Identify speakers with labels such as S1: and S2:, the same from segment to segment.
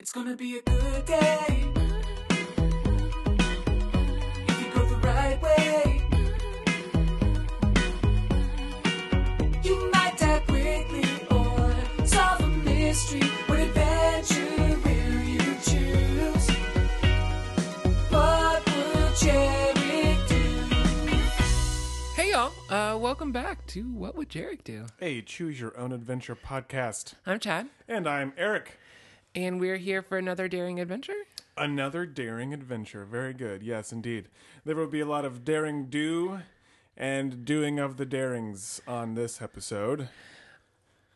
S1: It's gonna be a good day. If you go the right way, you might die quickly or solve a mystery. What adventure will you choose? What would Jared do?
S2: Hey y'all, uh, welcome back to What Would Jarek Do?
S3: a Choose Your Own Adventure podcast.
S2: I'm Chad,
S3: And I'm Eric.
S2: and we're here for another daring adventure.
S3: Another daring adventure. Very good. Yes, indeed. There will be a lot of daring do and doing of the darings on this episode.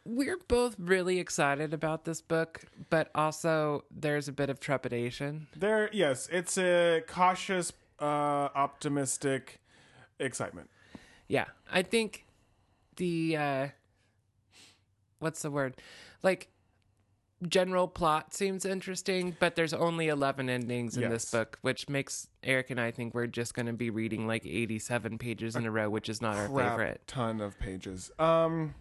S2: We're both really excited about this book, but also there's a bit of trepidation.
S3: There, yes, it's a cautious, uh, optimistic excitement.
S2: Yeah, I think the uh, what's the word? Like general plot seems interesting, but there's only 11 endings in this
S3: Yes.
S2: book, which makes Eric and I think we're just going to be reading like 87 pages in a row, which is not our
S3: crap
S2: favorite.
S3: ton of pages. Um,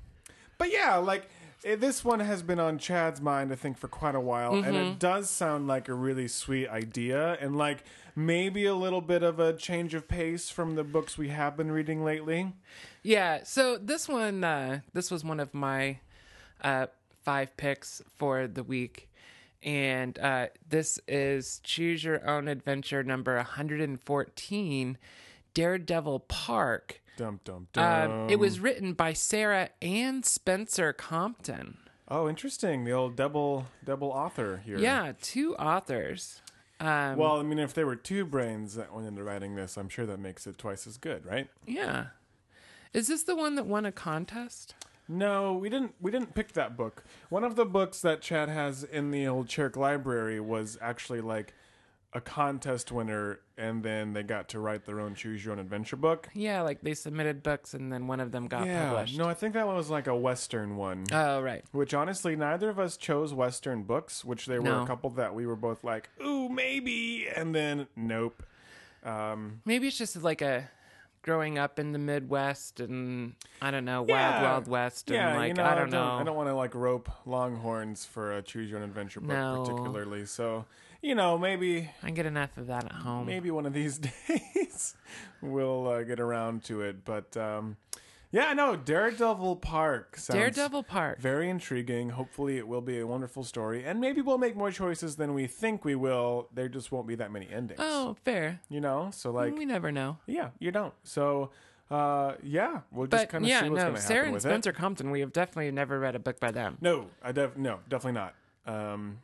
S3: but yeah, like eh, this one has been on Chad's mind, I think, for quite a while, and
S2: Mm-hmm.
S3: it does sound like a really sweet idea, and like maybe a little bit of a change of pace from the books we have been reading lately.
S2: Yeah, so this one, uh, this was one of my uh, five picks for the week. And uh, this is Choose Your Own Adventure number 114, Daredevil Park.
S3: Dum dum
S2: Um,
S3: dum.
S2: it was written by Sarah and Spencer Compton.
S3: oh, interesting. The old double double author here.
S2: Yeah, two authors. Um,
S3: Well, I mean, if there were two brains that went into writing this, I'm sure that makes it twice as good, right?
S2: yeah. Is this the one that won a contest?
S3: No, we didn't. We didn't pick that book. One of the books that Chad has in the old Cherk Library was actually like a contest winner, and then they got to write their own choose your own adventure book.
S2: Yeah, like they submitted books and then one of them got
S3: Yeah,
S2: published.
S3: no, I think that one was like a Western one.
S2: oh, right.
S3: which honestly, neither of us chose Western books. Which there were
S2: No.
S3: a couple that we were both like, "Ooh, maybe," and then nope. Um,
S2: Maybe it's just like a growing up in the Midwest and I don't know,
S3: Yeah.
S2: Wild Wild West. And
S3: yeah,
S2: like,
S3: you know,
S2: I don't know.
S3: I don't want to like rope Longhorns for a choose your own adventure book,
S2: No.
S3: particularly. So, you know, maybe
S2: I get enough of that at home.
S3: maybe one of these days we'll uh, get around to it. But um, yeah, no, Daredevil Park sounds
S2: Daredevil Park.
S3: very intriguing. Hopefully, it will be a wonderful story, and maybe we'll make more choices than we think we will. There just won't be that many endings.
S2: oh, fair.
S3: You know, so like,
S2: we never know.
S3: yeah, you don't. So, uh, yeah, we'll just
S2: But
S3: kind of
S2: yeah,
S3: see what's
S2: no,
S3: going to
S2: Sarah
S3: happen
S2: and
S3: with
S2: Spencer
S3: it.
S2: Compton, we have definitely never read a book by them.
S3: No, I def- no, definitely not. Um,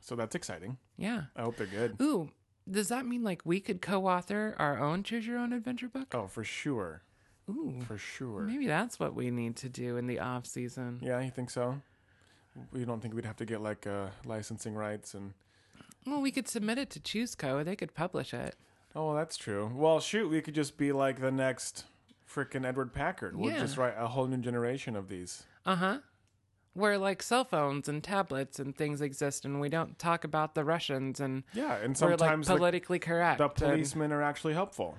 S3: so that's exciting.
S2: Yeah.
S3: I hope they're good.
S2: Ooh, does that mean like we could co-author our own choose your own adventure book?
S3: Oh, for sure,
S2: Ooh.
S3: for sure.
S2: Maybe that's what we need to do in the off season.
S3: Yeah, you think so? You don't think we'd have to get like uh, licensing rights and
S2: Well, we could submit it to Choose Co. They could publish it.
S3: oh, well, that's true. Well, shoot, we could just be like the next frickin' Edward Packard. We'll
S2: Yeah.
S3: just write a whole new generation of these.
S2: Uh-huh. Where like cell phones and tablets and things exist and we don't talk about the Russians and
S3: Yeah, and
S2: we're like
S3: sometimes the-
S2: politically correct.
S3: the,
S2: and-
S3: policemen are actually helpful.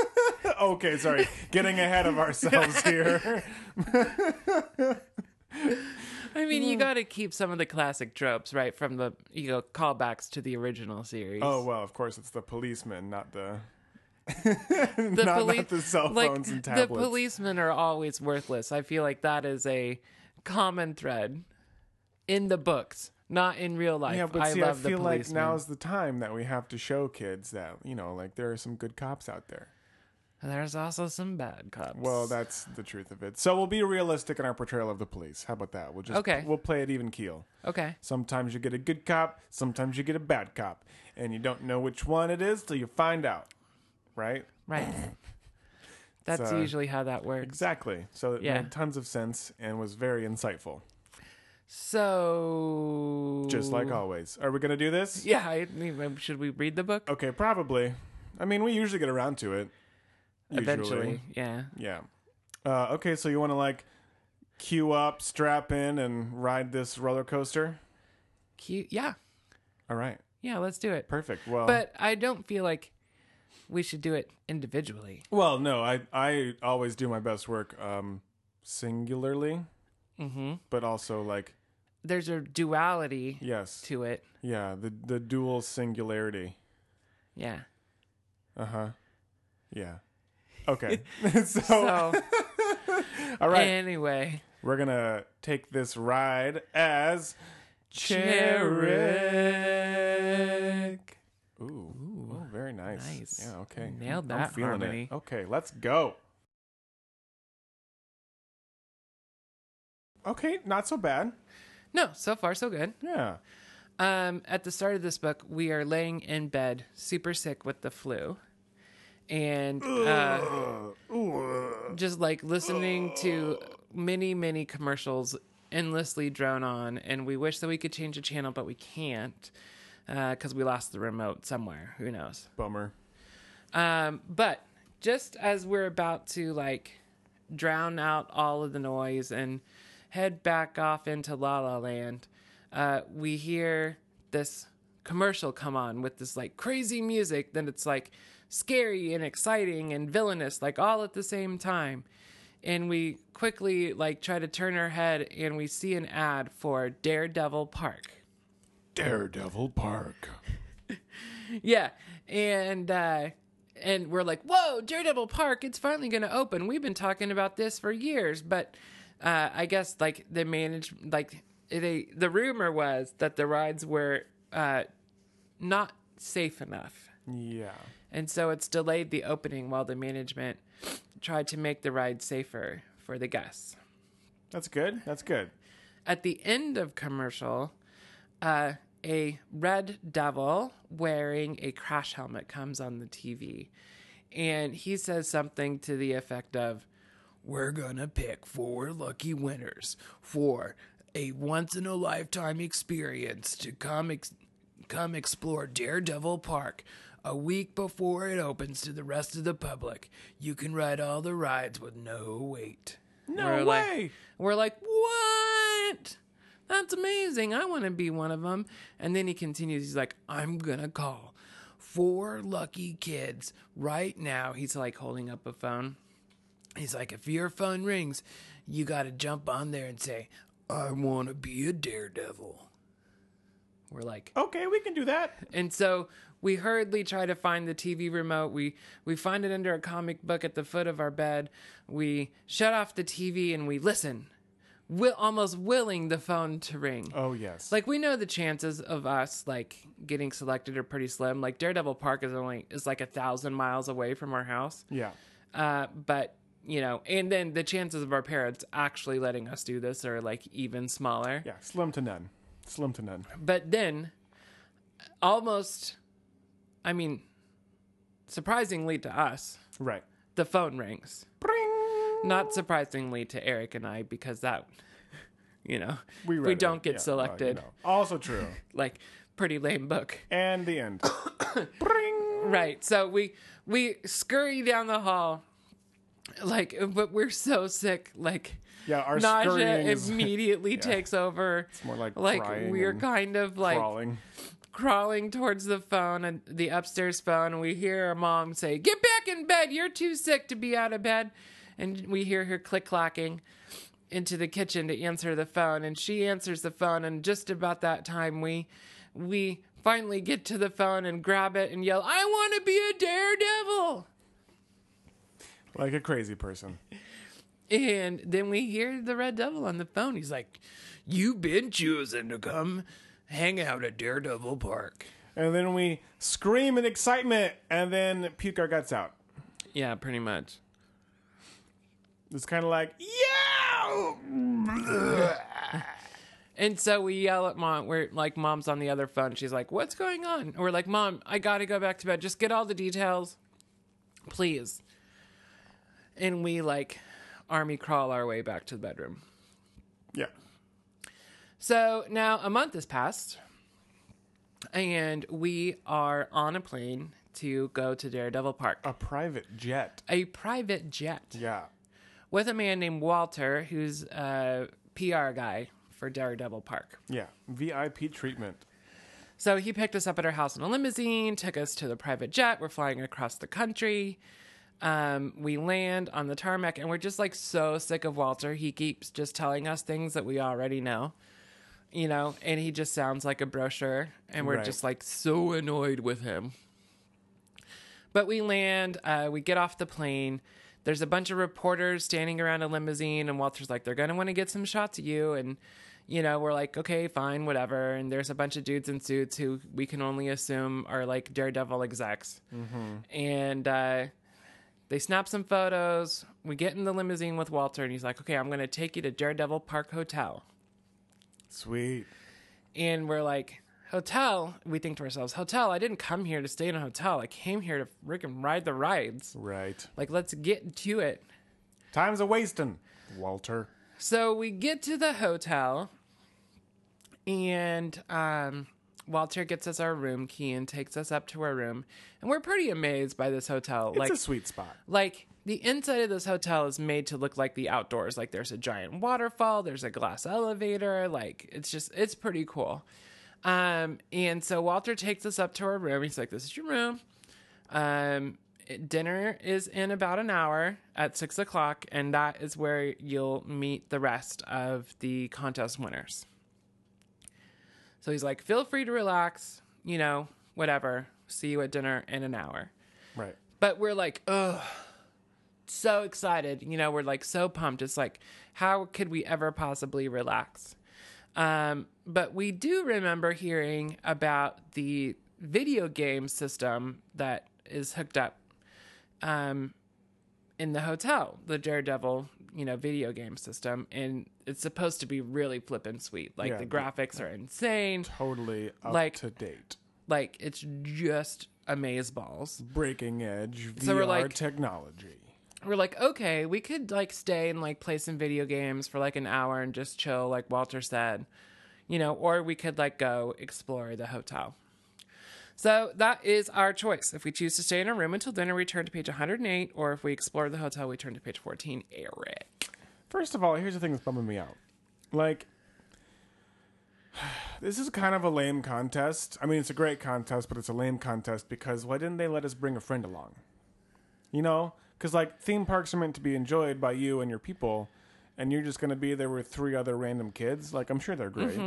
S3: okay, sorry, getting ahead of ourselves here.
S2: I mean, you got to keep some of the classic tropes, right, from the you know callbacks to the original series.
S3: Oh well, of course it's the policemen, not the
S2: the
S3: not,
S2: poli-
S3: not the cell phones
S2: like,
S3: and tablets.
S2: The policemen are always worthless. I feel like that is a common thread in the books, not in real life.
S3: Yeah, but
S2: I
S3: see,
S2: love
S3: I feel
S2: the
S3: like
S2: policemen.
S3: now's the time that we have to show kids that you know, like there are some good cops out there.
S2: There's also some bad cops.
S3: Well, that's the truth of it. So we'll be realistic in our portrayal of the police. How about that? We'll just
S2: Okay.
S3: We'll play it even keel.
S2: okay.
S3: Sometimes you get a good cop, sometimes you get a bad cop, and you don't know which one it is till you find out. Right?
S2: Right. That's
S3: So-
S2: usually how that works.
S3: Exactly. So it
S2: Yeah.
S3: made tons of sense and was very insightful.
S2: So
S3: Just like always. Are we gonna do this?
S2: Yeah, I, I- should we read the book?
S3: Okay, probably. I mean, we usually get around to it. Usually.
S2: Eventually. Yeah.
S3: Yeah. Uh, okay, so you want to like queue up, strap in, and ride this roller coaster?
S2: Cute. Yeah.
S3: All right.
S2: Yeah, let's do it.
S3: Perfect. Well,
S2: But I don't feel like we should do it individually.
S3: well, no, I I always do my best work um singularly,
S2: Mm-hmm.
S3: but also like
S2: there's a duality
S3: Yes.
S2: to it.
S3: Yeah, the the dual singularity. Uh-huh.
S2: Yeah.
S3: Yeah. Okay. so,
S2: So
S3: all Oh, right,
S2: anyway,
S3: we're gonna take this ride as Cherick. Ooh. Oh, very nice.
S2: Nice.
S3: Yeah. Okay.
S2: Nailed
S3: I'm- I'm
S2: that
S3: feeling it.
S2: harmony.
S3: Okay, let's go. Okay, not so bad.
S2: no, so far so good.
S3: Yeah.
S2: Um, at the start of this book, we are laying in bed, super sick with the flu, and uh, just like listening to many, many commercials endlessly drone on. And we wish that we could change the channel, but we can't because we lost the remote somewhere. Who knows?
S3: Bummer.
S2: Um, but just as we're about to like drown out all of the noise and head back off into La La Land, uh, we hear this commercial come on with this like crazy music. Then it's like scary and exciting and villainous, like all at the same time. And we quickly like try to turn our head and we see an ad for Daredevil Park.
S3: Daredevil Park.
S2: Yeah, and uh, and we're like, whoa, Daredevil Park! It's finally going to open. We've been talking about this for years, but uh, I guess like the manage like they the rumor was that the rides were uh, not safe enough,
S3: Yeah.
S2: and so it's delayed the opening while the management tried to make the ride safer for the guests
S3: That's good. That's good.
S2: at the end of commercial, uh, a red devil wearing a crash helmet comes on the TV, and he says something to the effect of, "We're gonna pick four lucky winners for a once in a lifetime experience to come ex- come explore Daredevil Park." A week before it opens to the rest of the public, you can ride all the rides with no wait.
S3: No
S2: We're like-
S3: way.
S2: we're like, what? That's amazing. I want to be one of them. And then he continues. He's like, I'm going to call four lucky kids right now. He's like holding up a phone. He's like, if your phone rings, you got to jump on there and say, I want to be a daredevil. We're like,
S3: okay, we can do that.
S2: and so we hurriedly try to find the TV remote. We we find it under a comic book at the foot of our bed. We shut off the TV and we listen, will almost willing the phone to ring.
S3: Oh yes.
S2: Like we know the chances of us like getting selected are pretty slim. Like Daredevil Park is only is like a thousand miles away from our house.
S3: yeah.
S2: Uh, but you know, and then the chances of our parents actually letting us do this are like even smaller.
S3: Yeah, slim to none. Slim to none.
S2: But then, almost, I mean, surprisingly to us,
S3: Right.
S2: the phone rings.
S3: Bring.
S2: Not surprisingly to Eric and I, because that, you know,
S3: We,
S2: if
S3: read
S2: we
S3: it.
S2: don't get
S3: Yeah, well, you
S2: selected,
S3: know. Also true.
S2: like, pretty lame book.
S3: And the end. Bring.
S2: Right. So we we scurry down the hall, like, but we're so sick, like.
S3: Yeah, our
S2: Nausea
S3: scurrying is
S2: immediately takes over. It's
S3: more like crying
S2: we're
S3: and
S2: kind of like
S3: crawling.
S2: crawling towards the phone and the upstairs phone and we hear our mom say get back in bed you're too sick to be out of bed and we hear her click clacking into the kitchen to answer the phone and she answers the phone and just about that time we we finally get to the phone and grab it and yell i want to be a daredevil
S3: Like a crazy person.
S2: and then we hear the red devil on the phone he's like you've been chosen to come hang out at daredevil park
S3: And then we scream in excitement and then puke our guts out.
S2: yeah pretty much
S3: It's kind of like, yeah!
S2: And so we yell at mom. We're like, mom's on the other phone. She's like, "What's going on?" And we're like, "Mom, I gotta go back to bed. Just get all the details, please." And we like army crawl our way back to the bedroom.
S3: yeah.
S2: So now a month has passed, and we are on a plane to go to Daredevil Park,
S3: A private jet.
S2: a private jet
S3: Yeah.
S2: with a man named Walter, who's a PR guy for Daredevil Park.
S3: Yeah. VIP treatment.
S2: So he picked us up at our house in a limousine, took us to the private jet. We're flying across the country. Um, we land on the tarmac, and we're just like so sick of Walter. He keeps just telling us things that we already know. you know, and he just sounds like a brochure, and we're
S3: Right.
S2: just like so annoyed with him. But we land, uh, we get off the plane. There's a bunch of reporters standing around a limousine, and Walter's like, they're going to want to get some shots of you. And, you know, we're like, okay, fine, whatever. And there's a bunch of dudes in suits who we can only assume are like Daredevil execs. And uh, they snap some photos. We get in the limousine with Walter, and he's like, okay, I'm going to take you to Daredevil Park Hotel
S3: Sweet.
S2: and we're like, hotel. We think to ourselves, hotel. I didn't come here to stay in a hotel. I came here to freaking ride the rides.
S3: Right.
S2: Like, let's get to it.
S3: Time's a wasting, Walter.
S2: So we get to the hotel, and um, Walter gets us our room key and takes us up to our room, and we're pretty amazed by this hotel.
S3: It's
S2: like,
S3: a sweet spot.
S2: like the inside of this hotel is made to look like the outdoors like there's a giant waterfall there's a glass elevator like it's just it's pretty cool um and so walter takes us up to our room he's like this is your room um it- dinner is in about an hour at six o'clock and that is where you'll meet the rest of the contest winners so he's like feel free to relax you know whatever see you at dinner in an hour
S3: Right.
S2: but we're like, ugh, so excited. You know, we're like so pumped. It's like, how could we ever possibly relax? Um, but we do remember hearing about the video game system that is hooked up um, in the hotel, the Daredevil, you know, video game system. And it's supposed to be really flippin' sweet. Like
S3: Yeah,
S2: the
S3: the-
S2: graphics are insane.
S3: Totally up
S2: Like-
S3: to date.
S2: Like it's just amazeballs.
S3: Breaking edge VR
S2: So we're like-
S3: technology.
S2: we're like, okay, we could like stay and like play some video games for like an hour and just chill, like Walter said, you know, or we could like go explore the hotel. So that is our choice. If we choose to stay in a room until dinner, we turn to page 108, or if we explore the hotel, we turn to page 14. Eric.
S3: First of all, here's the thing that's bumming me out. Like, this is kind of a lame contest. I mean, it's a great contest, but it's a lame contest because why didn't they let us bring a friend along? You know? Because, like, theme parks are meant to be enjoyed by you and your people, and you're just going to be there with three other random kids. Like, I'm sure they're great.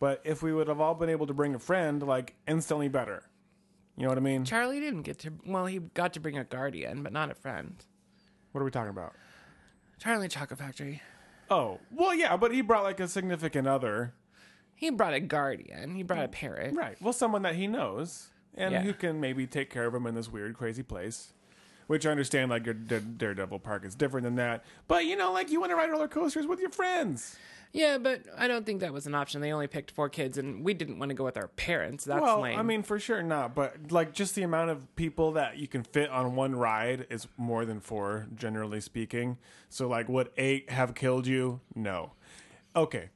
S3: But if we would have all been able to bring a friend, like, instantly better. You know what I mean?
S2: Charlie didn't get to, well, he got to bring a guardian, but not a friend.
S3: What are we talking about?
S2: Charlie Chocolate Factory.
S3: Oh, well, yeah, but he brought, like, a significant other.
S2: He brought a guardian, he brought a parrot.
S3: Mm. Right. Well, someone that he knows and
S2: Yeah.
S3: who can maybe take care of him in this weird, crazy place. Which I understand, like your D- Daredevil Park is different than that. But you know, like you want to ride roller coasters with your friends.
S2: Yeah, but I don't think that was an option. They only picked four kids, and we didn't want to go with our parents. That's
S3: well,
S2: lame.
S3: I mean, for sure not. But like, just the amount of people that you can fit on one ride is more than four, generally speaking. So, like, would eight have killed you? No. Okay,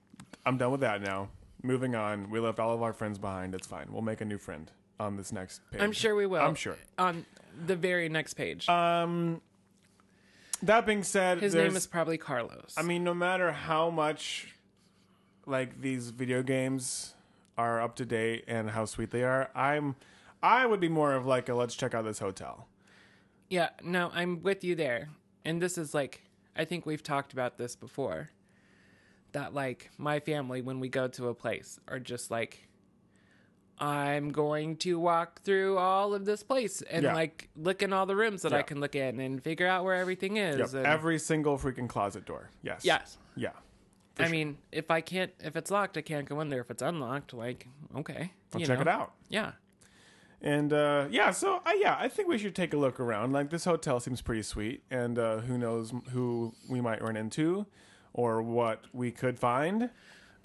S3: I'm done with that now. Moving on. We left all of our friends behind. It's fine. We'll make a new friend on this next page.
S2: I'm sure we will.
S3: I'm sure.
S2: On the very next page.
S3: That being said,
S2: His
S3: there's-
S2: name is probably Carlos.
S3: I mean, no matter how much like these video games are up to date and how sweet they are, I'm I would be more of like a let's check out this hotel.
S2: yeah, no, I'm with you there. And this is like, I think we've talked about this before. That, like, my family, when we go to a place, are just like, I'm going to walk through all of this place and,
S3: Yeah.
S2: like, look in all the rooms that I
S3: Yeah.
S2: can look in and figure out where everything is.
S3: Yep.
S2: and-
S3: Every single freaking closet door. Yes.
S2: Yes.
S3: Yeah.
S2: I mean, if I can't, if it's locked, I can't go in there. If it's unlocked, like, okay.
S3: I'll
S2: you
S3: check
S2: know.
S3: it out.
S2: Yeah.
S3: And uh, yeah, so uh, yeah, I think we should take a look around. Like this hotel seems pretty sweet, and uh, who knows who we might run into, or what we could find.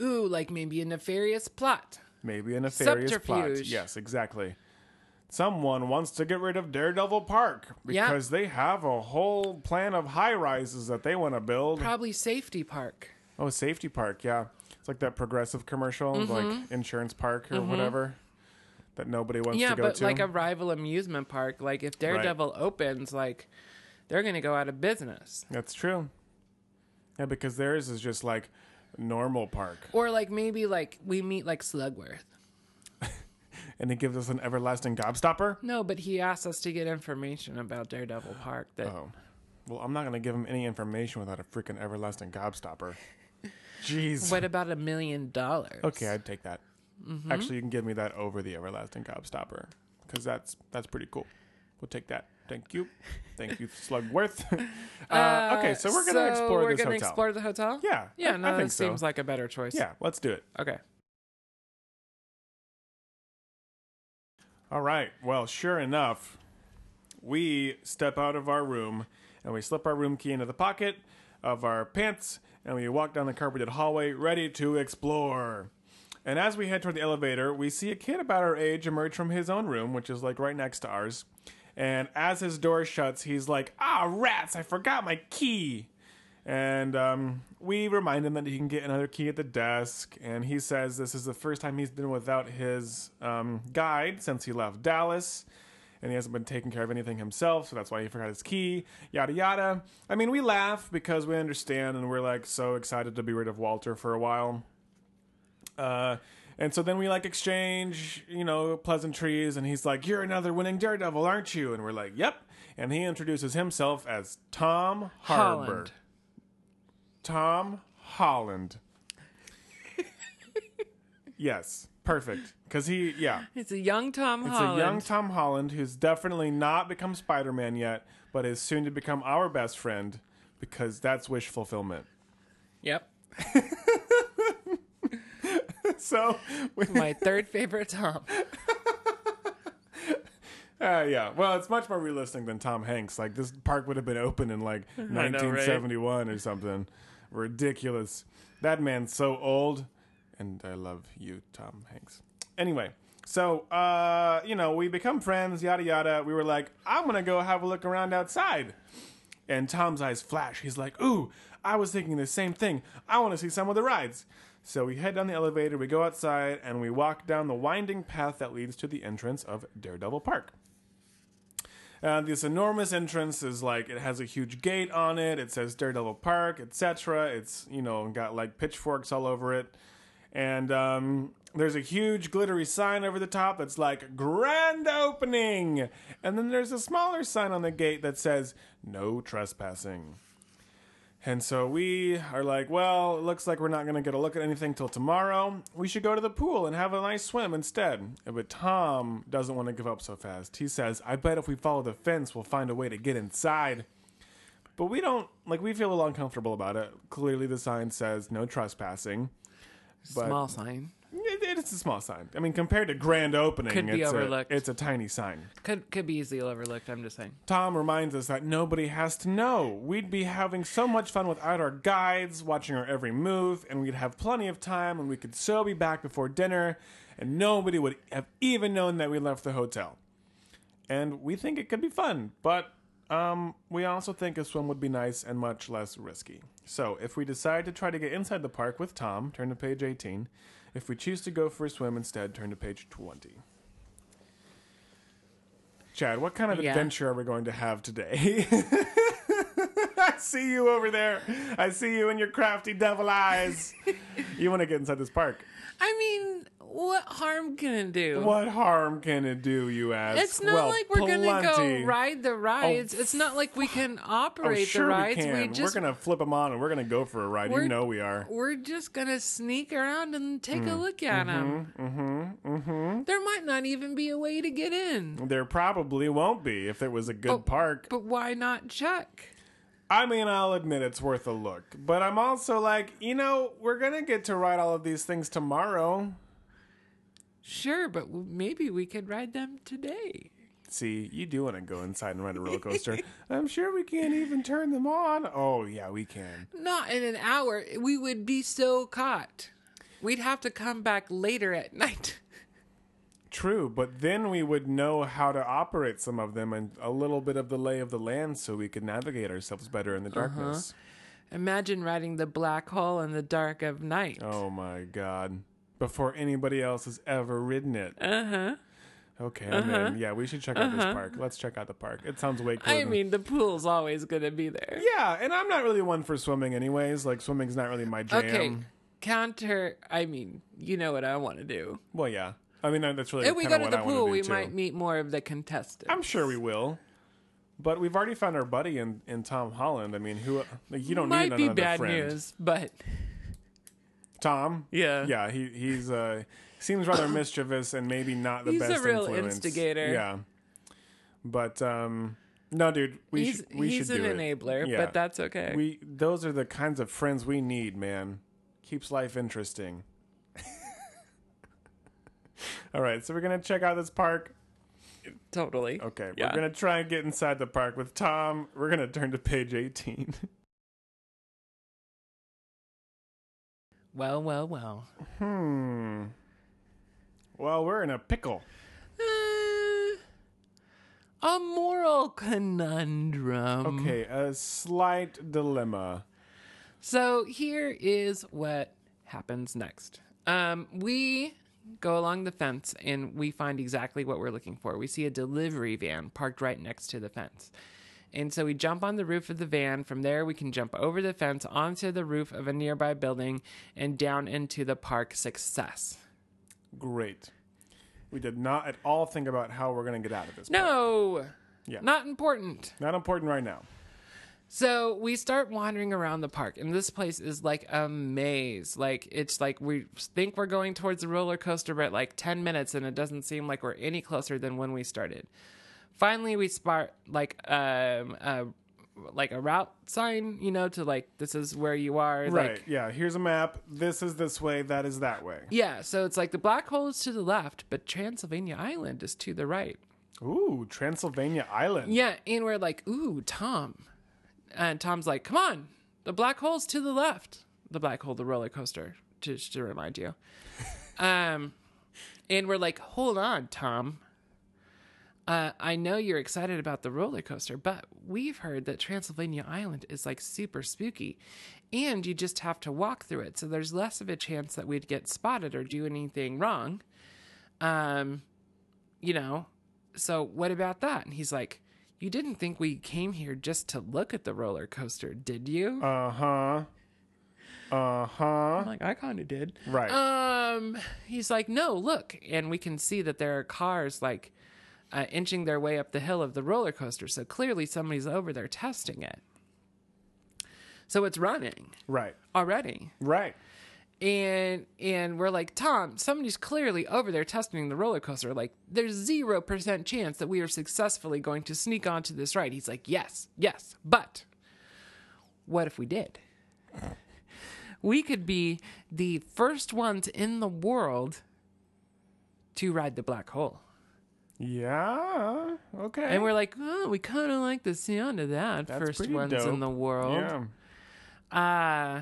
S2: Ooh, like maybe a nefarious plot.
S3: Maybe a nefarious plot.
S2: Subterfuge.
S3: Yes, exactly. Someone wants to get rid of Daredevil Park
S2: Yeah.
S3: because they have a whole plan of high rises that they want to build.
S2: Probably safety park.
S3: oh, safety park, yeah. It's like that progressive commercial,
S2: Mm-hmm.
S3: like insurance park or whatever, that nobody wants
S2: Yeah,
S3: to go
S2: but
S3: to.
S2: like a rival amusement park. Like if Daredevil opens, like they're gonna go out of business.
S3: That's true. Yeah, because theirs is just like normal park,
S2: Or like maybe like we meet like Slugworth.
S3: and it gives us an everlasting gobstopper.
S2: No, but he asked us to get information about Daredevil Park. That
S3: Oh, well, I'm not gonna give him any information without a freaking everlasting gobstopper. Jeez.
S2: What about a million dollars?
S3: Okay, I'd take that.
S2: Mm-hmm.
S3: Actually, you can give me that over the everlasting gobstopper because that's that's pretty cool. We'll take that. Thank you, thank you, Slugworth. uh, okay, so we're gonna explore
S2: we're
S3: this
S2: gonna
S3: hotel.
S2: explore the hotel.
S3: Yeah,
S2: yeah.
S3: I-
S2: no,
S3: I
S2: that
S3: think so.
S2: seems like a better choice.
S3: yeah, let's do it.
S2: Okay.
S3: All right. Well, sure enough, we step out of our room and we slip our room key into the pocket of our pants and we walk down the carpeted hallway ready to explore. And as we head toward the elevator, we see a kid about our age emerge from his own room, which is like right next to ours. And as his door shuts, he's like, Ah, rats, I forgot my key. And um, we remind him that he can get another key at the desk. And he says this is the first time he's been without his um, guide since he left Dallas. And he hasn't been taking care of anything himself, so that's why he forgot his key, yada yada. I mean, we laugh because we understand and we're like so excited to be rid of Walter for a while. Uh, and so then we like exchange, you know, pleasantries, and he's like, "You're another winning daredevil, aren't you?" And we're like, "Yep." And he introduces himself as Tom Harbor.
S2: Holland.
S3: Tom Holland. yes, perfect. Because he, yeah,
S2: It's a young Tom
S3: it's
S2: Holland.
S3: a young Tom Holland who's definitely not become Spider Man yet, but is soon to become our best friend because that's wish fulfillment.
S2: yep.
S3: So, we, uh,
S2: My third favorite Tom.
S3: Uh, yeah, well, it's much more realistic than Tom Hanks. Like, this park would have been open in like 1971 or something. Ridiculous. That man's so old. And I love you, Tom Hanks. Anyway, so uh, you know, we become friends, yada yada. We were like, I'm gonna go have a look around outside. And Tom's eyes flash. He's like, Ooh, I was thinking the same thing. I wanna see some of the rides. So we head down the elevator, we go outside, and we walk down the winding path that leads to the entrance of Daredevil Park. Uh, this enormous entrance is like it has a huge gate on it. It says Daredevil Park, etc. It's you know got like pitchforks all over it, and um, there's a huge glittery sign over the top that's like grand opening, and then there's a smaller sign on the gate that says no trespassing. And so we are like, well, it looks like we're not going to get a look at anything till tomorrow. We should go to the pool and have a nice swim instead. But Tom doesn't want to give up so fast. He says, I bet if we follow the fence, we'll find a way to get inside. But we don't, like, we feel a little uncomfortable about it. Clearly, the sign says no trespassing. But-
S2: Small sign.
S3: It, it's a small sign. I mean, compared to grand opening,
S2: Could be
S3: it's,
S2: overlooked.
S3: A, it's a tiny sign.
S2: Could could be easily overlooked. I'm just saying.
S3: Tom reminds us that nobody has to know. We'd be having so much fun without our guides, watching our every move, and we'd have plenty of time, and we could so be back before dinner, and nobody would have even known that we left the hotel. And we think it could be fun, but um, we also think a swim would be nice and much less risky. So, if we decide to try to get inside the park with Tom, turn to page 18. If we choose to go for a swim instead, turn to page 20. Chad, what kind of
S2: Yeah.
S3: adventure are we going to have today? I see you over there. I see you in your crafty devil eyes. you want to get inside this park.
S2: I mean, what harm can it do?
S3: What harm can it do, you ask?
S2: It's not
S3: Well,
S2: like we're gonna
S3: plenty.
S2: go ride the rides. it's not like we can
S3: Oh,
S2: operate
S3: sure
S2: the rides.
S3: we can.
S2: just
S3: are gonna flip them on and we're gonna go for a ride. You
S2: We're-
S3: know we are.
S2: we're just gonna sneak around and take
S3: Mm,
S2: a look at them. Mm-hmm, mm-hmm. There might not even be a way to get in.
S3: There probably won't be if there was a good
S2: Oh.
S3: park.
S2: But why not check?
S3: I mean, I'll admit it's worth a look, but I'm also like, you know, we're gonna get to ride all of these things tomorrow.
S2: Sure, but w- maybe we could ride them today.
S3: See, you do want to go inside and ride a roller coaster. I'm sure we can't even turn them on. Oh yeah, we can.
S2: Not in an hour. We would be so caught. We'd have to come back later at night.
S3: True, but then we would know how to operate some of them and a little bit of the lay of the land, so we could navigate ourselves better in the
S2: Uh-huh.
S3: darkness.
S2: Imagine riding the black hole in the dark of night.
S3: Oh my god. Before anybody else has ever ridden it. Uh
S2: Uh-huh.
S3: huh. Okay, I'm in. Yeah, we should check out this park. Let's check out the park. It sounds way cooler.
S2: I
S3: than-
S2: mean, the pool's always going to be there.
S3: yeah, and I'm not really one for swimming, anyways. Like, swimming's not really my jam.
S2: Okay. Counter, I mean, you know what I want to do.
S3: Well, yeah. I mean, that's really
S2: If we go
S3: kinda
S2: to
S3: what
S2: the
S3: I wanna
S2: pool,
S3: do,
S2: we
S3: too.
S2: might meet more of the contestants.
S3: I'm sure we will. But we've already found our buddy in, in Tom Holland. I mean, who? Like, you don't
S2: Might
S3: need
S2: be
S3: another
S2: bad
S3: friend.
S2: news, but
S3: Tom.
S2: Yeah.
S3: yeah. He he's uh seems rather mischievous and maybe not the
S2: He's a
S3: best.
S2: real
S3: influence.
S2: instigator.
S3: Yeah, but um, no, dude, we
S2: he's
S3: should we
S2: he's
S3: should
S2: an
S3: do it.
S2: enabler,
S3: Yeah.
S2: but that's okay.
S3: We those are the kinds of friends we need, man. Keeps life interesting. All right, so we're gonna check out this park.
S2: totally.
S3: Okay,
S2: Yeah.
S3: we're gonna try and get inside the park with Tom. We're gonna turn to page eighteen.
S2: Well, well, well.
S3: Hmm. Well, we're in a pickle.
S2: Uh, a moral conundrum.
S3: Okay, a slight dilemma.
S2: So here is what happens next. Um, we go along the fence and we find exactly what we're looking for. We see a delivery van parked right next to the fence. And so we jump on the roof of the van. From there, we can jump over the fence onto the roof of a nearby building and down into the park. Success.
S3: Great. We did not at all think about how we're gonna get out of this.
S2: No!
S3: Yeah.
S2: Not important.
S3: Not important right now.
S2: So we start wandering around the park, and this place is like a maze. Like it's like we think we're going towards the roller coaster, but like ten minutes, and it doesn't seem like we're any closer than when we started. Finally, we spot like um a like a route sign, you know, to like this is where you are.
S3: Right.
S2: Like,
S3: yeah. Here's a map. This is this way. That is that way.
S2: yeah. So it's like the black hole is to the left, but Transylvania Island is to the right.
S3: Ooh, Transylvania Island.
S2: Yeah, and we're like, ooh, Tom. And Tom's like, come on, the black hole's to the left. The black hole, the roller coaster, just to remind you. Um, and we're like, hold on, Tom. Uh, I know you're excited about the roller coaster, but we've heard that Transylvania Island is like super spooky, and you just have to walk through it. So there's less of a chance that we'd get spotted or do anything wrong. Um, you know, so what about that? And he's like, You didn't think we came here just to look at the roller coaster, did you?
S3: Uh huh. Uh huh.
S2: I'm like, I kind of did.
S3: Right.
S2: Um, he's like, No, look. And we can see that there are cars like uh, inching their way up the hill of the roller coaster. So clearly somebody's over there testing it. So it's running
S3: right.
S2: already.
S3: Right.
S2: and and we're like tom somebody's clearly over there testing the roller coaster like there's 0% chance that we are successfully going to sneak onto this ride he's like yes yes but what if we did we could be the first ones in the world to ride the black hole
S3: Yeah. Okay.
S2: and we're like oh we kind of like the sound of that
S3: That's
S2: first
S3: pretty
S2: ones
S3: dope.
S2: in the world
S3: Yeah.
S2: uh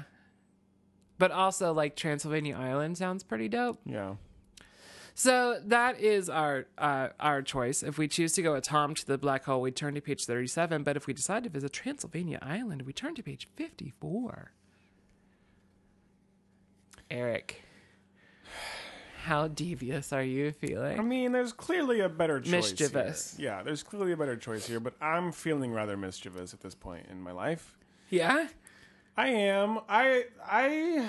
S2: but also like transylvania island sounds pretty dope
S3: Yeah.
S2: So that is our uh, our choice. If we choose to go with Tom to the black hole, we turn to page thirty seven. But if we decide to visit Transylvania Island, we turn to page fifty four. Eric, how devious are you
S3: I
S2: feeling?
S3: mean, there's clearly a better choice. here.
S2: Mischievous.
S3: Yeah. There's clearly a better choice here, but I'm feeling rather mischievous at this point in my life.
S2: Yeah,
S3: I am. I I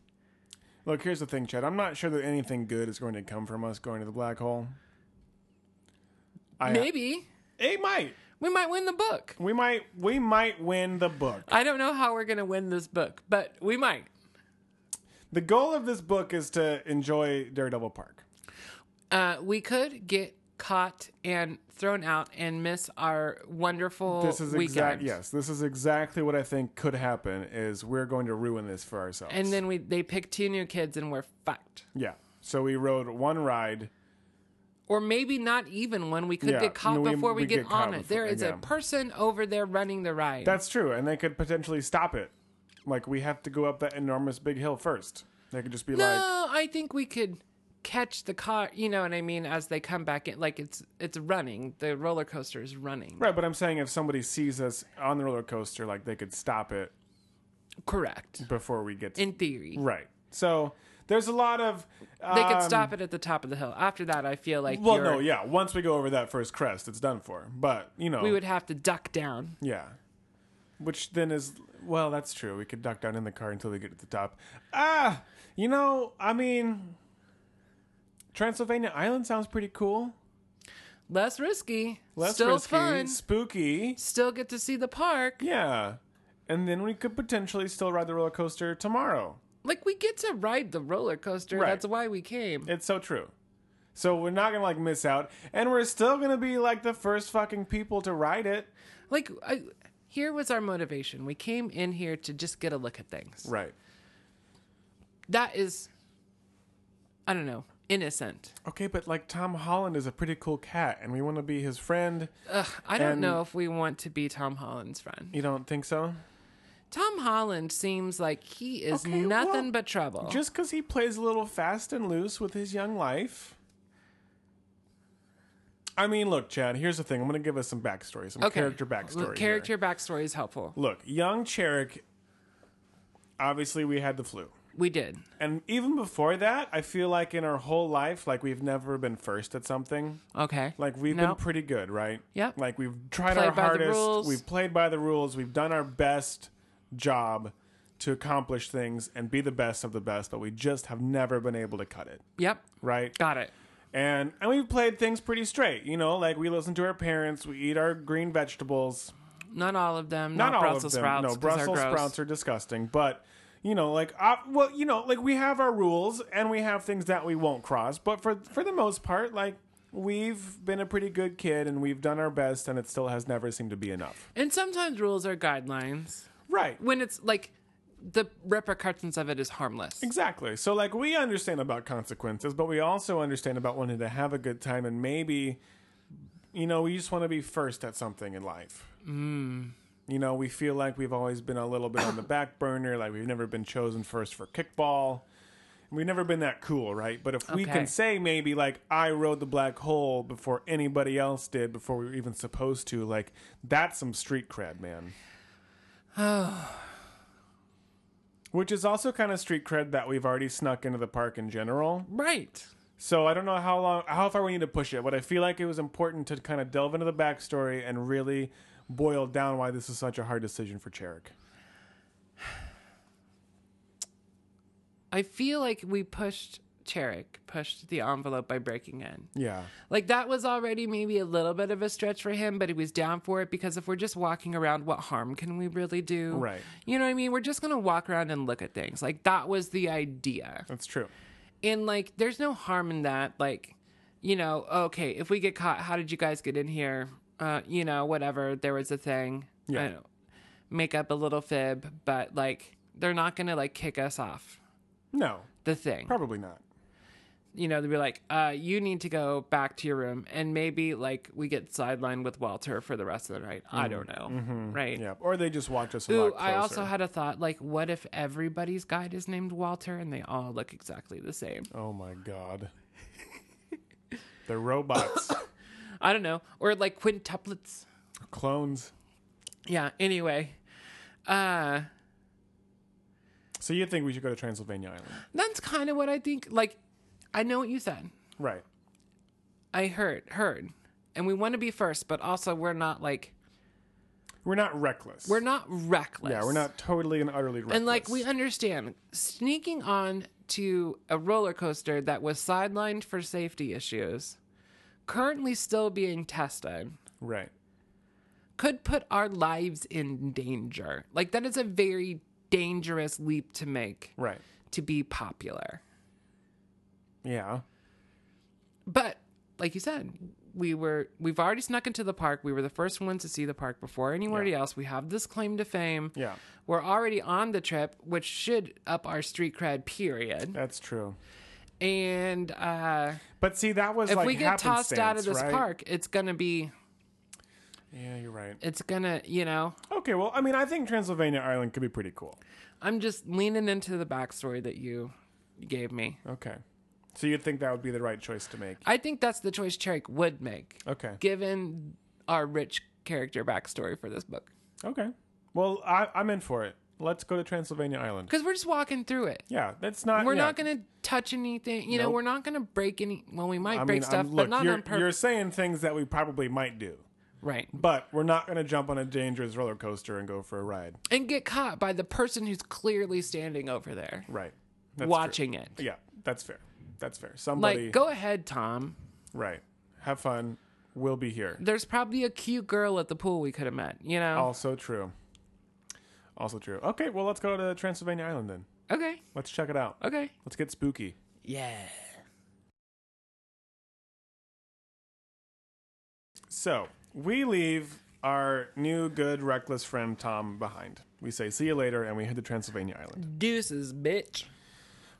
S3: Look, here's the thing, Chad. I'm not sure that anything good is going to come from us going to the black hole. I,
S2: maybe
S3: It might.
S2: we might win the book.
S3: We might we might win the book.
S2: I don't know how we're gonna win this book, but we might.
S3: The goal of this book is to enjoy Daredevil Park.
S2: Uh, we could get caught and thrown out and miss our wonderful
S3: This is
S2: weekend.
S3: exact yes, this is exactly what I think could happen is we're going to ruin this for ourselves.
S2: And then we they pick two new kids and we're fucked.
S3: yeah. So we rode one ride.
S2: Or maybe not even one. We could
S3: Yeah,
S2: get caught
S3: no, we-
S2: before we,
S3: we
S2: get,
S3: get caught
S2: on it.
S3: before-
S2: There is
S3: yeah.
S2: a person over there running the ride.
S3: That's true, and they could potentially stop it. Like we have to go up that enormous big hill first. They could just be like
S2: no, I think we could catch the car. You know what I mean? As they come back in, like it's it's running. The roller coaster is running.
S3: Right, but I'm saying if somebody sees us on the roller coaster, like they could stop it
S2: Correct.
S3: before we get to
S2: In theory,
S3: right. So there's a lot of uh,
S2: they could stop it at the top of the hill. After that, I feel like
S3: Well,
S2: you're-
S3: no, yeah. Once we go over that first crest, it's done for. But you know,
S2: we would have to duck down.
S3: yeah. Which then is well, that's true. We could duck down in the car until they get to the top. Ah, you know, I mean, Transylvania Island sounds pretty cool.
S2: Less risky,
S3: Less
S2: still
S3: risky,
S2: fun,
S3: spooky.
S2: still get to see the park.
S3: Yeah. And then we could potentially still ride the roller coaster tomorrow.
S2: like we get to ride the roller coaster.
S3: Right.
S2: That's why we came.
S3: It's so true. So we're not gonna like miss out, and we're still gonna be like the first fucking people to ride it.
S2: like I, here was our motivation. We came in here to just get a look at things.
S3: Right.
S2: That is I don't know, innocent.
S3: Okay, but like Tom Holland is a pretty cool cat, and we want to be his friend.
S2: I don't
S3: And-
S2: know if we want to be Tom Holland's friend.
S3: You don't think so?
S2: Tom Holland seems like he is
S3: Okay,
S2: nothing
S3: well,
S2: but trouble.
S3: Just because he plays a little fast and loose with his young life. I mean, look, Chad. Here's the thing. I'm gonna give us some backstory, some
S2: Okay.
S3: character
S2: Well,
S3: backstory. here.
S2: Character backstory is helpful.
S3: Look, young Cherik. Obviously, we had the flu.
S2: We did.
S3: And even before that, I feel like in our whole life, like we've never been first at something.
S2: Okay.
S3: Like we've
S2: No.
S3: been pretty good, right?
S2: Yep.
S3: Like we've tried
S2: Played
S3: our
S2: by the rules.
S3: hardest. We've played by the rules. We've done our best job to accomplish things and be the best of the best, but we just have never been able to cut it,
S2: Yep.
S3: right?
S2: Got it.
S3: And and we've played things pretty straight, you know, like we listen to our parents, we eat our green vegetables,
S2: Not all of them.
S3: not,
S2: Not,
S3: all
S2: Brussels
S3: of them.
S2: sprouts.
S3: no,
S2: 'cause they're
S3: Brussels
S2: gross.
S3: sprouts are disgusting, but you know, like uh, well, you know, like we have our rules and we have things that we won't cross, but for for the most part, like we've been a pretty good kid and we've done our best and it still has never seemed to be enough.
S2: And sometimes rules are guidelines.
S3: Right.
S2: When it's like the repercussions of it is harmless.
S3: Exactly. So like we understand about consequences, but we also understand about wanting to have a good time and maybe you know, we just want to be first at something in life. Mm. You know, we feel like we've always been a little bit on the back burner, like we've never been chosen first for kickball. We've never been that cool, right? But if we
S2: Okay.
S3: can say maybe like I rode the black hole before anybody else did, before we were even supposed to, like that's some street cred, man. Which is also kind of street cred that we've already snuck into the park in general.
S2: Right.
S3: So I don't know how long, how far we need to push it, but I feel like it was important to kind of delve into the backstory and really boil down why this is such a hard decision for Cherik.
S2: I feel like we pushed Cherik, pushed the envelope by breaking in.
S3: Yeah,
S2: Like that was already maybe a little bit of a stretch for him, but he was down for it because if we're just walking around, what harm can we really do?
S3: Right.
S2: You know what I mean? We're just gonna walk around and look at things. Like that was the idea.
S3: that's true.
S2: And like there's no harm in that. Like, you know, okay, if we get caught, how did you guys get in here? Uh, you know, whatever. There was a thing.
S3: Yeah.
S2: I don't know. Make up a little fib, but like they're not gonna like kick us off
S3: No,
S2: the thing.
S3: probably not.
S2: you know, they'd be like, uh, you need to go back to your room. And maybe like we get sidelined with Walter for the rest of the night. I don't know. Right.
S3: Mm. Mm-hmm. Yeah, or they just watch us a lot
S2: Ooh,
S3: closer.
S2: I also had a thought like, what if everybody's guide is named Walter and they all look exactly the same?
S3: oh my god, they're robots,
S2: I don't know. Or like quintuplets.
S3: clones.
S2: Yeah. Anyway, uh,
S3: So you think we should go to Transylvania Island?
S2: that's kind of what I think. Like, I know what you said.
S3: Right.
S2: I heard, heard. And we want to be first, but also we're not like,
S3: We're not reckless.
S2: we're not reckless.
S3: yeah, we're not totally and utterly reckless.
S2: And like we understand, sneaking on to a roller coaster that was sidelined for safety issues, currently still being tested,
S3: right.
S2: could put our lives in danger. Like that is a very dangerous leap to make
S3: Right.
S2: to be popular.
S3: Yeah.
S2: But like you said, we were we've already snuck into the park. We were the first ones to see the park before anybody else. We have this claim to fame.
S3: Yeah.
S2: We're already on the trip, which should up our street cred period.
S3: That's true.
S2: And uh
S3: But see, that was
S2: if
S3: like
S2: we get tossed out of
S3: happenstance,
S2: this
S3: right?
S2: park, it's gonna be,
S3: Yeah, you're right.
S2: it's gonna, you know,
S3: Okay, well, I mean, I think Transylvania Island could be pretty cool.
S2: I'm just leaning into the backstory that you gave me.
S3: Okay, so you'd think that would be the right choice to make.
S2: I think that's the choice Cherik would make,
S3: Okay.
S2: given our rich character backstory for this book.
S3: Okay. Well, I, I'm in for it. Let's go to Transylvania Island.
S2: Because we're just walking through it.
S3: Yeah, that's not.
S2: We're
S3: yeah.
S2: not gonna touch anything. You know,
S3: Nope.
S2: we're not gonna break any. Well, we might
S3: I
S2: break
S3: mean,
S2: stuff, but
S3: I'm, look,
S2: not
S3: you're,
S2: on purpose.
S3: you're saying things that we probably might do,
S2: Right.
S3: but we're not going to jump on a dangerous roller coaster and go for a ride.
S2: And get caught by the person who's clearly standing over there
S3: Right. That's true.
S2: watching it.
S3: Yeah, that's fair. That's fair.
S2: Like,
S3: Somebody.
S2: go ahead, Tom.
S3: Right. Have fun. We'll be here.
S2: There's probably a cute girl at the pool we could have met, you know?
S3: Also true. Also true. Okay, well, let's go to Transylvania Island then.
S2: Okay.
S3: Let's check it out.
S2: Okay.
S3: Let's get spooky.
S2: Yeah.
S3: So we leave our new good reckless friend Tom behind. We say see you later, and we head to Transylvania Island.
S2: Deuces, bitch.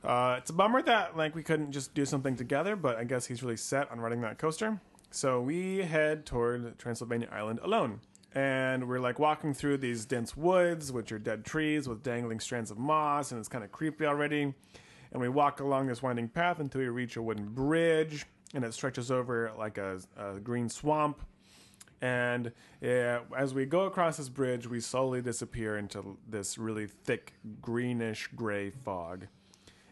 S3: Uh, it's a bummer that like we couldn't just do something together, but I guess he's really set on riding that coaster. So we head toward Transylvania Island alone, and we're like walking through these dense woods, which are dead trees with dangling strands of moss, and it's kind of creepy already. And we walk along this winding path until we reach a wooden bridge, and it stretches over like a, a green swamp. And uh, as we go across this bridge, we slowly disappear into this really thick greenish gray fog.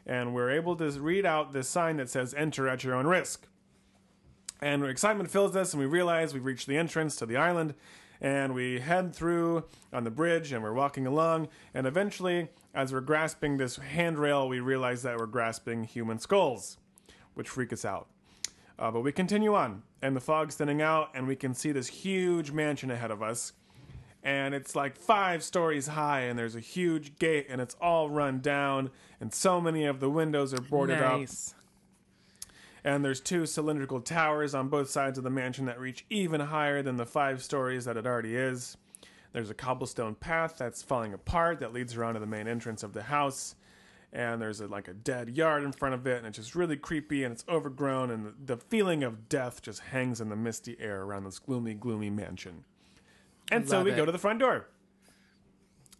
S3: And we're able to read out this sign that says enter at your own risk. And excitement fills us, and we realize we've reached the entrance to the island. And we head through on the bridge, and we're walking along. And eventually, as we're grasping this handrail, we realize that we're grasping human skulls, which freak us out. Uh, but we continue on, and the fog's thinning out, and we can see this huge mansion ahead of us. And it's like five stories high, and there's a huge gate, and it's all run down, and so many of the windows are boarded up
S2: Nice.
S3: and there's two cylindrical towers on both sides of the mansion that reach even higher than the five stories that it already is. There's a cobblestone path that's falling apart that leads around to the main entrance of the house, and there's a, like a dead yard in front of it, and it's just really creepy and it's overgrown, and the, the feeling of death just hangs in the misty air around this gloomy, gloomy mansion. And so
S2: Love
S3: we
S2: it.
S3: go to the front door.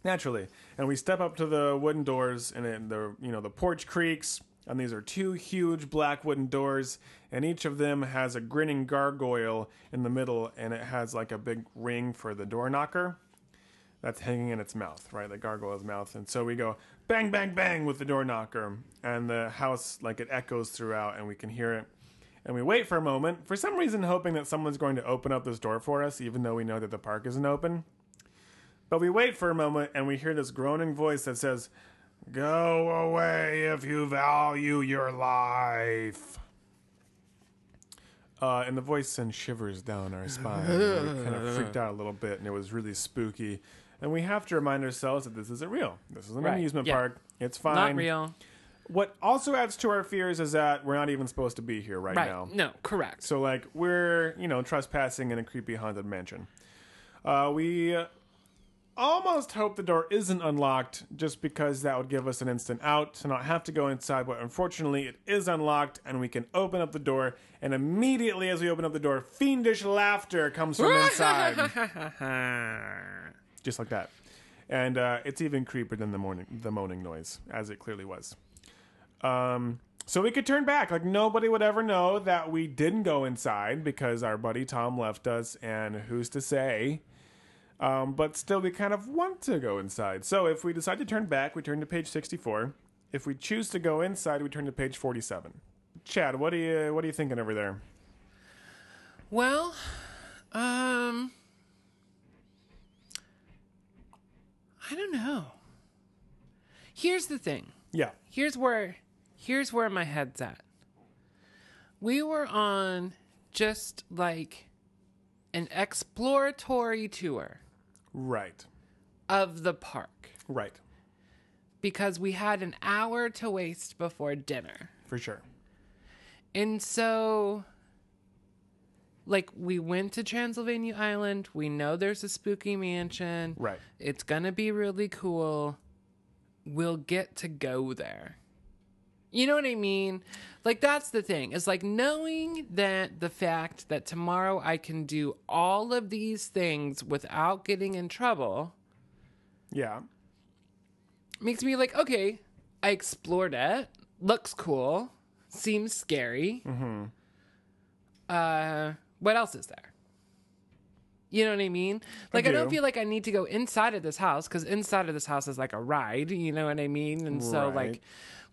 S3: Naturally, and we step up to the wooden doors, and it, the you know the porch creaks, and these are two huge black wooden doors, and each of them has a grinning gargoyle in the middle, and it has like a big ring for the door knocker that's hanging in its mouth, right? The gargoyle's mouth, and so we go bang, bang, bang with the door knocker, and the house like it echoes throughout, and we can hear it. And we wait for a moment, for some reason, hoping that someone's going to open up this door for us, even though we know that the park isn't open. But we wait for a moment and we hear this groaning voice that says, Go away if you value your life. Uh, and the voice sends shivers down our spine. we kind of freaked out a little bit and it was really spooky. And we have to remind ourselves that this isn't real. This is an
S2: Right,
S3: amusement
S2: yeah.
S3: park. It's fine.
S2: Not real.
S3: What also adds to our fears is that we're not even supposed to be here right,
S2: Right.
S3: now.
S2: No, correct.
S3: So like we're you know trespassing in a creepy haunted mansion. Uh, we uh, almost hope the door isn't unlocked, just because that would give us an instant out to not have to go inside. But unfortunately, it is unlocked, and we can open up the door. And immediately, as we open up the door, fiendish laughter comes from inside, just like that. And uh, it's even creepier than the morning the moaning noise, as it clearly was. Um, so we could turn back. Like nobody would ever know that we didn't go inside because our buddy Tom left us, and who's to say? Um, but still, we kind of want to go inside. So if we decide to turn back, we turn to page sixty-four. If we choose to go inside, we turn to page forty-seven. Chad, what are you what are you thinking over there?
S2: Well, um, I don't know. Here's the thing.
S3: Yeah,
S2: Here's where, here's where my head's at. We were on just like an exploratory tour
S3: right,
S2: of the park
S3: right,
S2: because we had an hour to waste before dinner.
S3: for sure.
S2: And so, like, we went to Transylvania Island. We know there's a spooky mansion.
S3: Right.
S2: It's going to be really cool. We'll get to go there. You know what I mean? Like, that's the thing. It's like knowing that the fact that tomorrow I can do all of these things without getting in trouble
S3: Yeah,
S2: makes me like, okay, I explored it. Looks cool. Seems scary.
S3: Mm-hmm.
S2: Uh, what else is there? You know what I mean? Like, I, don't
S3: do.
S2: feel like I need to go inside of this house because inside of this house is like a ride. You know what I mean? And so, like,
S3: Right.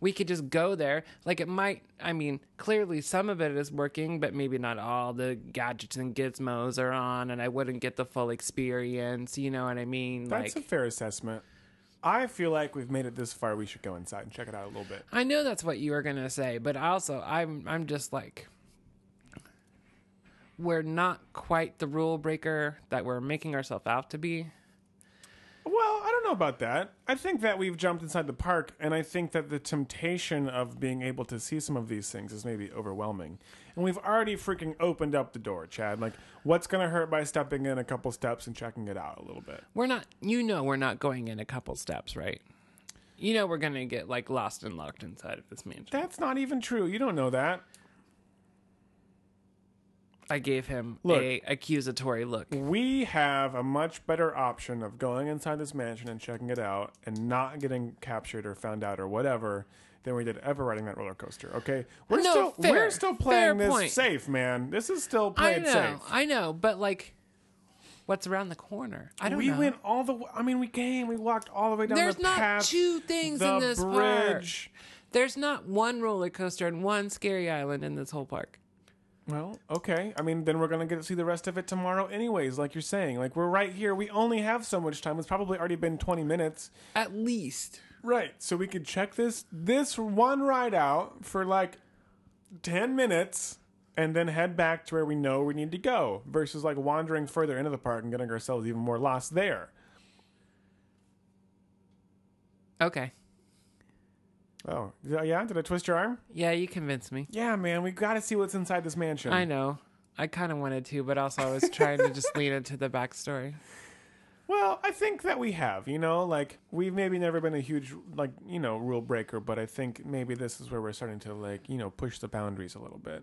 S2: we could just go there. Like, it might, I mean, clearly some of it is working, but maybe not all the gadgets and gizmos are on, and I wouldn't get the full experience. You know what I mean?
S3: that's
S2: like,
S3: a fair assessment. I feel like we've made it this far. We should go inside and check it out a little bit.
S2: I know that's what you were gonna say, but also I'm I'm just like we're not quite the rule breaker that we're making ourselves out to be.
S3: Well, I don't don't know about that. I think that we've jumped inside the park, and I think that the temptation of being able to see some of these things is maybe overwhelming. And we've already freaking opened up the door, Chad. Like, what's going to hurt by stepping in a couple steps and checking it out a little bit?
S2: We're not, you know, we're not going in a couple steps, right? You know, we're going to get like lost and locked inside of this mansion.
S3: That's not even true. You don't know that.
S2: I gave him
S3: Look.
S2: a accusatory look.
S3: We have a much better option of going inside this mansion and checking it out and not getting captured or found out or whatever than we did ever riding that roller coaster. Okay, we're
S2: No,
S3: still
S2: fair.
S3: we're still
S2: Fair
S3: playing this
S2: point.
S3: safe, man. This is still
S2: I
S3: playing
S2: know,
S3: safe.
S2: I know, but like, what's around the corner? I don't
S3: we
S2: know.
S3: went all the. w- I mean, we came. We walked all the way down.
S2: There's
S3: the
S2: not
S3: path,
S2: two things
S3: the
S2: in this
S3: bridge.
S2: There's not one roller coaster and one scary island in this whole park.
S3: Well, okay. I mean, then we're gonna get to see the rest of it tomorrow, anyways. Like you're saying, like we're right here. We only have so much time. It's probably already been 20 minutes.
S2: At least.
S3: Right. So we could check this this one ride out for like 10 minutes and then head back to where we know we need to go versus like wandering further into the park and getting ourselves even more lost there.
S2: Okay.
S3: Oh, yeah? Did I twist your arm?
S2: Yeah, you convinced me.
S3: Yeah, man. We got to see what's inside this mansion.
S2: I know. I kind of wanted to, but also I was trying to just lean into the backstory.
S3: Well, I think that we have, you know, like we've maybe never been a huge like, you know, rule breaker, but I think maybe this is where we're starting to like, you know, push the boundaries a little bit.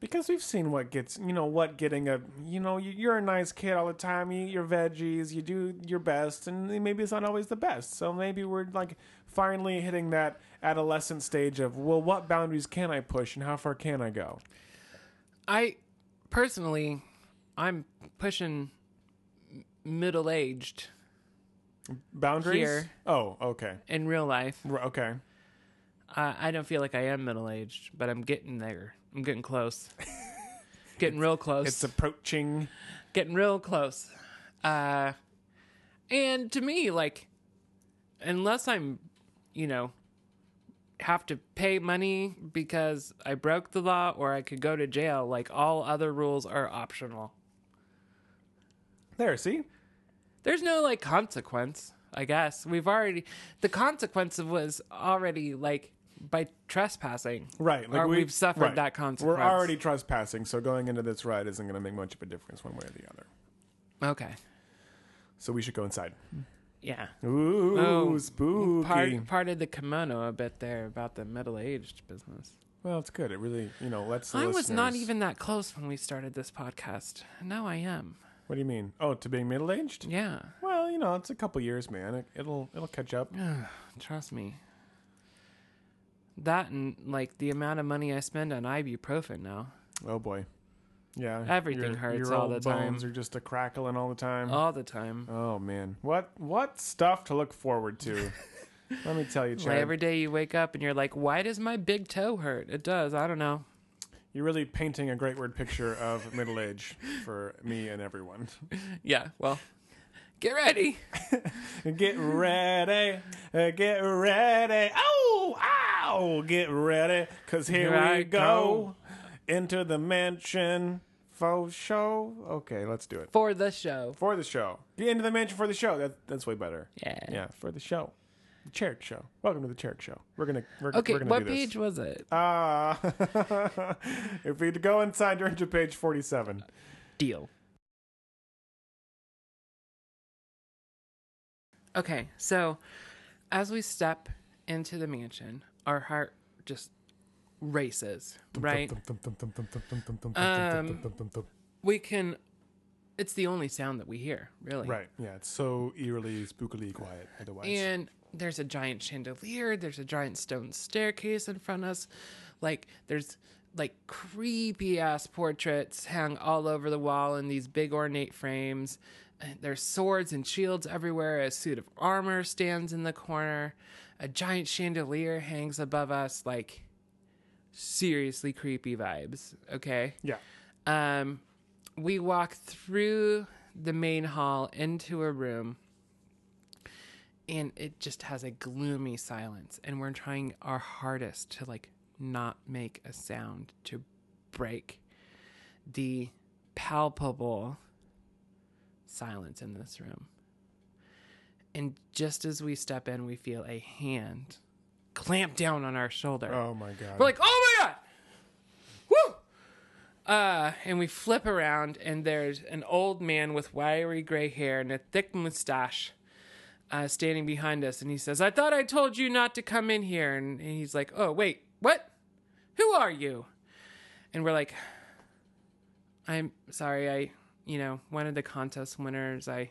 S3: Because we've seen what gets, you know, what getting a, you know, you- you're a nice kid all the time, you eat your veggies, you do your best, and maybe it's not always the best. So maybe we're like finally hitting that adolescent stage of, well, what boundaries can I push and how far can I go?
S2: I personally, I'm pushing middle aged
S3: Boundaries?
S2: Here.
S3: Oh, okay.
S2: in real life.
S3: R- Okay.
S2: I, I don't feel like I am middle aged, but I'm getting there. I'm getting close. getting real close.
S3: It's approaching.
S2: getting real close. Uh, and to me, like, unless I'm, you know, have to pay money because I broke the law or I could go to jail, like, all other rules are optional.
S3: There, see?
S2: There's no, like, consequence, I guess. We've already, the consequence was already, like, by trespassing.
S3: Right.
S2: Or we've suffered
S3: right.
S2: that consequence.
S3: We're already trespassing, so going into this ride isn't going to make much of a difference one way or the other.
S2: Okay.
S3: So we should go inside.
S2: Yeah.
S3: Ooh,
S2: Oh,
S3: spooky.
S2: Part, parted the kimono a bit there about the middle aged business.
S3: Well, it's good. It really, you know, lets the
S2: I was not
S3: listeners-
S2: even that close when we started this podcast. Now I am.
S3: What do you mean? Oh, to being middle aged?
S2: Yeah,
S3: Well, you know, it's a couple years, man. It, it'll it'll catch up.
S2: trust me. That and like the amount of money I spend on ibuprofen now.
S3: Oh boy. Yeah.
S2: Everything
S3: your,
S2: hurts
S3: your
S2: all the
S3: old
S2: time.
S3: Bones are just a crackling all the time.
S2: All the time.
S3: Oh man, what what stuff to look forward to? Let me tell you, Chad.
S2: Like every day you wake up and you're like, why does my big toe hurt? It does. I don't know.
S3: You're really painting a great word picture of middle age for me and everyone.
S2: Yeah, well, get ready.
S3: Get ready, uh, get ready. Oh, ow, get ready, cause
S2: Here
S3: here, we
S2: I
S3: go. into the mansion for show. Okay, let's do it
S2: For the show.
S3: for the show. Get into the mansion for the show. That, that's way better.
S2: Yeah.
S3: yeah, for the show. The Cherick Show. Welcome to the Cherick Show. We're gonna we're,
S2: Okay,
S3: we're gonna
S2: what
S3: do this.
S2: page was it?
S3: Ah, if we go inside, you're into page forty-seven.
S2: Deal. Okay, so as we step into the mansion, our heart just races, right? Um, We can, it's the only sound that we hear, really.
S3: Right. Yeah, it's so eerily, spookily quiet otherwise.
S2: And there's a giant chandelier, there's a giant stone staircase in front of us. Like, there's like creepy ass portraits hung all over the wall in these big ornate frames. And There's swords and shields everywhere. A suit of armor stands in the corner. A giant chandelier hangs above us. Like, seriously creepy vibes. Okay
S3: yeah.
S2: um, we walk through the main hall into a room and it just has a gloomy silence and we're trying our hardest to like not make a sound to break the palpable silence in this room And just as we step in, we feel a hand clamp down on our shoulder.
S3: Oh my god.
S2: We're like, oh my god, woo! Uh, and we flip around, and there's an old man with wiry gray hair and a thick mustache uh, standing behind us, and he says, "I thought I told you not to come in here." And, and he's like, "Oh wait, what? Who are you?" And we're like, "I'm sorry, I, you know, one of the contest winners. I,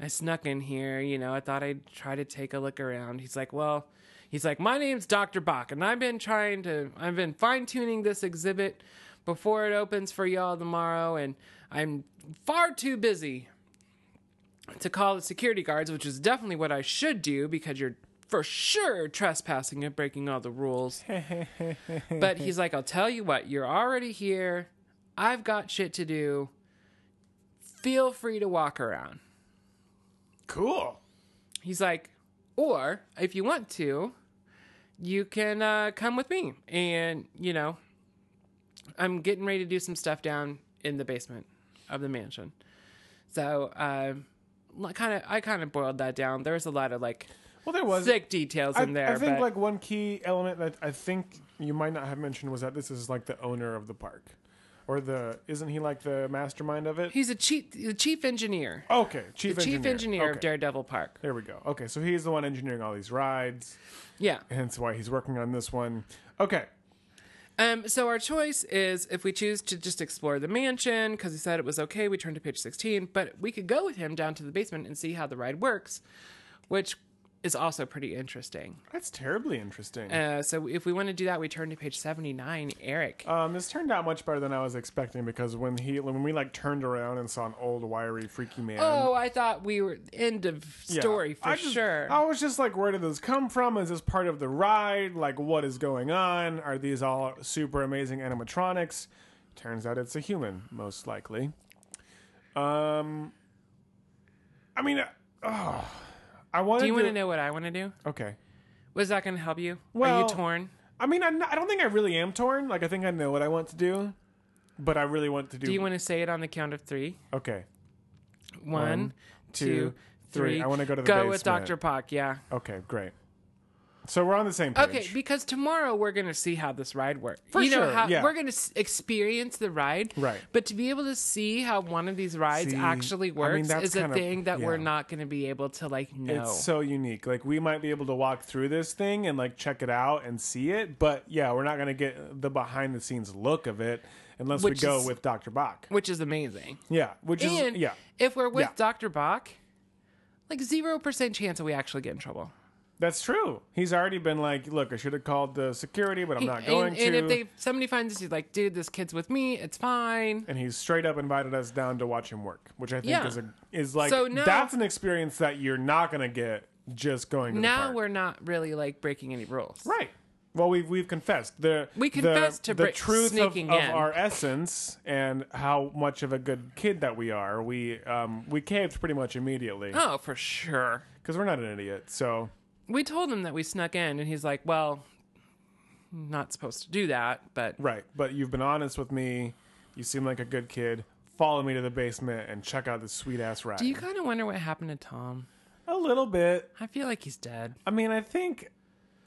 S2: I snuck in here. You know, I thought I'd try to take a look around." He's like, "Well." He's like, My name's Dr. Bach, and I've been trying to, I've been fine tuning this exhibit before it opens for y'all tomorrow, and I'm far too busy to call the security guards, which is definitely what I should do because you're for sure trespassing and breaking all the rules. but he's like, I'll tell you what, you're already here. I've got shit to do. Feel free to walk around.
S3: cool.
S2: He's like, or if you want to, you can uh, come with me. And, you know, I'm getting ready to do some stuff down in the basement of the mansion. So, um, kind of, I kind of boiled that down. There was a lot of like
S3: Well, there was
S2: sick details
S3: I,
S2: in there.
S3: I think
S2: but
S3: like one key element that I think you might not have mentioned was that this is like the owner of the park, or the isn't he like the mastermind of it?
S2: he's a chief, the chief engineer,
S3: okay, chief
S2: the
S3: engineer.
S2: chief engineer of
S3: Okay,
S2: Daredevil Park.
S3: There we go. Okay, so he's the one engineering all these rides,
S2: Yeah.
S3: hence why he's working on this one. Okay,
S2: Um, so our choice is if we choose to just explore the mansion because he said it was okay. We turn to page sixteen, but we could go with him down to the basement and see how the ride works, which is also pretty interesting.
S3: that's terribly interesting.
S2: Uh, so if we want to do that, we turn to page seventy nine. Eric,
S3: Um, this turned out much better than I was expecting because when he when we like turned around and saw an old wiry freaky man.
S2: oh, I thought we were end of
S3: yeah,
S2: story for
S3: I just-
S2: sure.
S3: I was just like, where did this come from? Is this part of the ride? Like, what is going on? Are these all super amazing animatronics? Turns out it's a human, most likely. Um, I mean, uh, oh, I wanted
S2: do you want to know what I want to do?
S3: Okay.
S2: Was that going to help you? Are
S3: Well-
S2: you torn?
S3: I mean, I'm not, I don't think I really am torn. Like, I think I know what I want to do, but I really want to do.
S2: Do you want to say it on the count of three?
S3: okay.
S2: One, two,
S3: two,
S2: three.
S3: three. I wanna go to the
S2: go with
S3: basement.
S2: Doctor Pock. Yeah.
S3: Okay, great. So we're on the same page.
S2: Okay, because tomorrow we're going to see how this ride works.
S3: For
S2: you know
S3: sure,
S2: how
S3: yeah.
S2: we're going to s- experience the ride,
S3: Right.
S2: But to be able to see how one of these rides
S3: See, I
S2: actually
S3: mean,
S2: works
S3: that's
S2: is a
S3: kinda-
S2: thing that we're
S3: yeah.
S2: not going to be able to like know.
S3: It's so unique. Like we might be able to walk through this thing and like check it out and see it, but yeah, we're not gonna get the behind the scenes look of it unless
S2: Which
S3: we go
S2: is-
S3: with Dr. Bach.
S2: which is amazing.
S3: Yeah, which is
S2: And
S3: yeah,
S2: if we're with
S3: Yeah.
S2: Doctor Bach, like zero percent chance that we actually get in trouble.
S3: that's true. He's already been like, look, I should have called the security, but I'm not
S2: and,
S3: going to.
S2: and if they somebody finds us, he's like, dude, this kid's with me. It's fine.
S3: and he's straight up invited us down to watch him work, which I think
S2: Yeah.
S3: is a is like
S2: So now-
S3: that's an experience that you're not gonna get just going to the
S2: Now
S3: park.
S2: we're not really like breaking any rules,
S3: Right. Well, we've we've confessed the
S2: We
S3: the-
S2: confessed to
S3: the
S2: Brit
S3: truth of,
S2: sneaking
S3: of
S2: in.
S3: our essence and how much of a good kid that we are. We um we caved pretty much immediately
S2: Oh, for sure.
S3: because we're not an idiot. So
S2: we told him that we snuck in and he's like well not supposed to do that but
S3: right, but you've been honest with me. You seem like a good kid. Follow me to the basement and check out this sweet ass ride.
S2: do you kind of wonder what happened to tom
S3: a little bit.
S2: i feel like he's dead
S3: I mean, I think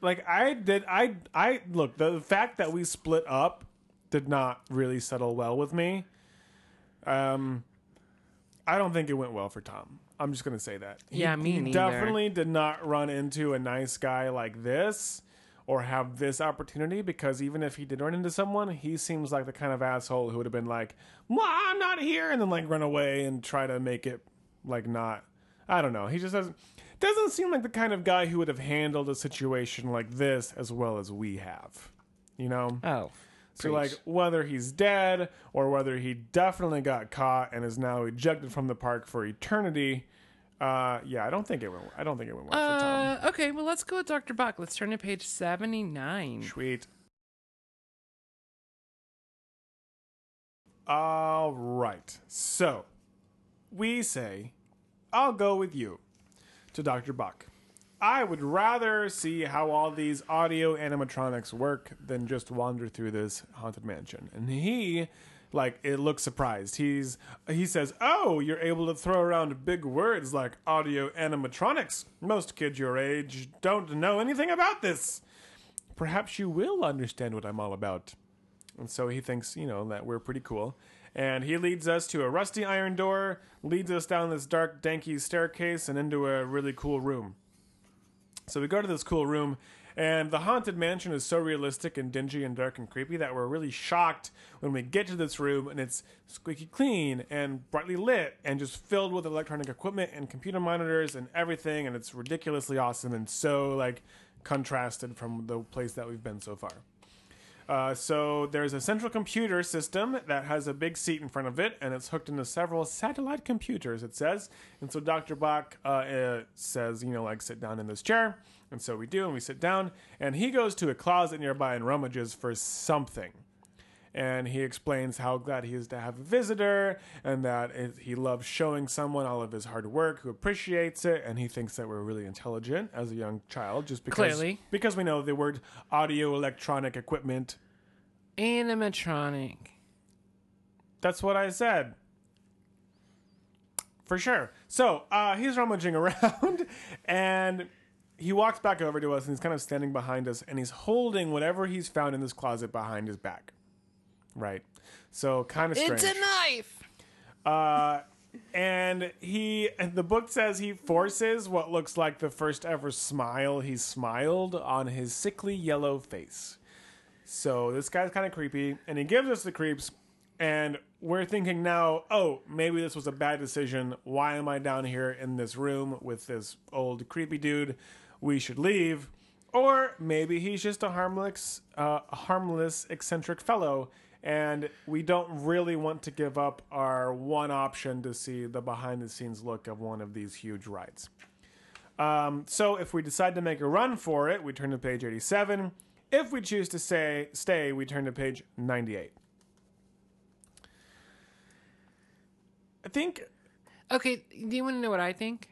S3: like I did. I I look the fact that we split up did not really settle well with me. Um, I don't think it went well for Tom. I'm just gonna say that. He-
S2: Yeah, me
S3: he
S2: neither.
S3: definitely did not run into a nice guy like this or have this opportunity because even if he did run into someone, he seems like the kind of asshole who would have been like, "Mwah, "I'm not here," and then like run away and try to make it like not. I don't know. He just doesn't doesn't seem like the kind of guy who would have handled a situation like this as well as we have. You know.
S2: oh
S3: So like whether he's dead or whether he definitely got caught and is now ejected from the park for eternity. Uh, yeah, I don't think it went. I don't think it went well for Tom.
S2: uh, okay well let's go with dr buck let's turn to page 79
S3: Sweet. All right. So we say, I'll go with you to Dr. Buck. I would rather see how all these audio animatronics work than just wander through this haunted mansion. And he like it looks surprised. He's he says, "Oh, you're able to throw around big words like audio animatronics. Most kids your age don't know anything about this. Perhaps you will understand what I'm all about." And so he thinks, you know, that we're pretty cool. And he leads us to a rusty iron door, leads us down this dark, danky staircase, and into a really cool room. So we go to this cool room, and the haunted mansion is so realistic and dingy and dark and creepy that we're really shocked when we get to this room and it's squeaky clean and brightly lit and just filled with electronic equipment and computer monitors and everything, and it's ridiculously awesome and so like contrasted from the place that we've been so far. Uh, so there's a central computer system that has a big seat in front of it, and it's hooked into several satellite computers. It says, and so Doctor Bach uh, uh, says, you know, like sit down in this chair, and so we do, and we sit down, and he goes to a closet nearby and rummages for something. And he explains how glad he is to have a visitor and that it- he loves showing someone all of his hard work who appreciates it. And he thinks that we're really intelligent as a young child just because,
S2: Clearly.
S3: because we know the word audio electronic equipment
S2: Animatronic.
S3: That's what I said. For sure. So uh, he's rummaging around and he walks back over to us and he's kind of standing behind us and he's holding whatever he's found in this closet behind his back. Right. So kind of strange.
S2: It's a knife.
S3: Uh, and he, and the book says he forces what looks like the first ever smile he smiled on his sickly yellow face. So this guy's kind of creepy, and he gives us the creeps, and we're thinking now, oh, maybe this was a bad decision. Why am I down here in this room with this old creepy dude? We should leave. Or maybe he's just a harmless, uh, harmless, eccentric fellow, and we don't really want to give up our one option to see the behind-the-scenes look of one of these huge rides. Um, so if we decide to make a run for it, we turn to page 87. If we choose to say stay, we turn to page 98. I think
S2: Okay, do you want to know what I think?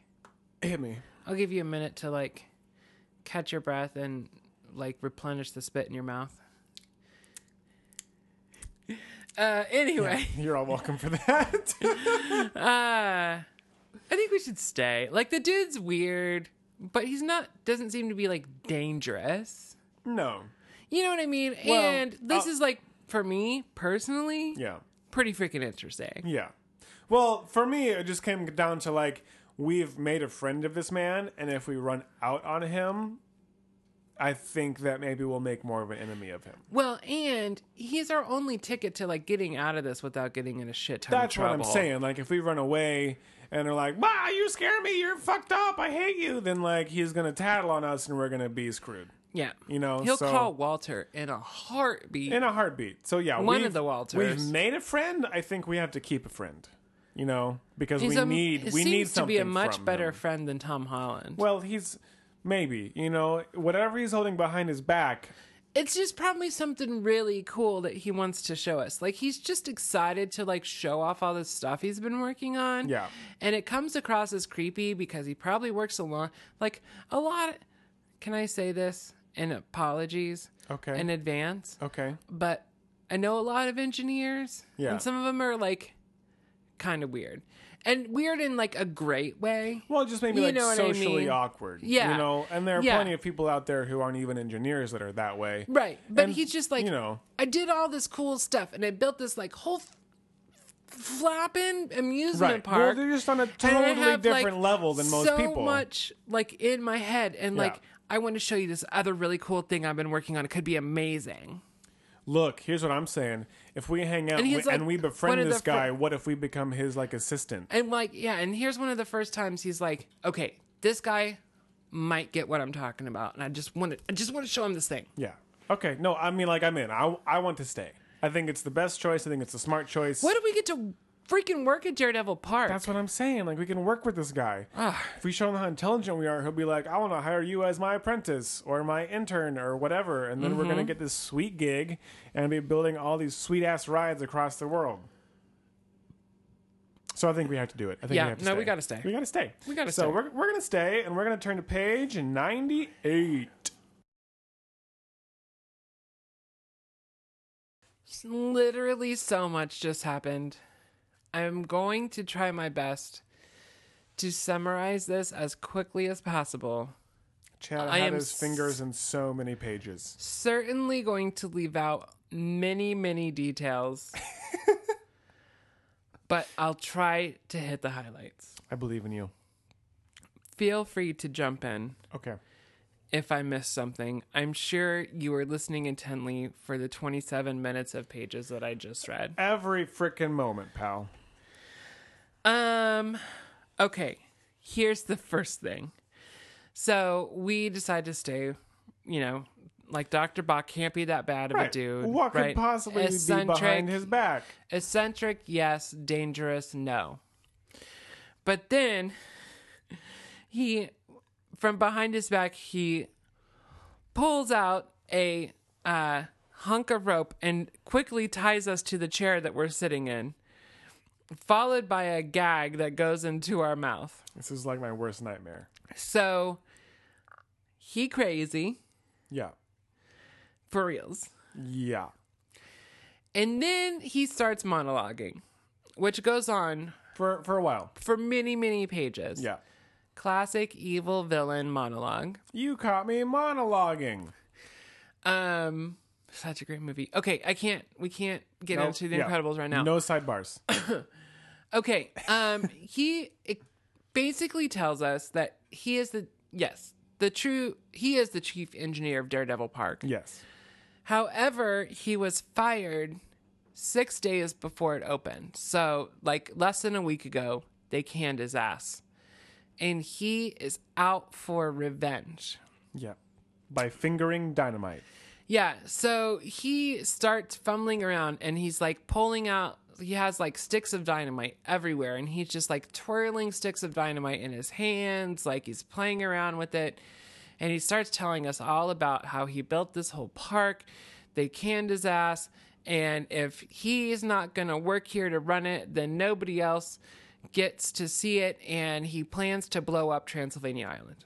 S3: hit me.
S2: I'll give you a minute to like catch your breath and like replenish the spit in your mouth. Uh, anyway,
S3: You're all welcome for that.
S2: I think we should stay. Like the dude's weird, but he's not. Doesn't seem to be like dangerous.
S3: no.
S2: You know what I mean?
S3: Well,
S2: and this
S3: uh,
S2: is like for me personally,
S3: Yeah.
S2: pretty freaking interesting.
S3: Yeah. Well, for me, it just came down to like we've made a friend of this man, and if we run out on him, I think that maybe we'll make more of an enemy of him.
S2: Well, and he's our only ticket to like getting out of this without getting in a shit ton of
S3: That's what
S2: trouble.
S3: I'm saying. Like, if we run away and are like, "Ma, you scare me. You're fucked up. I hate you," then like he's gonna tattle on us and we're gonna be screwed
S2: Yeah,
S3: You know,
S2: he'll
S3: so-
S2: call Walter in a heartbeat.
S3: in a heartbeat. So yeah,
S2: One of
S3: we've-
S2: the Walters.
S3: We've made a friend. I think we have to keep a friend. You know, because
S2: He's
S3: we
S2: a-
S3: need
S2: it
S3: we
S2: seems
S3: need
S2: to
S3: something
S2: be a much
S3: from
S2: better
S3: him.
S2: friend than Tom Holland.
S3: Well, he's maybe you know whatever he's holding behind his back.
S2: it's just probably something really cool that he wants to show us. Like he's just excited to like show off all this stuff he's been working on.
S3: Yeah.
S2: And it comes across as creepy because he probably works a lot like a lot can I say this? And apologies
S3: Okay.
S2: in advance.
S3: Okay.
S2: But I know a lot of engineers.
S3: Yeah.
S2: And some of them are like kind of weird. And weird in like a great way.
S3: Well, just maybe
S2: You
S3: like
S2: know what I
S3: socially
S2: mean.
S3: awkward.
S2: Yeah.
S3: You know, and there are
S2: Yeah.
S3: plenty of people out there who aren't even engineers that are that way.
S2: Right. But
S3: And,
S2: he's just like,
S3: you know.
S2: I did all this cool stuff and I built this like whole f- flapping amusement
S3: Right. Well,
S2: park.
S3: they're just on a
S2: and I
S3: totally
S2: have, like,
S3: different level than most
S2: so
S3: people.
S2: much like in my head and
S3: Yeah.
S2: like, I want to show you this other really cool thing I've been working on. It could be amazing.
S3: Look, here's what I'm saying. If we hang
S2: And
S3: out and,
S2: he's
S3: we,
S2: like
S3: and we
S2: one
S3: befriend
S2: of the
S3: this
S2: fir-
S3: guy, what if we become his like assistant?
S2: And like, yeah, and here's one of the first times he's like, okay, this guy might get what I'm talking about. And I just want to, I just want to show him this thing.
S3: Yeah. Okay. No, I mean like I'm in. I I want to stay. I think it's the best choice. I think it's a smart choice.
S2: What if we get to freaking work at Daredevil Park?
S3: That's what I'm saying. Like we can work with this guy.
S2: Ah.
S3: if we show him how intelligent we are, he'll be like, "I want to hire you as my apprentice or my intern or whatever," and then we're
S2: Mm-hmm.
S3: gonna get this sweet gig and be building all these sweet ass rides across the world. So I think we have to do it. I think
S2: Yeah,
S3: we have to
S2: no,
S3: stay.
S2: we gotta stay.
S3: We gotta stay.
S2: We gotta
S3: so
S2: stay.
S3: we're we're gonna stay, and we're gonna turn to page ninety eight.
S2: S- Literally, so much just happened. I'm going to try my best to summarize this as quickly as possible.
S3: Chad
S2: I
S3: had
S2: am
S3: his fingers in so many pages.
S2: Certainly going to leave out many, many details, but I'll try to hit the highlights.
S3: I believe in you.
S2: Feel free to jump in.
S3: Okay.
S2: if I missed something. I'm sure you were listening intently for the 27 minutes of pages that I just read.
S3: Every frickin' moment, pal.
S2: Um, okay, here's the first thing. So we decide to stay, you know, like Dr. Bach can't be that bad of a
S3: Right.
S2: dude.
S3: what could
S2: right?
S3: possibly be behind his back?
S2: Eccentric, yes. Dangerous, no. But then he, from behind his back, he pulls out a uh, hunk of rope and quickly ties us to the chair that we're sitting in, followed by a gag that goes into our mouth.
S3: This is like my worst nightmare.
S2: So he crazy
S3: Yeah.
S2: for reals.
S3: Yeah.
S2: And then he starts monologuing, which goes on
S3: For for a while.
S2: for many, many pages.
S3: Yeah.
S2: classic evil villain monologue.
S3: You caught me monologuing.
S2: Um, such a great movie. Okay, I can't. We can't get
S3: No,
S2: into the
S3: yeah.
S2: Incredibles right now.
S3: No sidebars.
S2: Okay. Um, he it basically tells us that he is the yes the true he is the chief engineer of Daredevil Park.
S3: yes.
S2: However, he was fired six days before it opened. So, like less than a week ago, they canned his ass. And he is out for revenge.
S3: Yeah. By fingering dynamite.
S2: Yeah, so he starts fumbling around and he's like pulling out he has like sticks of dynamite everywhere and he's just like twirling sticks of dynamite in his hands like he's playing around with it and he starts telling us all about how he built this whole park they canned his ass and if he's not going to work here to run it then nobody else gets to see it and he plans to blow up Transylvania Island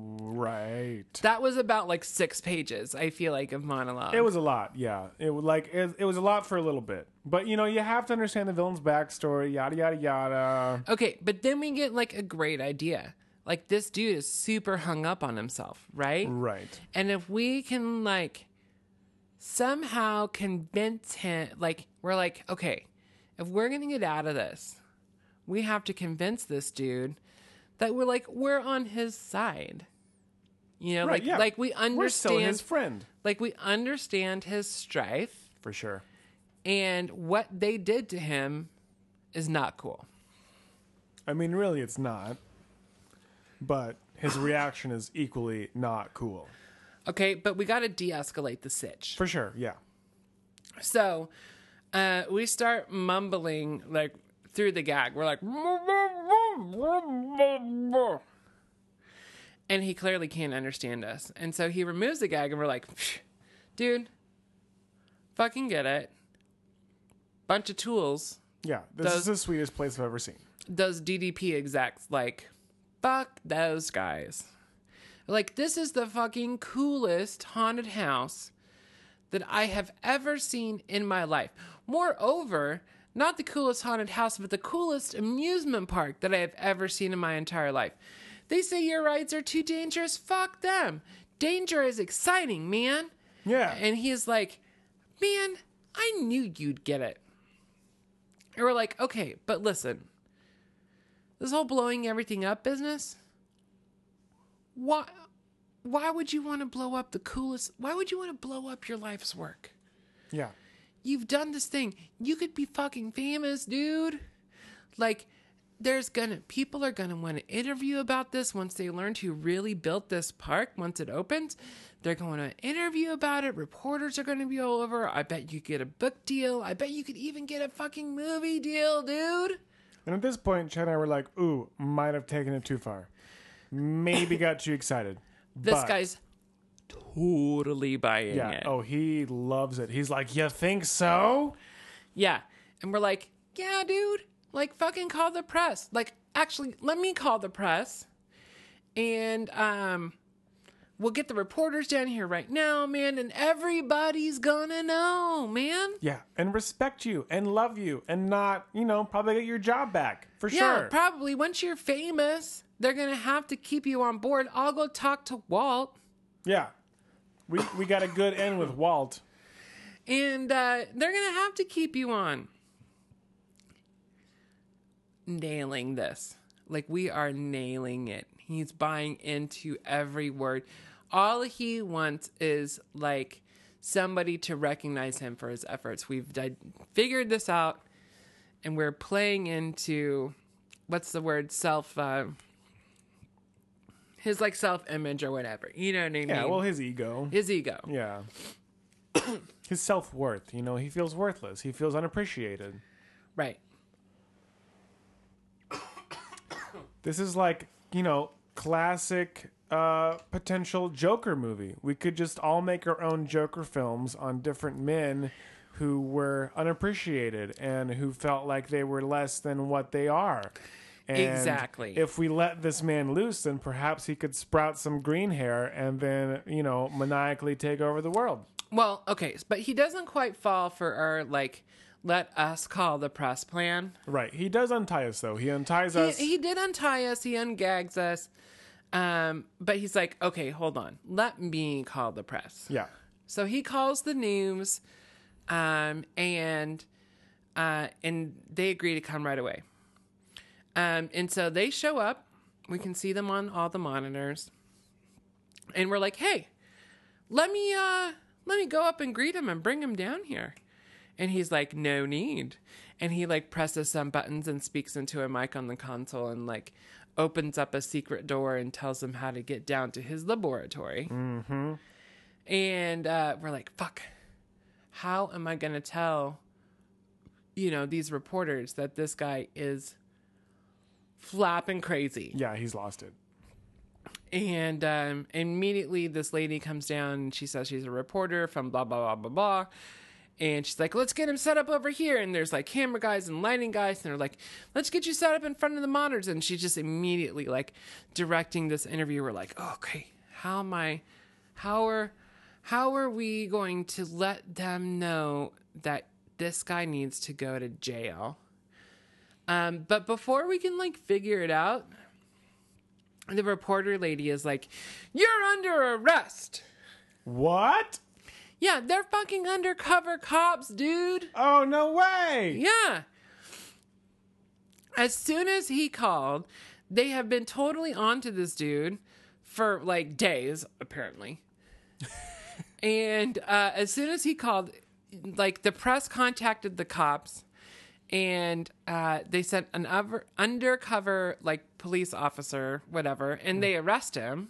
S3: Right.
S2: that was about like 6 pages i feel like of monologue
S3: It was a lot, yeah. It was like it, it was a lot for a little bit, but you know you have to understand the villain's backstory, yada yada yada.
S2: Okay, but then we get like a great idea. Like this dude is super hung up on himself, right?
S3: Right.
S2: And if we can like somehow convince him, like we're like, okay, if we're gonna get out of this, we have to convince this dude that we're like we're on his side. You know,
S3: Right,
S2: like
S3: yeah.
S2: like we
S3: We're still his
S2: understand,
S3: friend
S2: like we understand his strife,
S3: for sure.
S2: and what they did to him is not cool.
S3: I mean, really, it's not. But his reaction is equally not cool.
S2: Okay, but we gotta de-escalate the sitch.
S3: For sure, yeah.
S2: So uh, we start mumbling like through the gag. We're like, and he clearly can't understand us. And so he removes the gag, and we're like, "Psh, dude, fucking get it. Bunch of tools
S3: Yeah, this
S2: Does-
S3: is the sweetest place I've ever seen.
S2: does DDP execs like, fuck those guys. Like, this is the fucking coolest haunted house that I have ever seen in my life. Moreover, not the coolest haunted house, but the coolest amusement park that I have ever seen in my entire life. They say your rides are too dangerous. Fuck them. Danger is exciting, man.
S3: Yeah,
S2: And he's like, Man, I knew you'd get it. And we're like, Okay, but listen, this whole blowing everything up business, why, why would you want to blow up the coolest? Why would you want to blow up your life's work?
S3: yeah,
S2: You've done this thing. You could be fucking famous, dude. Like, there's gonna, people are gonna wanna interview about this once they learn who really built this park, once it opens. They're gonna interview about it. Reporters are gonna be all over. I bet you get a book deal. I bet you could even get a fucking movie deal, dude.
S3: And at this point, Chad and I were like, "Ooh, might have taken it too far. Maybe got too excited."
S2: This
S3: But-
S2: guy's totally buying
S3: Yeah.
S2: it.
S3: Oh, he loves it. He's like, "You think so?"
S2: Yeah. And we're like, yeah, dude, like fucking call the press. Like, actually, let me call the press. And um we'll get the reporters down here right now, man, and everybody's gonna know, man.
S3: Yeah, and respect you and love you and not, you know, probably get your job back for
S2: Yeah,
S3: sure.
S2: probably. Once you're famous, they're gonna have to keep you on board. I'll go talk to Walt.
S3: yeah. We we got a good end with Walt.
S2: and uh, they're gonna have to keep you on nailing this like we are nailing it he's buying into every word all he wants is like somebody to recognize him for his efforts we've di- figured this out and we're playing into what's the word self uh, his like self image or whatever you know what i mean
S3: Yeah, well his ego.
S2: his ego
S3: Yeah. his self worth, you know, he feels worthless. He feels unappreciated.
S2: right
S3: This is like, you know, classic uh potential Joker movie. We could just all make our own Joker films on different men who were unappreciated and who felt like they were less than what they are. And
S2: Exactly.
S3: If we let this man loose, then perhaps he could sprout some green hair and then, you know, maniacally take over the world.
S2: Well, okay, but he doesn't quite fall for our like let us call the press plan.
S3: Right. He does untie us though. He unties
S2: He,
S3: us.
S2: he did untie us, he ungags us. Um, but he's like, okay, hold on. Let me call the press.
S3: yeah.
S2: So he calls the news, um, and uh, and they agree to come right away. Um, and so they show up. We can see them on all the monitors, and we're like, "Hey, let me uh, let me go up and greet him and bring him down here." And he's like, "No need." And he like presses some buttons and speaks into a mic on the console and like opens up a secret door and tells them how to get down to his laboratory. And uh, we're like, fuck, how am I going to tell, you know, these reporters that this guy is flapping crazy?
S3: Yeah, he's lost it.
S2: And um, immediately this lady comes down and she says she's a reporter from blah, blah, blah, blah, blah. And she's like, let's get him set up over here. And there's like camera guys and lighting guys. And they're like, let's get you set up in front of the monitors. And she's just immediately like directing this interview. We're like, "Oh, okay, how am I, how are, how are we going to let them know that this guy needs to go to jail? Um, but before we can like figure it out, the reporter lady is like, you're under arrest.
S3: What?
S2: Yeah, they're fucking undercover cops, dude.
S3: Oh no way.
S2: Yeah. As soon as he called, they have been totally onto this dude for like days, apparently. and uh, as soon as he called, like the press contacted the cops and uh, they sent an over- undercover like police officer, whatever, and they arrest him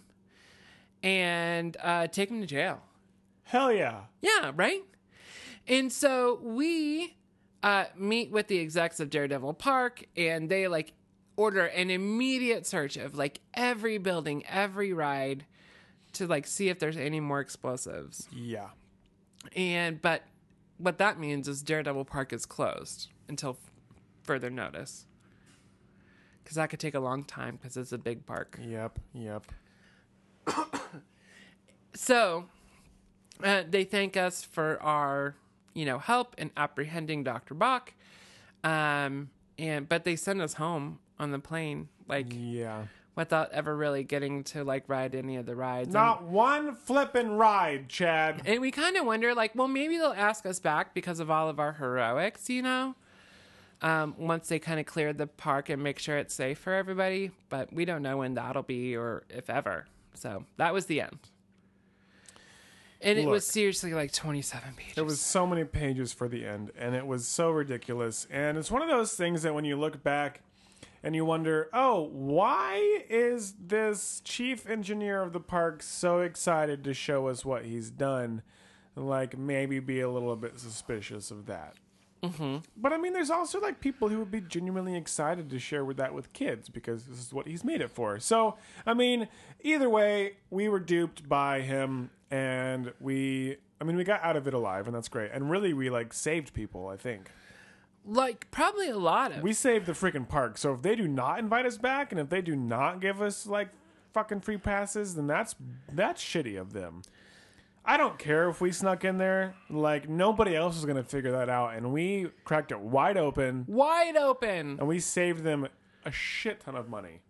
S2: and uh, take him to jail.
S3: Hell yeah.
S2: Yeah, right? And so we uh, meet with the execs of Daredevil Park and they like order an immediate search of like every building, every ride to like see if there's any more explosives.
S3: Yeah.
S2: And but what that means is Daredevil Park is closed until f- further notice. Cuz that could take a long time cuz it's a big park.
S3: Yep. Yep.
S2: So uh, they thank us for our, you know, help in apprehending Dr. Bach. Um, and but they send us home on the plane, like
S3: Yeah.
S2: without ever really getting to like ride any of the rides.
S3: Not one flippin' ride, Chad.
S2: And, and we kind of wonder, like, well, maybe they'll ask us back because of all of our heroics, you know. Um, once they kind of clear the park and make sure it's safe for everybody, but we don't know when that'll be or if ever. So that was the end. And it was
S3: Look.
S2: seriously like 27 pages.
S3: It was so many pages for the end, and it was so ridiculous. And it's one of those things that when you look back and you wonder, oh, why is this chief engineer of the park so excited to show us what he's done? Like, maybe be a little bit suspicious of that. Mm-hmm. But I mean, there's also like people who would be genuinely excited to share with that with kids because this is what he's made it for. So, I mean, either way, we were duped by him and we, I mean, we got out of it alive and that's great. And really, we like saved people, I think.
S2: like probably a lot of
S3: We saved the freaking park. So if they do not invite us back and if they do not give us like fucking free passes, then that's that's shitty of them. I don't care if we snuck in there. Like nobody else was gonna figure that out, and we cracked it wide open,
S2: Wide open.
S3: and we saved them a shit ton of money.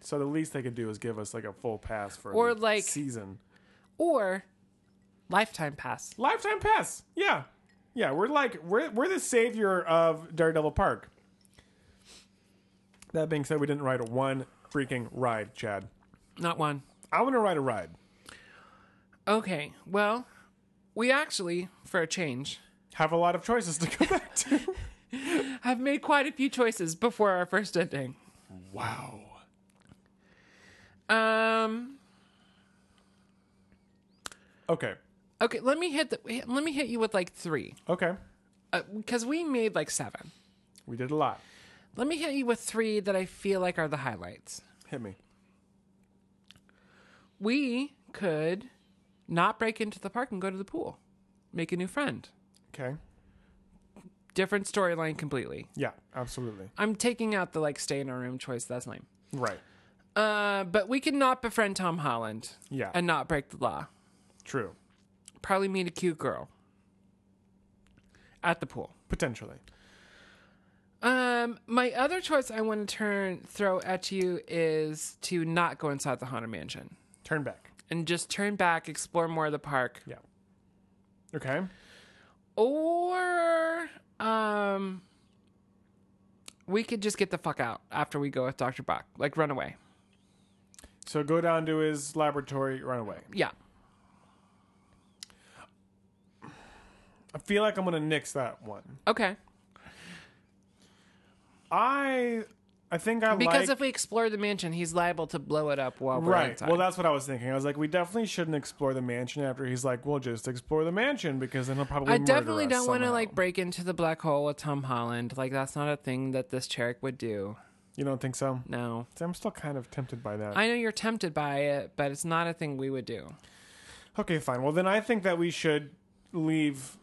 S3: So the least they could do is give us like a full pass for
S2: Or,
S3: the
S2: like-
S3: season
S2: Or lifetime pass.
S3: lifetime pass. Yeah, yeah, we're like we're we're the savior of Daredevil Park. That being said, we didn't ride one freaking ride, Chad.
S2: Not one.
S3: I want to ride a ride.
S2: Okay. Well, we actually, for a change,
S3: Have a lot of choices to go back to.
S2: have made quite a few choices before our first ending.
S3: wow.
S2: Um.
S3: Okay.
S2: Okay. Let me hit the. Let me hit you with like three,
S3: Okay.
S2: because we made like seven.
S3: We did a lot.
S2: Let me hit you with three that I feel like are the highlights.
S3: Hit me.
S2: We could not break into the park and go to the pool, make a new friend.
S3: Okay.
S2: Different storyline completely.
S3: Yeah, absolutely.
S2: I'm taking out the like stay in our room choice. That's lame.
S3: Right.
S2: Uh, but we cannot befriend Tom Holland.
S3: Yeah.
S2: And not break the law.
S3: True.
S2: Probably meet a cute girl at the pool.
S3: Potentially.
S2: Um, my other choice I want to turn throw at you is to not go inside the Haunted Mansion
S3: Turn back.
S2: and just turn back, explore more of the park,
S3: Yeah. Okay.
S2: or um, we could just get the fuck out after we go with Doctor Bach, like run away.
S3: So go down to his laboratory, run away.
S2: Yeah.
S3: I feel like I'm going to nix that one.
S2: Okay.
S3: I I think I
S2: Because
S3: like Oh,
S2: if we explore the mansion, he's liable to blow it up while we're
S3: Right.
S2: inside.
S3: Well, that's what I was thinking. I was like, we definitely shouldn't explore the mansion after he's like, well, just explore the mansion because then he'll probably.
S2: I
S3: murder
S2: definitely
S3: us
S2: don't want to
S3: somehow.
S2: like break into the black hole with Tom Holland. Like that's not a thing that this Cherick would do.
S3: You don't think so?
S2: No.
S3: See, I'm still kind of tempted by that.
S2: I know you're tempted by it, but it's not a thing we would do.
S3: Okay, fine. Well, then I think that we should leave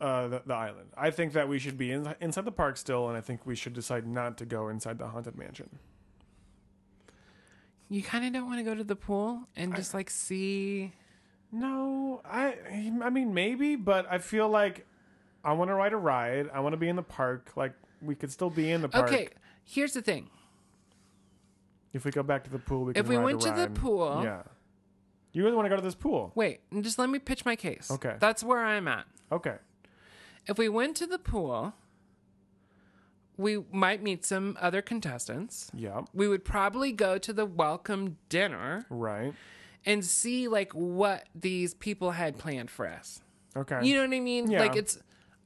S3: uh, the, the island. I think that we should be in, inside the park still, and I think we should decide not to go inside the haunted mansion.
S2: You kind of don't want to go to the pool and just like see.
S3: No, I, I mean maybe, but I feel like I want to ride a ride. I want to be in the park. Like we could still be in the park
S2: Okay, here's the thing.
S3: if we go back to the pool. We
S2: If
S3: can
S2: we
S3: ride a
S2: went to the
S3: ride.
S2: pool-
S3: yeah. You really want to go to this pool?
S2: Wait, and just let me pitch my case.
S3: Okay.
S2: That's where I'm at.
S3: Okay.
S2: If we went to the pool, we might meet some other contestants.
S3: Yeah.
S2: We would probably go to the welcome dinner
S3: Right.
S2: and see like what these people had planned for us.
S3: Okay.
S2: You know what I mean?
S3: Yeah.
S2: Like it's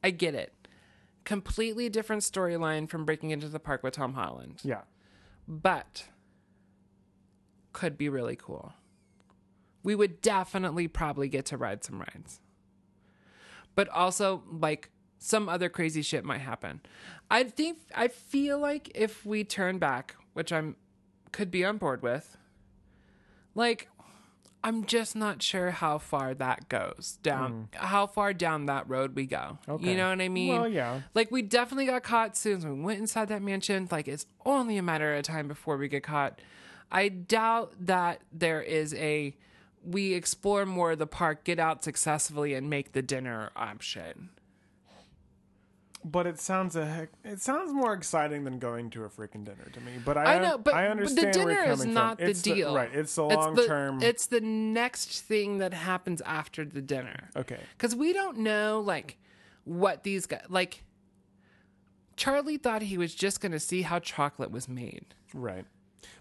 S2: I get it. Completely different storyline from Breaking Into the Park with Tom Holland.
S3: yeah.
S2: But could be really cool. We would definitely probably get to ride some rides. But also like some other crazy shit might happen. I think I feel like if we turn back, which I'm could be on board with, like I'm just not sure how far that goes down, how far down that road we go.
S3: Hmm. Okay.
S2: You know what I mean?
S3: Well, yeah.
S2: Like we definitely got caught soon as we went inside that mansion. Like it's only a matter of time before we get caught. I doubt that there is a we explore more of the park, get out successfully, and make the dinner option.
S3: But it sounds a heck. It sounds more exciting than going to a freaking dinner to me. But I,
S2: I know, but
S3: I
S2: but
S3: understand
S2: the
S3: where
S2: dinner
S3: you're
S2: is
S3: coming
S2: not
S3: from.
S2: the
S3: It's
S2: deal,
S3: right, it's the
S2: It's
S3: long term.
S2: It's the next thing that happens after the dinner.
S3: okay.
S2: because we don't know like what these guys like. Charlie thought he was just going to see how chocolate was made.
S3: Right.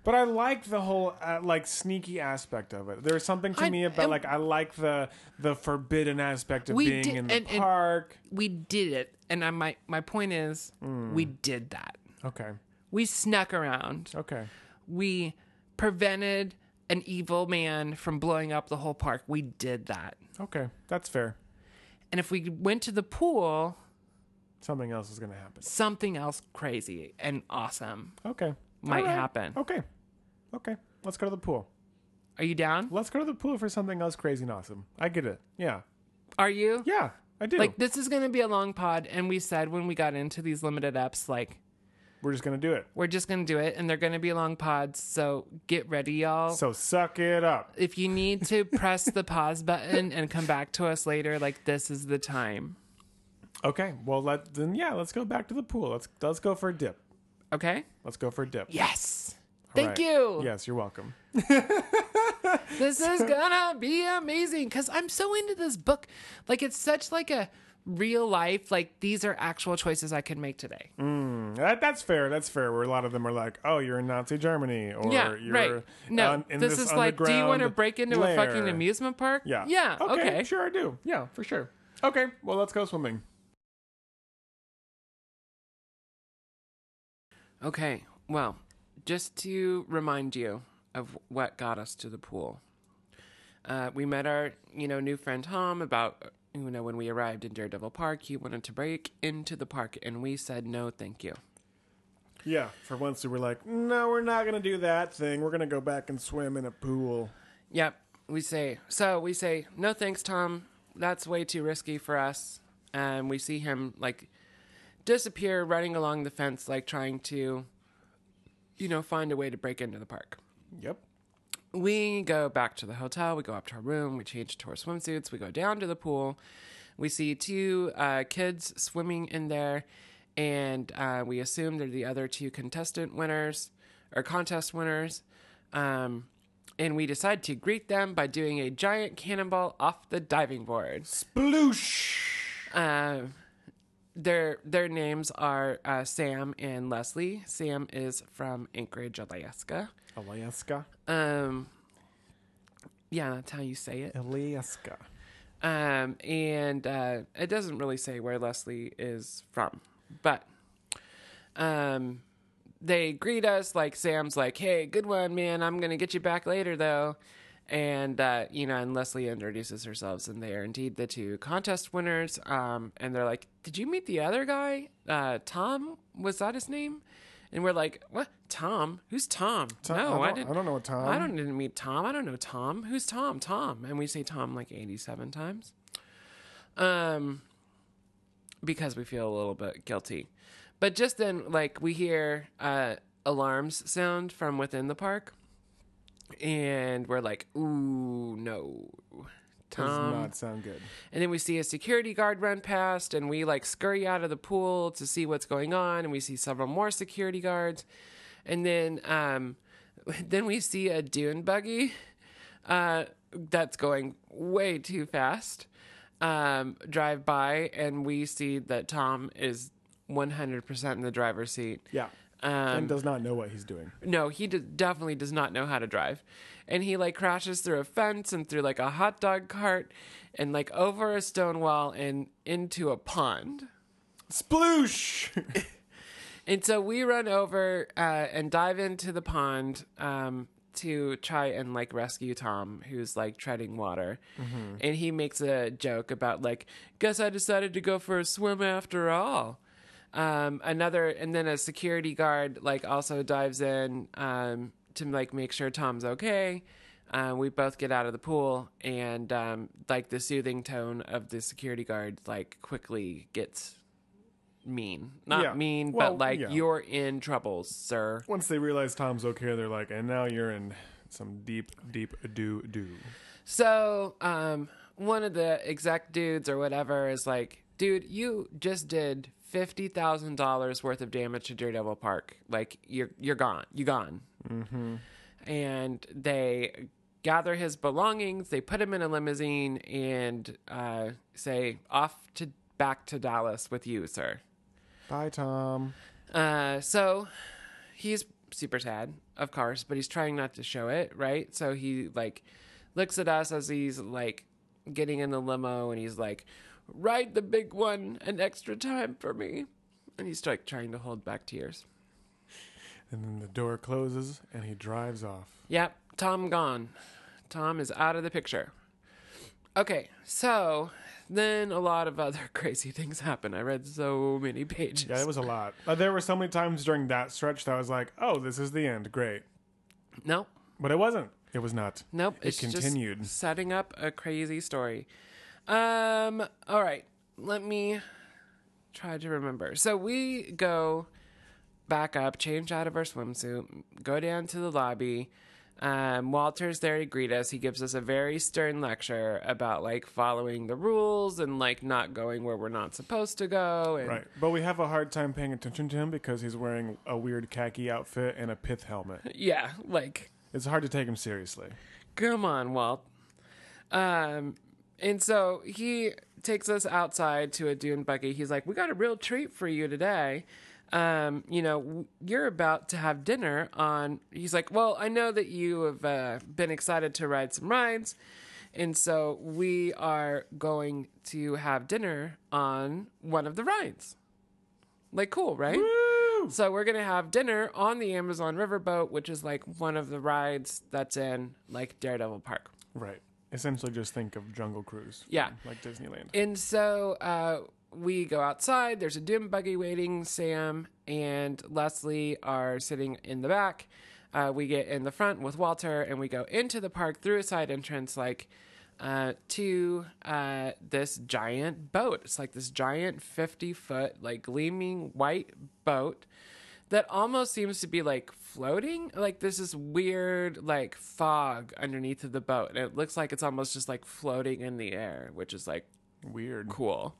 S3: But I like the whole uh, like sneaky aspect of it. There's something to
S2: I-
S3: me about
S2: and-
S3: like I like the the forbidden aspect of
S2: We
S3: being
S2: did-
S3: in the
S2: and- and-
S3: park.
S2: We did it, and I my my point is
S3: Hmm.
S2: we did that.
S3: okay.
S2: We snuck around.
S3: Okay.
S2: We prevented an evil man from blowing up the whole park. We did that.
S3: Okay. That's fair.
S2: And if we went to the pool,
S3: Something else is going to happen.
S2: something else crazy and awesome
S3: Okay.
S2: might
S3: All right.
S2: happen.
S3: Okay. Okay. Let's go to the pool.
S2: Are you down?
S3: Let's go to the pool for something else crazy and awesome. I get it. Yeah.
S2: Are you?
S3: Yeah. I do.
S2: Like this is going to be a long pod and we said when we got into these limited eps like
S3: We're just gonna do it.
S2: We're just going to do it, and they're going to be long pods. So get ready, y'all.
S3: So suck it up.
S2: if you need to press the pause button and come back to us later, like this is the time.
S3: Okay. Well, let then yeah, let's go back to the pool. Let's let's go for a dip.
S2: Okay?
S3: Let's go for a dip.
S2: Yes. Thank
S3: Right.
S2: you.
S3: Yes, you're welcome.
S2: This is gonna be amazing because I'm so into this book. Like it's such like a real life. Like these are actual choices I could make today.
S3: That, that's fair. That's fair. Where a lot of them are like, "Oh, you're in Nazi Germany," or
S2: yeah,
S3: you're
S2: right. No,
S3: on- in
S2: this, is like, do you want to
S3: underground
S2: break into a
S3: lair."
S2: fucking amusement park?
S3: Yeah.
S2: yeah, okay.
S3: Sure, I do. Yeah, for sure. Okay. Well, let's go swimming.
S2: Okay, well, just to remind you of what got us to the pool, uh, we met our you know new friend Tom about you know when we arrived in Daredevil Park. He wanted to break into the park, and we said no, thank you.
S3: Yeah. For once, we were like, "No, we're not gonna do that thing. We're gonna go back and swim in a pool."
S2: Yep. We say so. We say no, thanks, Tom. That's way too risky for us. And we see him like disappear, running along the fence, like trying to, you know, find a way to break into the park.
S3: Yep.
S2: We go back to the hotel. We go up to our room. We change to our swimsuits. We go down to the pool. We see two uh, kids swimming in there, and uh, we assume they're the other two contestant winners or contest winners. Um, and we decide to greet them by doing a giant cannonball off the diving board.
S3: Sploosh.
S2: Um, their their names are uh, Sam and Leslie. Sam is from Anchorage, Alaska.
S3: Alaska.
S2: Um, yeah, that's how you say it.
S3: Alaska.
S2: Um, and uh, it doesn't really say where Leslie is from, but um, they greet us like Sam's like, "Hey, good one, man. I'm gonna get you back later, though." And uh, you know, and Leslie introduces herself, and they are indeed the two contest winners. Um, and they're like, "Did you meet the other guy? Uh, Tom was that his name?" And we're like, "What? Tom? Who's Tom? no,
S3: I
S2: I,
S3: don't-
S2: didn't.
S3: I don't know a Tom.
S2: I don't didn't meet Tom. I don't know Tom. Who's Tom? Tom." And we say Tom like eighty-seven times um because we feel a little bit guilty but just then like we hear uh alarms sound from within the park and we're like ooh no
S3: Does
S2: tom
S3: not sound good.
S2: and then we see a security guard run past and we like scurry out of the pool to see what's going on and we see several more security guards and then um then we see a dune buggy uh that's going way too fast um drive by and we see that tom is 100% in the driver's seat
S3: Yeah.
S2: um
S3: and does not know what he's doing.
S2: no, he d- definitely does not know how to drive. And he like crashes through a fence and through like a hot dog cart and like over a stone wall and into a pond.
S3: Sploosh.
S2: And so we run over uh, and dive into the pond um, to try and like rescue Tom, who's like treading water. And he makes a joke about like, guess I decided to go for a swim after all. Um, another, and then a security guard like also dives in um, to like make sure Tom's okay. Uh, we both get out of the pool, and um, like the soothing tone of the security guard like quickly gets mean, not
S3: Yeah.
S2: mean,
S3: Well,
S2: but like
S3: yeah.
S2: you're in trouble, sir.
S3: Once they realize Tom's okay, they're like, and now you're in some deep, deep do do.
S2: So, um, one of the exec dudes or whatever is like, dude, you just did fifty thousand dollars worth of damage to Daredevil Park. Like, you're you're gone. You gone. Mm-hmm. And they gather his belongings. They put him in a limousine and uh, say, off to back to Dallas with you, sir.
S3: Bye, Tom.
S2: Uh, so he's super sad, of course, but he's trying not to show it, right? So he like looks at us as he's like getting in the limo and he's like, ride the big one an extra time for me. And he's like trying to hold back tears.
S3: And then the door closes and he drives off.
S2: Yep, Tom gone. Tom is out of the picture. Okay, so then a lot of other crazy things happen. I read so many pages.
S3: Yeah, it was a lot. Uh, there were so many times during that stretch that I was like, oh, this is the end. Great.
S2: no,
S3: But it wasn't. It was not.
S2: Nope.
S3: It
S2: it's just
S3: continued.
S2: setting up a crazy story. Um. All right. Let me try to remember. So we go back up, change out of our swimsuit, go down to the lobby. Um, Walter's there to greet us. He gives us a very stern lecture about like following the rules and like not going where we're not supposed to go. And
S3: Right. But we have a hard time paying attention to him because he's wearing a weird khaki outfit and a pith helmet.
S2: yeah, like
S3: It's hard to take him seriously.
S2: come on, Walt. Um, and so he takes us outside to a dune buggy. He's like, "We got a real treat for you today. Um, you know, w- you're about to have dinner on." He's like, "Well, I know that you have uh, been excited to ride some rides, and so we are going to have dinner on one of the rides." Like, cool, right? So we're gonna have dinner on the Amazon Riverboat, which is like one of the rides that's in like Daredevil Park.
S3: Right. Essentially, just think of Jungle Cruise.
S2: Yeah.
S3: Like Disneyland.
S2: And so uh, we go outside. There's a dim buggy waiting. Sam and Leslie are sitting in the back. Uh, we get in the front with Walter, and we go into the park through a side entrance, like uh, to uh, this giant boat. It's like this giant 50 foot, like gleaming white boat that almost seems to be like floating like this is weird like fog underneath of the boat and it looks like it's almost just like floating in the air which is like
S3: Weird.
S2: cool.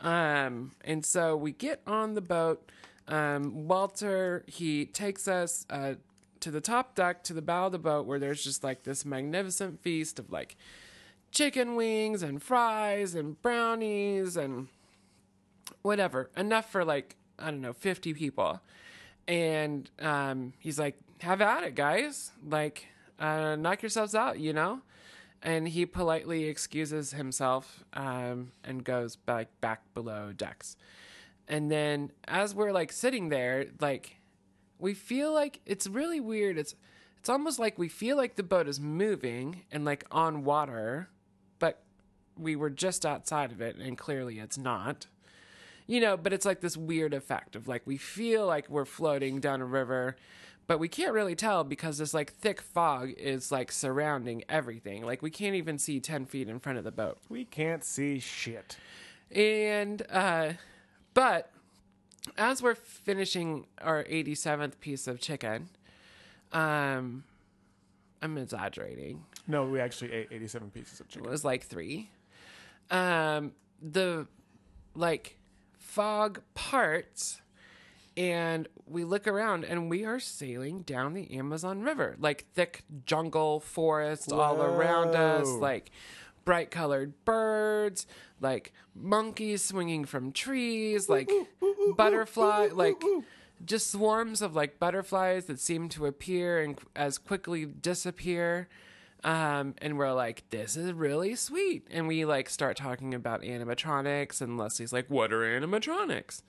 S2: Um, and so we get on the boat. Um, Walter he takes us uh, to the top deck to the bow of the boat where there's just like this magnificent feast of like chicken wings and fries and brownies and whatever enough for like I don't know fifty people. And um, he's like, "Have at it, guys! Like, uh, knock yourselves out, you know." and he politely excuses himself um, and goes back back below decks. And then as we're like sitting there, like we feel like it's really weird. It's it's almost like we feel like the boat is moving and like on water, but we were just outside of it and clearly it's not. You know, but it's like this weird effect of like we feel like we're floating down a river, but we can't really tell because this like thick fog is like surrounding everything. Like we can't even see 10 feet in front of the boat.
S3: We can't see shit.
S2: And, uh, but as we're finishing our 87th piece of chicken, um, I'm exaggerating.
S3: No, we actually ate 87 pieces of
S2: It
S3: chicken.
S2: was like three. Um, the like fog parts, and we look around and we are sailing down the Amazon River, like thick jungle forests all around us,
S3: Whoa.
S2: like bright colored birds, like monkeys swinging from trees, like butterfly, like. Just swarms of like butterflies that seem to appear and qu- as quickly disappear. Um, and we're like, this is really sweet. And we like start talking about animatronics, and Leslie's like, what are animatronics?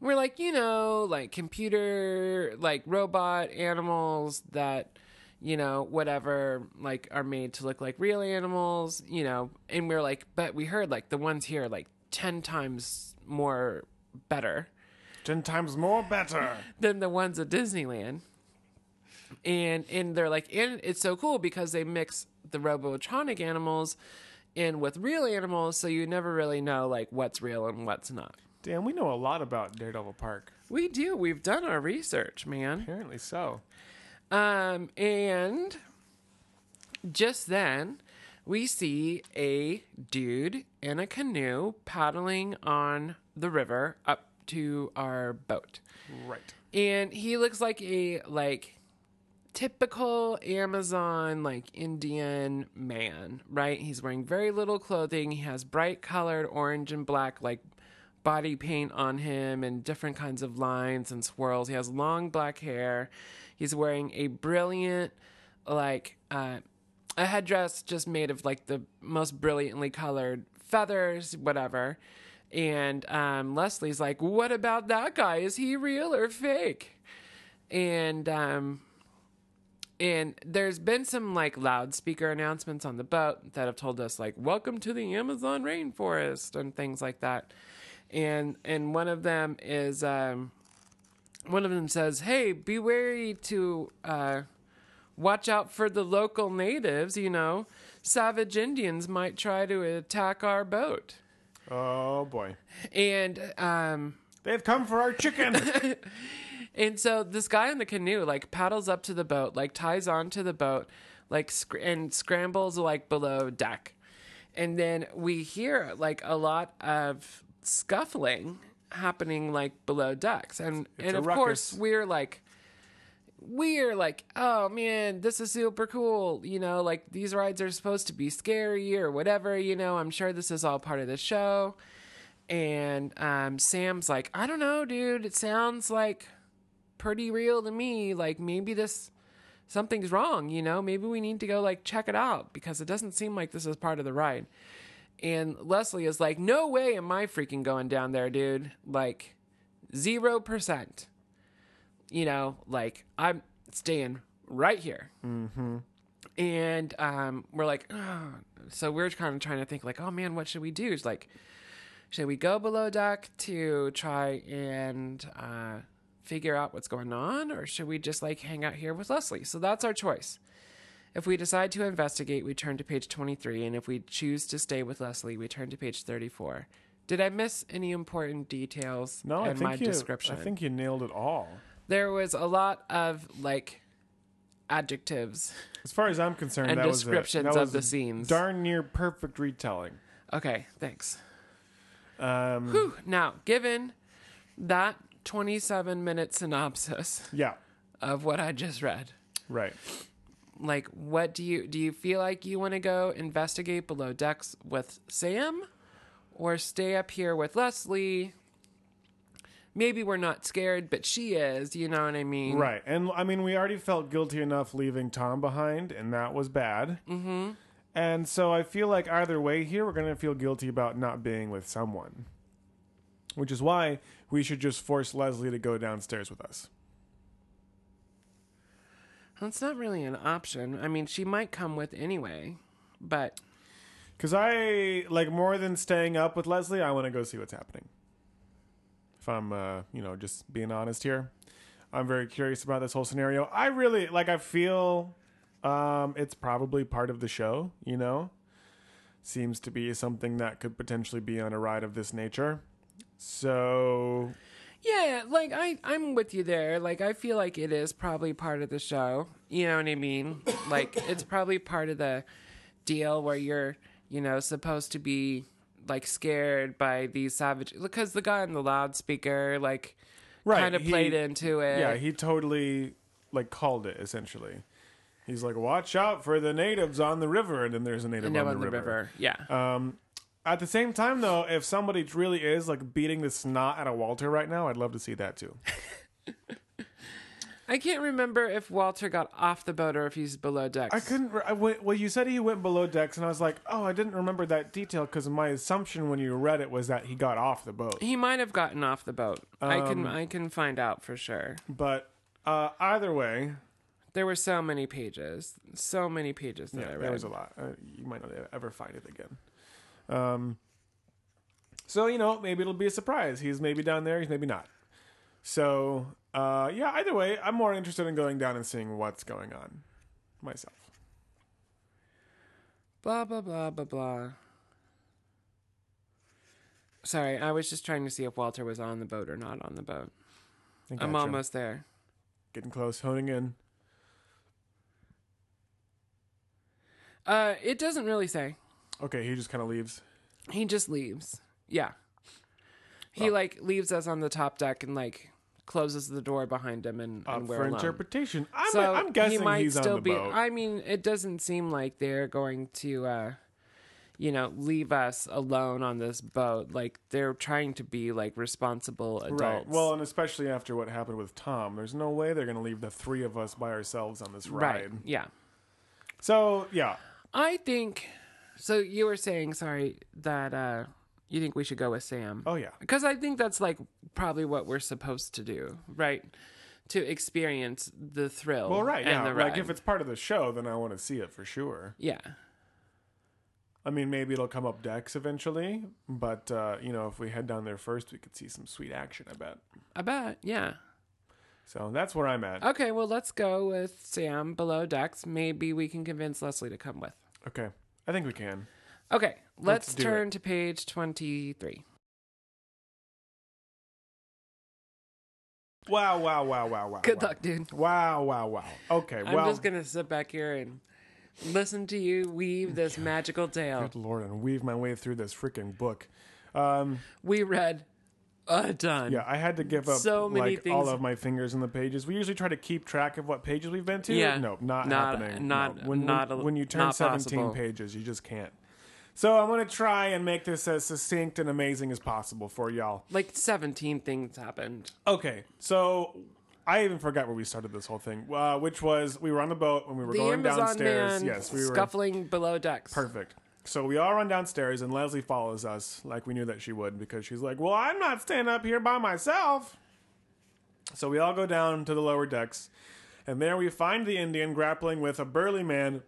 S2: And we're like, you know, like computer, like robot animals that, you know, whatever, like are made to look like real animals, you know. And we're like, but we heard like the ones here are like 10 times more better
S3: 10 times more better.
S2: than the ones at Disneyland. And and they're like, and it's so cool because they mix the robotronic animals in with real animals, so you never really know like what's real and what's not.
S3: Damn, we know a lot about Daredevil Park.
S2: We do. We've done our research, man.
S3: Apparently so.
S2: Um, and just then, we see a dude in a canoe paddling on the river up to our boat.
S3: Right.
S2: and he looks like a like typical amazon like indian man right he's wearing very little clothing he has bright colored orange and black like body paint on him and different kinds of lines and swirls he has long black hair he's wearing a brilliant like uh a headdress just made of like the most brilliantly colored feathers, whatever. And um, Leslie's like, "What about that guy? Is he real or fake?" And um, and there's been some like loudspeaker announcements on the boat that have told us like welcome to the amazon rainforest and things like that and and one of them is um one of them says hey be wary to uh watch out for the local natives you know savage indians might try to attack our boat
S3: Oh boy.
S2: and um
S3: They've come for our chicken.
S2: And so this guy in the canoe like paddles up to the boat, like ties onto the boat, like sc- and scrambles like below deck. And then we hear like a lot of scuffling happening like below decks. And and
S3: a
S2: of
S3: ruckus.
S2: course we're like we're like, oh man, this is super cool. You know, like these rides are supposed to be scary or whatever. You know, I'm sure this is all part of the show. And um, Sam's like, I don't know, dude. It sounds like pretty real to me. Like maybe this something's wrong. You know, maybe we need to go like check it out because it doesn't seem like this is part of the ride. And Leslie is like, no way am I freaking going down there, dude. Like zero percent you know, like I'm staying right here. Mm-hmm. And um, we're like, "Ah." so we're kind of trying to think, like, oh man, what should we do? It's like, should we go below deck to try and uh, figure out what's going on, or should we just like hang out here with Leslie? So that's our choice. If we decide to investigate, we turn to page 23, and if we choose to stay with Leslie, we turn to page 34. Did I miss any important details
S3: No,
S2: in
S3: I think
S2: my
S3: you,
S2: description?
S3: I think you nailed it all.
S2: there was a lot of like adjectives.
S3: As far as I'm concerned,
S2: And
S3: that was it.
S2: descriptions
S3: That
S2: of
S3: was
S2: the
S3: a
S2: scenes.
S3: Darn near perfect retelling.
S2: Okay, thanks.
S3: Um,
S2: Whew. Now, given that 27 minute synopsis
S3: yeah,
S2: of what I just read,
S3: right.
S2: like what do you do you feel like you want to go investigate below decks with Sam or stay up here with Leslie? Maybe we're not scared, but she is, you know what I mean?
S3: Right. And I mean, we already felt guilty enough leaving Tom behind, and that was bad. Mm-hmm. And so I feel like either way here, we're going to feel guilty about not being with someone, which is why we should just force Leslie to go downstairs with us.
S2: That's not really an option. I mean, she might come with anyway, but
S3: Because I, like, more than staying up with Leslie, I want to go see what's happening. If I'm, uh, you know, just being honest here, I'm very curious about this whole scenario. I really, like, I feel um, it's probably part of the show, you know? Seems to be something that could potentially be on a ride of this nature. So,
S2: Yeah, like I, I'm with you there. Like I feel like it is probably part of the show. You know what I mean? Like it's probably part of the deal where you're, you know, supposed to be like scared by these savage because the guy on the loudspeaker like
S3: Right,
S2: kind of
S3: he-
S2: played into it.
S3: yeah, he totally, like, called it essentially. He's like, watch out for the natives on the river. And then there's a native
S2: and
S3: on,
S2: down
S3: the,
S2: on the river.
S3: river. Uh,
S2: Yeah.
S3: At the same time, though, if somebody really is like beating the snot out of Walter right now, I'd love to see that too.
S2: I can't remember if Walter got off the boat or if he's below decks.
S3: I couldn't. Re- I went, well, you said he went below decks, and I was like, oh, I didn't remember that detail because my assumption when you read it was that he got off the boat.
S2: He might have gotten off the boat. I
S3: Um,
S2: can I can find out for sure.
S3: But uh, either way,
S2: There were so many pages, so many pages that I
S3: yeah,
S2: read.
S3: there was a lot. Uh, you might not ever find it again. Um. So you know, maybe it'll be a surprise. He's maybe down there. He's maybe not. So uh, yeah. Either way, I'm more interested in going down and seeing what's going on myself.
S2: blah blah blah blah blah. Sorry, I was just trying to see if Walter was on the boat or not on the boat.
S3: I
S2: I'm
S3: gotcha.
S2: almost there.
S3: Getting close, honing in.
S2: Uh, it doesn't really say.
S3: Okay, he just kind of leaves.
S2: He just leaves. Yeah. He like leaves us on the top deck and like closes the door behind him and,
S3: Up
S2: and we're
S3: for
S2: alone.
S3: interpretation. I'm,
S2: so
S3: I'm guessing
S2: he might
S3: he's
S2: still
S3: on the
S2: be.
S3: boat.
S2: I mean, it doesn't seem like they're going to, uh, you know, leave us alone on this boat. Like they're trying to be like responsible adults.
S3: right. Well, and especially after what happened with Tom, there's no way they're going to leave the three of us by ourselves on this
S2: right.
S3: ride.
S2: Yeah.
S3: So yeah,
S2: I think. So you were saying, sorry, that uh, you think we should go with Sam.
S3: oh yeah,
S2: because I think that's like probably what we're supposed to do, right? To experience the thrill.
S3: well right,
S2: and
S3: yeah.
S2: the
S3: Like
S2: ride.
S3: if it's part of the show, then I want to see it for sure.
S2: yeah,
S3: I mean, maybe it'll come up decks eventually, but uh, you know, if we head down there first, we could see some sweet action. I bet.
S2: I bet. Yeah.
S3: So that's where I'm at.
S2: Okay. Well, let's go with Sam below decks. Maybe we can convince Leslie to come with.
S3: Okay, I think we can.
S2: Okay. Let's,
S3: do it. Oh,
S2: turn to page twenty-three.
S3: Wow, wow, wow, wow, wow.
S2: Good
S3: wow.
S2: luck, dude.
S3: Wow, wow, wow. Okay,
S2: I'm
S3: well,
S2: just gonna sit back here and listen to you weave this magical tale.
S3: good Lord, and weave my way through this freaking book. Um,
S2: We read a ton.
S3: yeah, I had to give up
S2: So many
S3: like all
S2: things-
S3: of my fingers in the pages. We usually try to keep track of what pages we've been to.
S2: Yeah.
S3: no, not,
S2: Not-
S3: happening.
S2: not-
S3: No. when,
S2: not
S3: when,
S2: a-
S3: when you turn
S2: not
S3: seventeen
S2: possible.
S3: pages, you just can't. So I'm gonna try and make this as succinct and amazing as possible for y'all.
S2: Like 17 things happened.
S3: Okay, so I even forgot where we started this whole thing, uh, which was we were on the boat when we were
S2: The
S3: going
S2: Amazon
S3: downstairs.
S2: man
S3: yes, we were
S2: scuffling below decks.
S3: Perfect. So we all run downstairs, and Leslie follows us like we knew that she would because she's like, Well, I'm not staying up here by myself. So we all go down to the lower decks, and there we find the Indian grappling with a burly man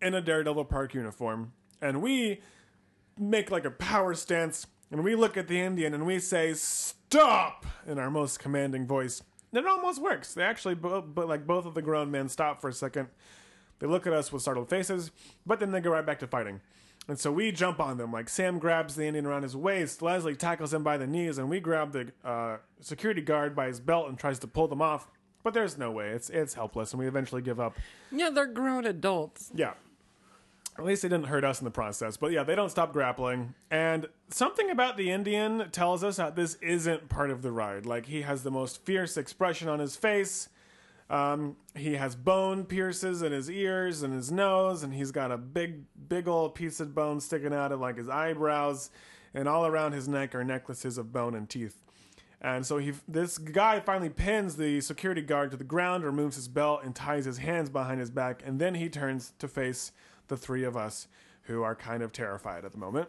S3: in a Daredevil Park uniform. And we make like a power stance, and we look at the Indian and we say, Stop! in our most commanding voice. And it almost works. They actually, bo- but like both of the grown men stop for a second. They look at us with startled faces, but then they go right back to fighting. And so we jump on them. Like Sam grabs the Indian around his waist, Leslie tackles him by the knees, and we grab the uh, security guard by his belt and tries to pull them off. But there's no way. It's it's helpless, and we eventually give up.
S2: Yeah, they're grown adults.
S3: Yeah. At least they didn't hurt us in the process. But yeah, they don't stop grappling. And something about the Indian tells us that this isn't part of the ride. Like, he has the most fierce expression on his face. Um, he has bone pierces in his ears and his nose, and he's got a big, big old piece of bone sticking out of like his eyebrows, and all around his neck are necklaces of bone and teeth. And so he, this guy finally pins the security guard to the ground, removes his belt, and ties his hands behind his back, and then he turns to face the three of us, who are kind of terrified at the moment.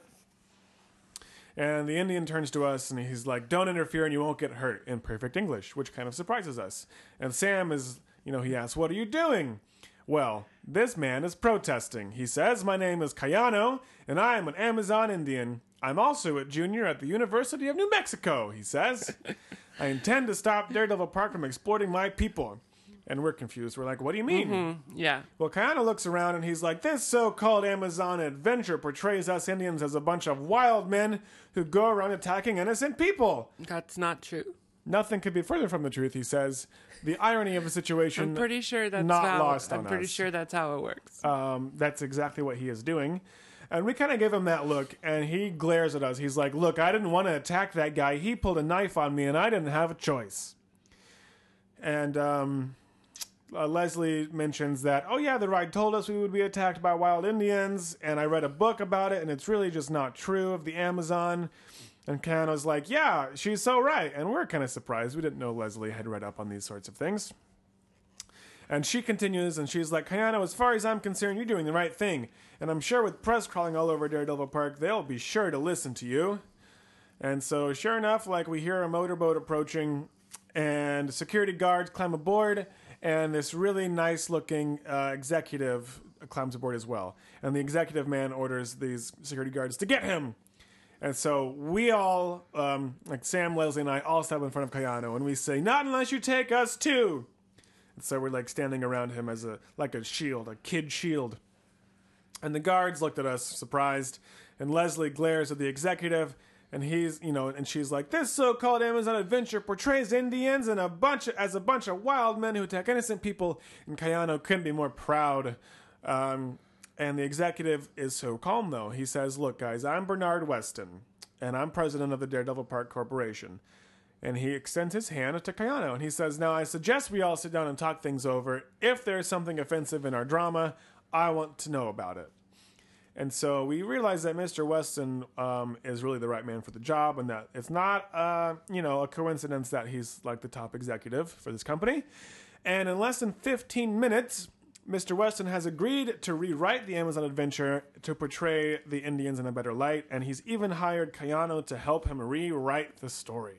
S3: And the Indian turns to us and he's like, "Don't interfere, and you won't get hurt." In perfect English, which kind of surprises us. And Sam is, you know, he asks, "What are you doing?" Well, this man is protesting. He says, "My name is Cayano, and I am an Amazon Indian. I'm also a junior at the University of New Mexico." He says, "I intend to stop Daredevil Park from exploiting my people." And we're confused. We're like, "What do you mean?"
S2: Yeah.
S3: Well, Kiana looks around and he's like, This so called Amazon adventure portrays us Indians as a bunch of wild men who go around attacking innocent people.
S2: That's not true.
S3: Nothing could be further from the truth, he says. The irony of the situation.
S2: I'm pretty sure that's
S3: not
S2: how
S3: lost
S2: I'm
S3: on
S2: pretty
S3: us.
S2: sure that's how it works.
S3: Um, that's exactly what he is doing. And we kind of give him that look, and he glares at us. He's like, Look, I didn't want to attack that guy. He pulled a knife on me, and I didn't have a choice. And um, uh, Leslie mentions that, Oh, yeah, the ride told us we would be attacked by wild Indians, and I read a book about it, and it's really just not true of the Amazon. And Kano's like, Yeah, she's so right. And we're kind of surprised. We didn't know Leslie had read up on these sorts of things. And she continues, and she's like, Kayano, as far as I'm concerned, you're doing the right thing. And I'm sure with press crawling all over Daredevil Park, they'll be sure to listen to you. And so, sure enough, like we hear a motorboat approaching, and security guards climb aboard, and this really nice looking uh, executive climbs aboard as well. And the executive man orders these security guards to get him. And so we all, um, like Sam, Leslie, and I, all step in front of Kayano, and we say, Not unless you take us too. So we're like standing around him as a like a shield, a kid shield. And the guards looked at us surprised, and Leslie glares at the executive, and he's you know, and she's like, "This so-called Amazon adventure portrays Indians and a bunch as a bunch of wild men who attack innocent people." And Kayano couldn't be more proud. Um, and the executive is so calm though. He says, "Look, guys, I'm Bernard Weston, and I'm president of the Daredevil Park Corporation." And he extends his hand to Kayano and he says, Now I suggest we all sit down and talk things over. If there's something offensive in our drama, I want to know about it. And so we realize that Mr. Weston um, is really the right man for the job and that it's not, uh, you know, a coincidence that he's like the top executive for this company. And in less than 15 minutes, Mr. Weston has agreed to rewrite the Amazon adventure to portray the Indians in a better light, and he's even hired Kayano to help him rewrite the story.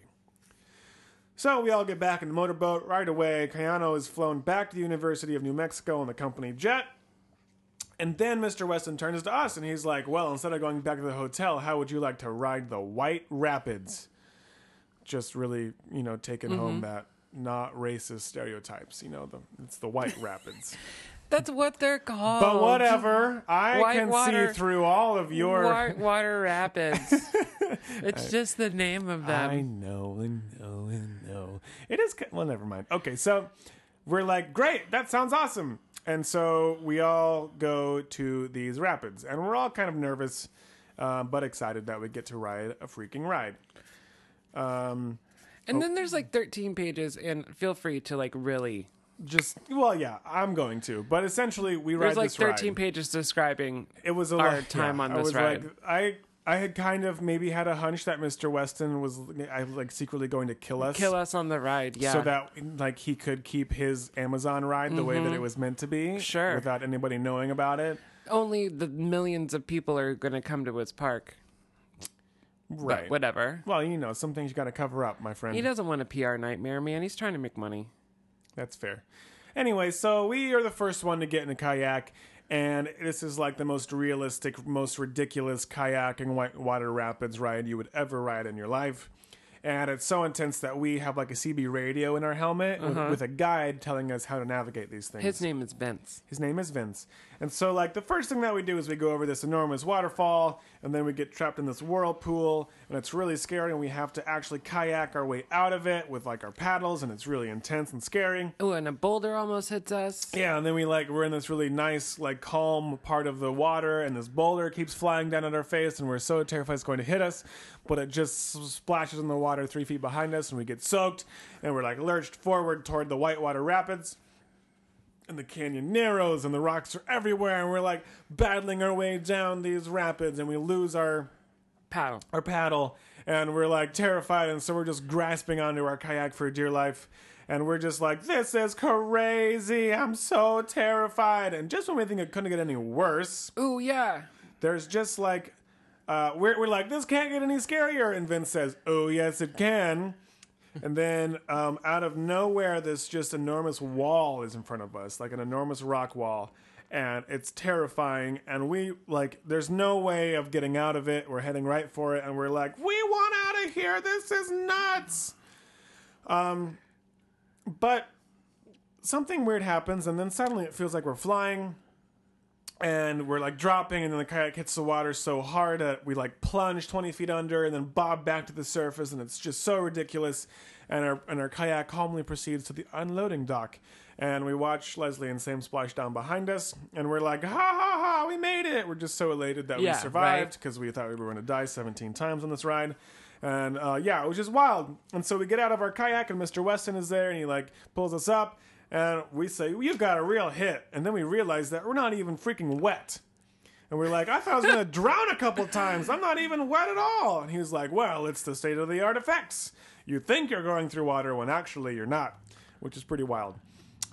S3: So we all get back in the motorboat right away. Cayano is flown back to the University of New Mexico on the company jet. And then Mr. Weston turns to us and he's like, Well, instead of going back to the hotel, how would you like to ride the White Rapids? Just really, you
S2: Mm-hmm.
S3: know, taking home that not racist stereotypes. You know, the, it's the White Rapids.
S2: That's what they're called.
S3: But whatever, I
S2: Oh. White
S3: can
S2: water-
S3: see through all of your.
S2: Wa- Water Rapids. it's just the name of
S3: I
S2: them.
S3: know, I know, I know. It is. ki- Well, never mind. Okay, so we're like, great, that sounds awesome. And so we all go to these rapids, and we're all kind of nervous, uh, but excited that we get to ride a freaking ride. Um,
S2: and then there's like 13 pages, and feel free to like really.
S3: just well, yeah, I'm going to, but essentially we ride
S2: There's like
S3: this ride.
S2: 13 pages describing.
S3: it was a
S2: our
S3: lot-
S2: time on
S3: I
S2: this
S3: was
S2: ride.
S3: Like, I I had kind of maybe had a hunch that Mr. Weston was I like secretly going to kill us,
S2: Kill us on the ride, yeah.
S3: so that like he could keep his Amazon ride the way that it was meant to be,
S2: Mm-hmm. Sure.
S3: without anybody knowing about it.
S2: only the millions of people are going to come to his park.
S3: Right.
S2: But whatever.
S3: well, you know, some things you got to cover up, my friend.
S2: He doesn't want a PR nightmare, man. He's trying to make money.
S3: That's fair. Anyway, so we are the first one to get in a kayak, and this is like the most realistic, most ridiculous kayaking white water rapids ride you would ever ride in your life. And it's so intense that we have like a CB radio in our helmet with, with a guide telling us how to navigate these things.
S2: Uh-huh. His name is Vince.
S3: His name is Vince. And so, like, the first thing that we do is we go over this enormous waterfall, and then we get trapped in this whirlpool, and it's really scary, and we have to actually kayak our way out of it with, like, our paddles, and it's really intense and scary.
S2: Oh, and a boulder almost hits us.
S3: Yeah, and then we, like, we're in this really nice, like, calm part of the water, and this boulder keeps flying down at our face, and we're so terrified it's going to hit us, but it just s- splashes in the water three feet behind us, and we get soaked, and we're, like, lurched forward toward the whitewater rapids and the canyon narrows and the rocks are everywhere and we're like battling our way down these rapids and we lose our
S2: Paddle.
S3: our paddle and we're like terrified and so we're just grasping onto our kayak for dear life and we're just like this is crazy i'm so terrified and just when we think it couldn't get any worse
S2: Ooh, yeah.
S3: there's just like uh, we're, we're like this can't get any scarier and vince says oh yes it can and then um, out of nowhere this just enormous wall is in front of us like an enormous rock wall and it's terrifying and we like there's no way of getting out of it we're heading right for it and we're like we want out of here this is nuts um but something weird happens and then suddenly it feels like we're flying and we're like dropping, and then the kayak hits the water so hard that we like plunge 20 feet under and then bob back to the surface, and it's just so ridiculous. And our, and our kayak calmly proceeds to the unloading dock. And we watch Leslie and Sam splash down behind us, and we're like, ha ha ha, we made it! We're just so elated that
S2: Yeah,
S3: we survived
S2: right.
S3: because we thought we were going to die 17 times on this ride. And uh, yeah, it was just wild. And so we get out of our kayak, and Mr. Weston is there, and he like pulls us up, and we say, "You've got a real hit." And then we realize that we're not even freaking wet. And we're like, "I thought I was gonna drown a couple times. I'm not even wet at all." And he was like, "Well, it's the state of the art effects. You think you're going through water when actually you're not," which is pretty wild.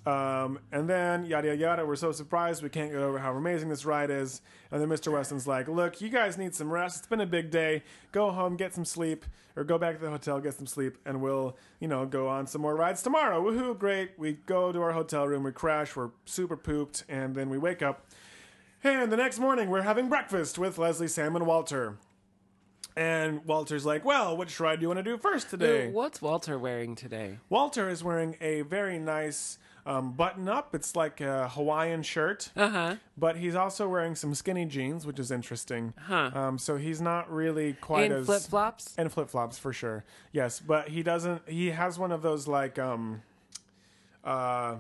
S3: Um, and then yada yada yada. We're so surprised we can't get over how amazing this ride is. And then Mr. Weston's like, "Look, you guys need some rest. It's been a big day. Go home, get some sleep, or go back to the hotel, get some sleep, and we'll, you know, go on some more rides tomorrow." Woohoo! Great. We go to our hotel room. We crash. We're super pooped, and then we wake up. And the next morning, we're having breakfast with Leslie, Sam, and Walter. And Walter's like, "Well, which ride do you want to do first today?"
S2: Ooh, what's Walter wearing today?
S3: Walter is wearing a very nice um, button up. It's like a Hawaiian shirt,
S2: Uh huh.
S3: but he's also wearing some skinny jeans, which is interesting.
S2: Huh.
S3: Um, so he's not really
S2: In
S3: quite as
S2: flip flops?
S3: and flip flops for sure. Yes, but he doesn't. He has one of those like um, uh,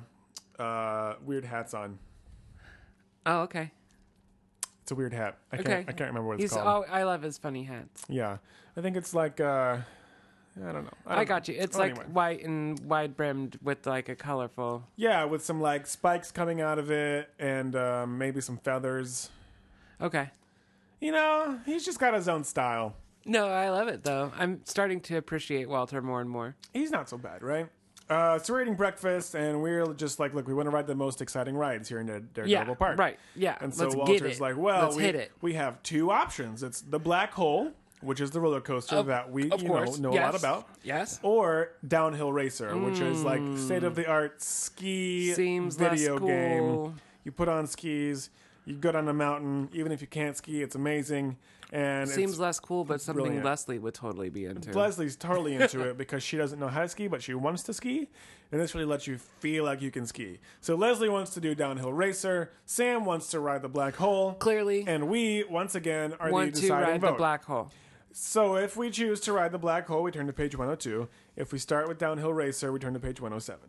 S3: uh, weird hats on.
S2: Oh, okay.
S3: It's a weird hat. I can't.
S2: Okay.
S3: I can't remember what it's
S2: He's
S3: called.
S2: oh, I love his funny hats.
S3: yeah, I think it's like uh, I don't know.
S2: I
S3: don't-
S2: got you. It's
S3: Well,
S2: like
S3: Oh, anyway.
S2: white and wide brimmed with like a colorful.
S3: yeah, with some like spikes coming out of it and um, maybe some feathers.
S2: Okay.
S3: you know, he's just got his own style.
S2: No, I love it though. I'm starting to appreciate Walter more and more.
S3: He's not so bad, right? Uh, so we're eating breakfast, and we're just like, look, we want to ride the most exciting rides here in Dare- Daredevil
S2: Yeah,
S3: Park,
S2: right. Yeah,
S3: And so
S2: let's get
S3: Walter's
S2: it.
S3: like, well,
S2: Let's
S3: we,
S2: hit it.
S3: we have two options. It's the black hole, which is the roller coaster that we
S2: of
S3: you know,
S2: course.
S3: know a lot
S2: Yes.
S3: about,
S2: Yes.
S3: or downhill racer, which is like state of the art ski
S2: Mm. Seems less
S3: video game.
S2: cool.
S3: You put on skis. You go down a mountain, even if you can't ski, it's amazing. And it's-
S2: Seems less cool, but something
S3: brilliant.
S2: Leslie would totally be into.
S3: Leslie's totally into it because she doesn't know how to ski, but she wants to ski, and this really lets you feel like you can ski. So Leslie wants to do downhill racer. Sam wants to ride the black hole.
S2: Clearly,
S3: And we, once again, are
S2: want
S3: the
S2: to
S3: deciding
S2: ride
S3: vote.
S2: the black hole.
S3: So if we choose to ride the black hole, we turn to page 102. If we start with downhill racer, we turn to page 107.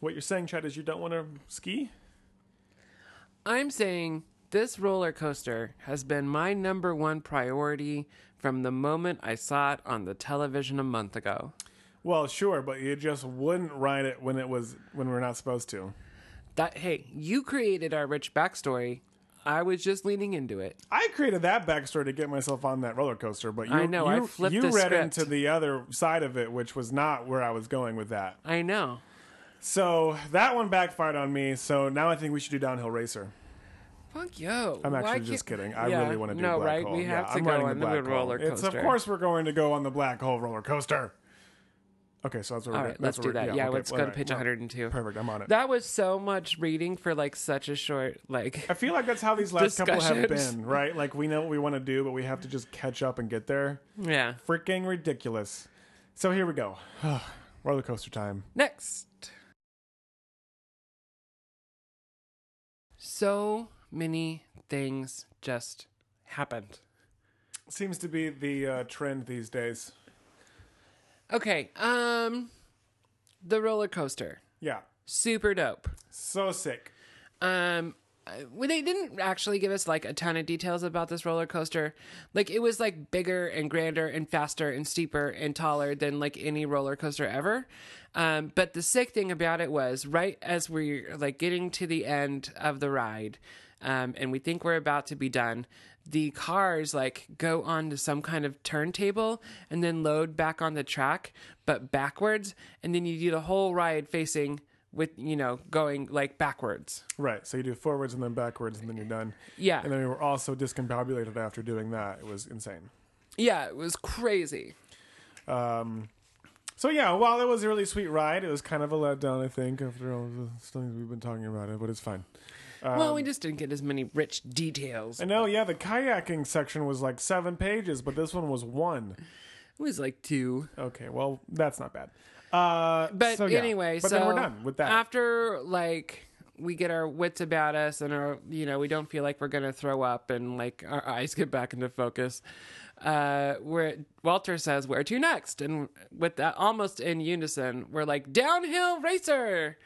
S3: What you're saying, Chad, is you don't want to ski?
S2: I'm saying this roller coaster has been my number one priority from the moment I saw it on the television a month ago.
S3: Well, sure, but you just wouldn't ride it when it was when we're not supposed to.
S2: That hey, you created our rich backstory. I was just leaning into it.
S3: I created that backstory to get myself on that roller coaster, but you,
S2: I know, I
S3: you,
S2: flipped
S3: you
S2: the
S3: read
S2: script.
S3: into the other side of it, which was not where I was going with that.
S2: I know.
S3: So that one backfired on me. So now I think we should do downhill racer.
S2: Fuck yo.
S3: I'm
S2: Why
S3: actually
S2: can't-
S3: just kidding. I
S2: Yeah,
S3: really want to do
S2: no,
S3: black
S2: right?
S3: hole.
S2: We have
S3: yeah,
S2: to
S3: I'm
S2: go
S3: riding
S2: on the,
S3: the black hole.
S2: roller coaster.
S3: It's of course we're going to go on the black hole roller coaster. Okay, so that's what
S2: All
S3: we're
S2: right,
S3: that's
S2: let's
S3: what
S2: do
S3: we're-
S2: that. Yeah,
S3: okay,
S2: let's
S3: all
S2: go to
S3: right,
S2: page
S3: well,
S2: 102.
S3: Perfect. I'm on it.
S2: That was so much reading for like such a short like
S3: I feel like that's how these last couple have
S2: Discussions.
S3: been, right? Like we know what we want to do, but we have to just catch up and get there.
S2: yeah.
S3: Freaking ridiculous. So here we go. roller coaster time.
S2: Next. So many things just happened.
S3: Seems to be the uh, trend these days.
S2: Okay, um the roller coaster.
S3: Yeah.
S2: Super dope.
S3: So sick.
S2: Um uh, well, they didn't actually give us like a ton of details about this roller coaster. Like it was like bigger and grander and faster and steeper and taller than like any roller coaster ever. Um, but the sick thing about it was right as we're like getting to the end of the ride, um, and we think we're about to be done, the cars like go onto some kind of turntable and then load back on the track, but backwards, and then you do the whole ride facing with you know going like backwards.
S3: Right. So you do forwards and then backwards and then you're done.
S2: Yeah.
S3: And then we were also discombobulated after doing that. It was insane.
S2: Yeah, it was crazy.
S3: Um, so yeah, while it was a really sweet ride, it was kind of a letdown, I think, after all the things we've been talking about it. But it's fine.
S2: well,
S3: Um,
S2: we just didn't get as many rich details.
S3: I
S2: It
S3: know. Yeah, the kayaking section was like seven pages, but this one was one.
S2: was like two.
S3: Okay, well that's not bad. Uh,
S2: But
S3: so, yeah.
S2: anyway,
S3: but
S2: so
S3: then we're done with that.
S2: After like we get our wits about us and our you know, we don't feel like we're gonna throw up and like our eyes get back into focus. Uh where Walter says, Where to next? And with that almost in unison, we're like, Downhill racer.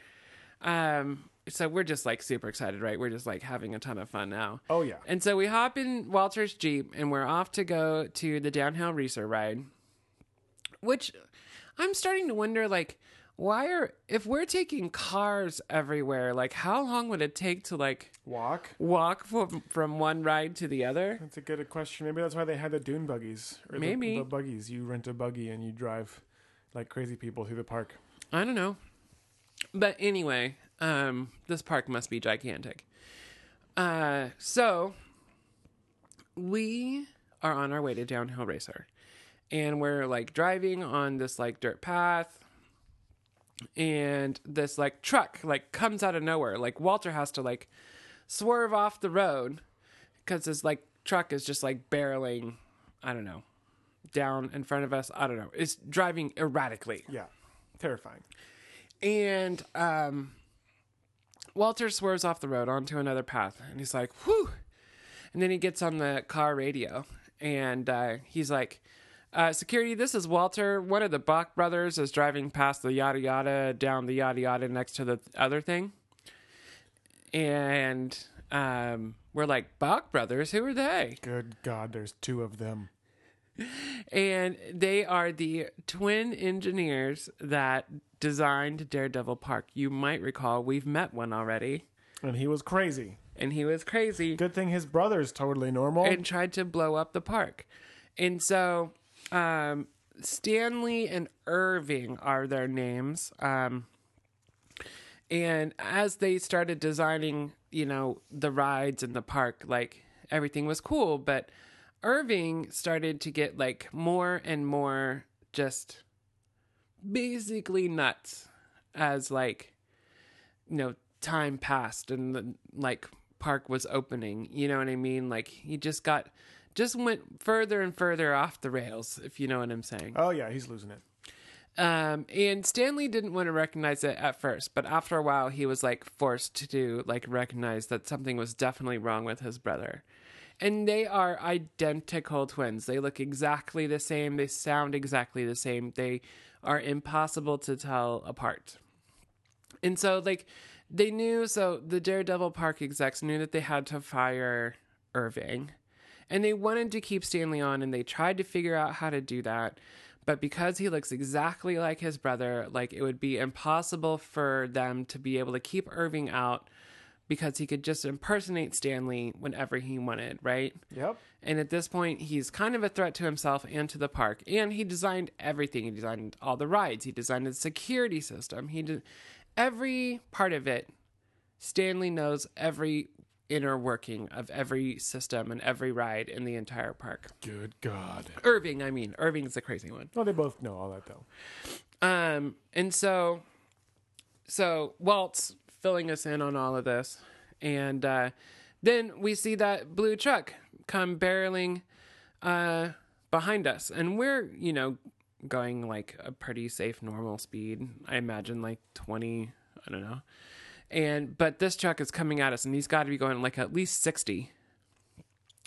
S2: Um so we're just like super excited, right? We're just like having a ton of fun now.
S3: Oh, yeah.
S2: And so we hop in Walter's Jeep and we're off to go to the downhill racer ride which I'm starting to wonder like why are if we're taking cars everywhere like how long would it take to like
S3: Walk.
S2: walk from from one ride to the other
S3: That's a good question. Maybe that's why they had the dune buggies. Or the-
S2: Maybe.
S3: the, buggies. You rent a buggy and you drive like crazy people through the park.
S2: I don't know but anyway um this park must be gigantic uh so we are on our way to downhill racer and we're like driving on this like dirt path and this like truck like comes out of nowhere like walter has to like swerve off the road because this like truck is just like barreling i don't know down in front of us i don't know it's driving erratically
S3: Yeah, terrifying.
S2: and um, Walter swerves off the road onto another path, and he's like, "Whew!" And then he gets on the car radio, and uh, he's like, uh, "Security, this is Walter. One of the Bach brothers is driving past the yada yada down the yada yada next to the other thing." And um, we're like, "Bach brothers? Who are they?"
S3: Good God, there's two of them.
S2: and they are the twin engineers that designed Daredevil Park. You might recall we've met one already,
S3: And he was crazy.
S2: and he was crazy
S3: Good thing his brother's totally normal.
S2: and tried to blow up the park. And so, um, Stanley and Irving are their names. Um, and as they started designing, you know, the rides in the park, like everything was cool, but Irving started to get like more and more just basically nuts as like you know time passed and the, like park was opening. You know what I mean? Like he just got just went further and further off the rails, if you know what I'm saying.
S3: Oh yeah, he's losing it.
S2: Um, and Stanley didn't want to recognize it at first, but after a while, he was like forced to like recognize that something was definitely wrong with his brother. And they are identical twins. They look exactly the same. They sound exactly the same. They are impossible to tell apart. And so, like, they knew. So the Daredevil Park execs knew that they had to fire Irving, and they wanted to keep Stanley on, and they tried to figure out how to do that. But because he looks exactly like his brother, like it would be impossible for them to be able to keep Irving out because he could just impersonate Stanley whenever he wanted, right?
S3: Yep.
S2: And at this point, he's kind of a threat to himself and to the park. And he designed everything. He designed all the rides. He designed the security system. He did every part of it. Stanley knows every inner working of every system and every ride in the entire park.
S3: Good God.
S2: Irving, I mean, Irving's the crazy one.
S3: Well, they both know all that though.
S2: Um, and so, so Walt's filling us in on all of this, and uh, then we see that blue truck come barreling uh, behind us, and we're you know going like a pretty safe normal speed. I imagine like twenty, I don't know, and but this truck is coming at us, and he's got to be going like at least sixty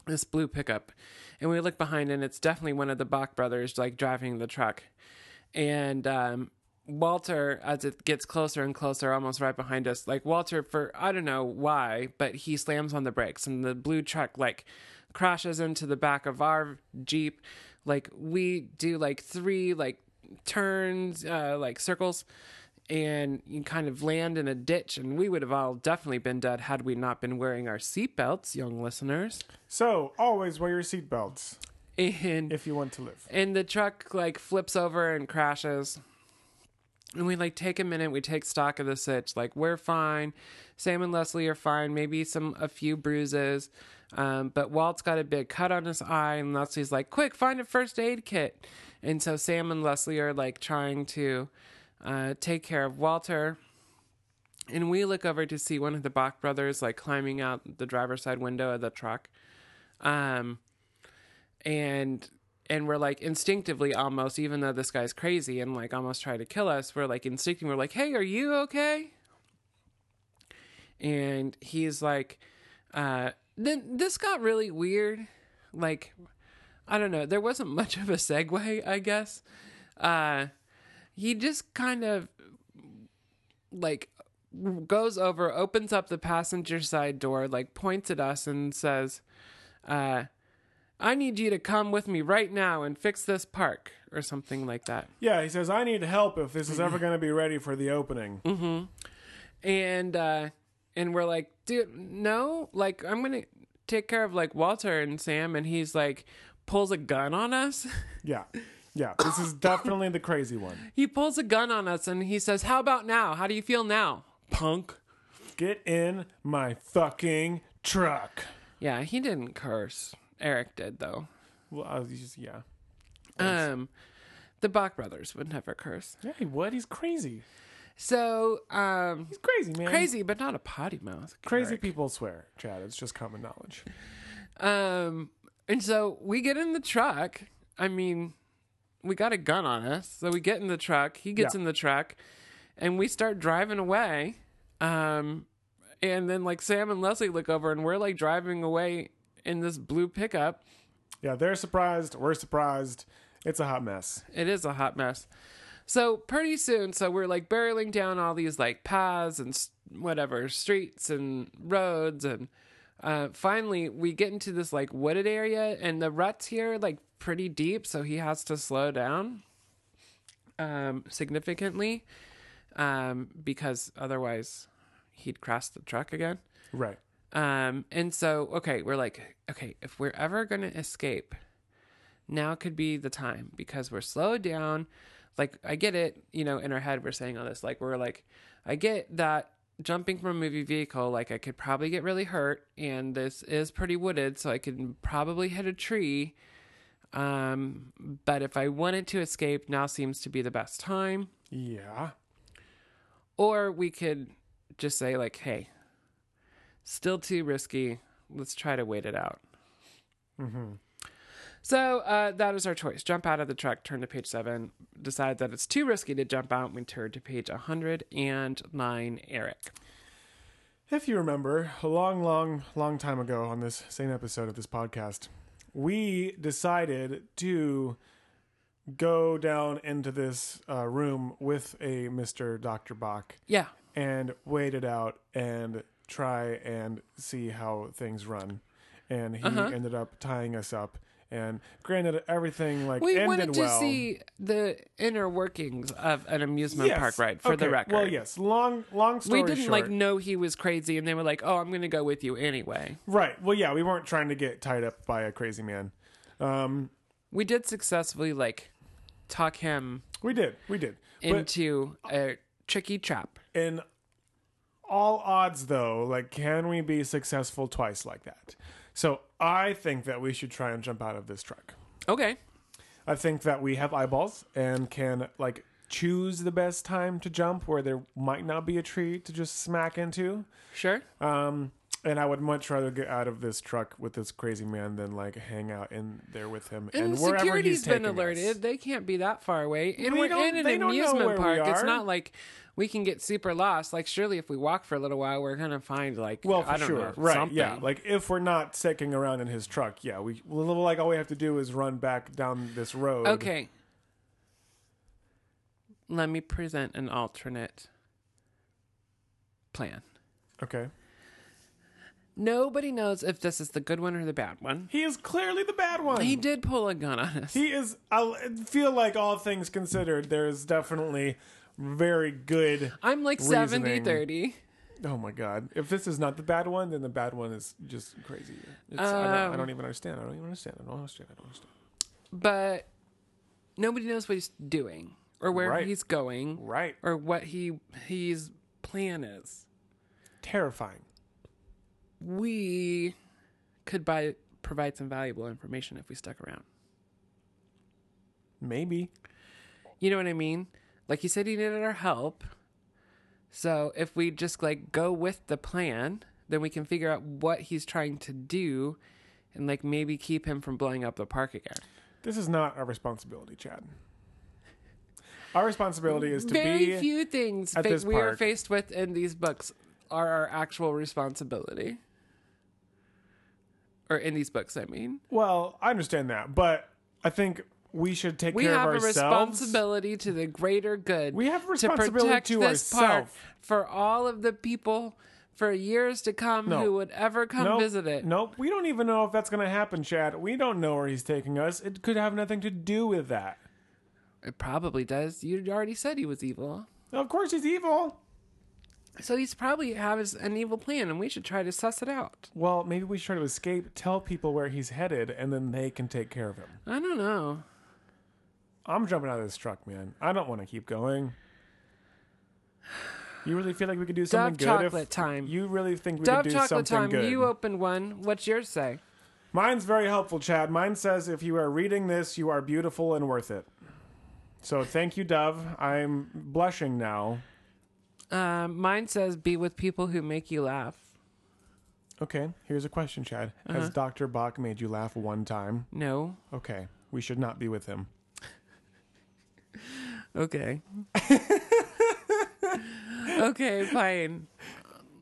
S2: this blue pickup and we look behind and it's definitely one of the bach brothers like driving the truck and um, walter as it gets closer and closer almost right behind us like walter for i don't know why but he slams on the brakes and the blue truck like crashes into the back of our jeep like we do like three like turns uh, like circles and you kind of land in a ditch and we would have all definitely been dead had we not been wearing our seatbelts young listeners
S3: So always wear your seatbelts
S2: and
S3: if you want to live.
S2: and the truck like flips over and crashes and we like take a minute we take stock of the sitch like we're fine sam and leslie are fine maybe some a few bruises um, but walt's got a big cut on his eye and leslie's like quick find a first aid kit and so sam and leslie are like trying to uh, take care of walter and we look over to see one of the bach brothers like climbing out the driver's side window of the truck um, and and we're like instinctively almost even though this guy's crazy and like almost try to kill us we're like instinctively we're like hey are you okay and he's like uh then this got really weird like i don't know there wasn't much of a segue i guess uh he just kind of like goes over opens up the passenger side door like points at us and says uh I need you to come with me right now and fix this park or something like that.
S3: Yeah, he says, I need help if this is ever going to be ready for the opening.
S2: Mm. And uh and we're like, dude, no, like I'm gonna take care of like Walter and Sam and he's like pulls a gun on us.
S3: Yeah. Yeah. This is definitely the crazy one.
S2: he pulls a gun on us and he says, How about now? How do you feel now? Punk.
S3: Get in my fucking truck.
S2: Yeah, he didn't curse. Eric did though.
S3: Well, I was just, yeah.
S2: Um the Bach brothers would never curse.
S3: Yeah, what? He's crazy.
S2: So, um
S3: He's crazy, man.
S2: crazy, but not a potty mouth.
S3: Crazy people swear, Chad. It's just common knowledge.
S2: Um, and so we get in the truck. I mean, we got a gun on us, so we get in the truck. He gets
S3: Yeah.
S2: in the truck, and we start driving away. Um, and then like Sam and Leslie look over, and we're like driving away in this blue pickup.
S3: Yeah, they're surprised. We're surprised. It's a hot mess.
S2: It is a hot mess. So pretty soon, so we're like barreling down all these like paths and s- whatever streets and roads, and uh, finally we get into this like wooded area, and the ruts here are, like pretty deep, so he has to slow down um, significantly um, because otherwise he'd crash the truck again.
S3: Right.
S2: Um, and so, okay, we're like, okay, if we're ever going to escape, now could be the time because we're slowed down. Like, I get it, you know, in our head, we're saying all this. Like, we're like, I get that jumping from a movie vehicle, like, I could probably get really hurt. And this is pretty wooded, so I could probably hit a tree. Um, but if I wanted to escape, now seems to be the best time.
S3: Yeah.
S2: Or we could just say, like, hey, Still too risky. Let's try to wait it out.
S3: Mm-hmm.
S2: So uh, that is our choice. Jump out of the truck, turn to page seven, decide that it's too risky to jump out, we turn to page 109, Eric.
S3: If you remember, a long, long, long time ago on this same episode of this podcast, we decided to go down into this uh, room with a Mr. Dr. Bach
S2: Yeah.
S3: and wait it out and try and see how things run. And he
S2: Uh-huh.
S3: ended up tying us up. And granted, everything like
S2: We
S3: ended
S2: wanted to
S3: well.
S2: see the inner workings of an amusement
S3: Yes.
S2: park ride for the
S3: Okay.
S2: record.
S3: Well, yes. Long, long story
S2: We didn't
S3: short.
S2: like know he was crazy and they were like, oh, I'm going to go with you anyway.
S3: Right. Well, yeah, we weren't trying to get tied up by a crazy man. Um,
S2: We did successfully like talk him
S3: we did. We did. But
S2: into a tricky trap.
S3: in all odds, though, like, can we be successful twice like that? So I think that we should try and jump out of this truck.
S2: Okay.
S3: I think that we have eyeballs and can, like, choose the best time to jump where there might not be a tree to just smack into.
S2: Sure.
S3: Um, and I would much rather get out of this truck with this crazy man than like hang out in there with him. And,
S2: And
S3: wherever
S2: security's
S3: he's
S2: been
S3: taking us.
S2: alerted. They can't be that far away. And
S3: We
S2: we're
S3: don't-
S2: in an
S3: they don't know where
S2: amusement
S3: we
S2: park. It's
S3: are.
S2: not like we can get super lost. Like surely if we walk for a little while, we're gonna find like
S3: Well, for
S2: I don't
S3: sure,
S2: know,
S3: right?
S2: something.
S3: Yeah, like if we're not sticking around in his truck, yeah, we well, like all we have to do is run back down this road.
S2: okay. Let me present an alternate plan.
S3: okay.
S2: Nobody knows if this is the good one or the bad one.
S3: He is clearly the bad one.
S2: He
S3: He,
S2: did pull a gun on us.
S3: is. I feel like all things considered, there is definitely very good.
S2: I'm like
S3: Reasoning.
S2: 70 30.
S3: Oh my god! If this is not the bad one, then the bad one is just crazy. It's, I, don't, I
S2: Um,
S3: don't even understand. I don't even understand. I don't understand. I don't understand.
S2: but nobody knows what he's doing or where
S3: Right.
S2: he's going
S3: Right.
S2: or what he his plan is
S3: Terrifying.
S2: we could buy provide some valuable information if we stuck around
S3: Maybe.
S2: you know what i mean like he said he needed our help so if we just like go with the plan then we can figure out what he's trying to do and like maybe keep him from blowing up the park again
S3: This is not our responsibility, Chad. Our responsibility is to
S2: very
S3: be
S2: few things
S3: at
S2: fa-
S3: this
S2: we are
S3: park.
S2: faced with in these books are our actual responsibility or in these books i mean
S3: Well, I understand that, but I think we should take
S2: we
S3: care
S2: have
S3: of
S2: a
S3: ourselves.
S2: responsibility to the greater good
S3: We have a
S2: to
S3: responsibility
S2: protect
S3: to
S2: this park
S3: ourself.
S2: for all of the people for years to come
S3: No.
S2: who would ever come
S3: Nope.
S2: visit it
S3: Nope. We don't even know if that's going to happen, Chad. We don't know where he's taking us. It could have nothing to do with that.
S2: it probably does you already said he was evil
S3: Of course, he's evil.
S2: so he's probably has an evil plan and we should try to suss it out
S3: Well, maybe we should try to escape, tell people where he's headed, and then they can take care of him.
S2: i don't know
S3: I'm jumping out of this truck, man. I don't want to keep going. You really feel like we could do something good? if-
S2: chocolate time.
S3: You really think we
S2: Dove
S3: could do
S2: chocolate time.
S3: something good?
S2: You opened one. What's yours say?
S3: Mine's very helpful, Chad. Mine says if you are reading this, you are beautiful and worth it. So thank you, Dove. I'm blushing now.
S2: Um, mine says be with people who make you laugh.
S3: Okay, here's a question, Chad.
S2: Uh-huh.
S3: Has Dr. Bach made you laugh one time?
S2: No.
S3: Okay, we should not be with him.
S2: Okay. okay, fine.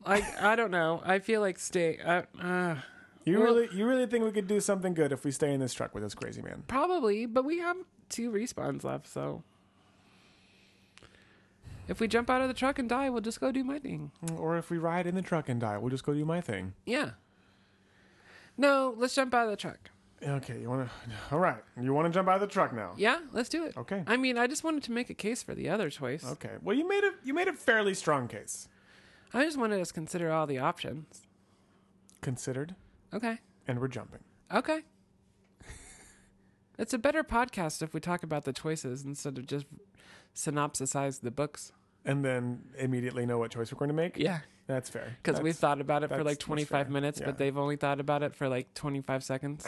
S2: Like I don't know. I feel like stay. Uh, uh,
S3: You
S2: Well-
S3: really you really think we could do something good if we stay in this truck with this crazy man?
S2: probably, but we have two respawns left, so if we jump out of the truck and die, we'll just go do my thing.
S3: Mm, Or if we ride in the truck and die, we'll just go do my thing.
S2: Yeah. No, let's jump out of the truck.
S3: Okay, you want to All right. You want to jump out of the truck now?
S2: Yeah, let's do it.
S3: Okay.
S2: I mean, I just wanted to make a case for the other choice.
S3: Okay. Well, you made a you made a fairly strong case.
S2: I just wanted us to consider all the options.
S3: Considered,
S2: Okay.
S3: and we're jumping.
S2: Okay. it's a better podcast if we talk about the choices instead of just synopsisize the books.
S3: And then immediately know what choice we're going to make.
S2: Yeah.
S3: That's fair.
S2: Because we
S3: That's-
S2: thought about it for
S3: that's-
S2: like
S3: that's
S2: 25
S3: fair.
S2: minutes,
S3: Yeah.
S2: but they've only thought about it for like 25 seconds.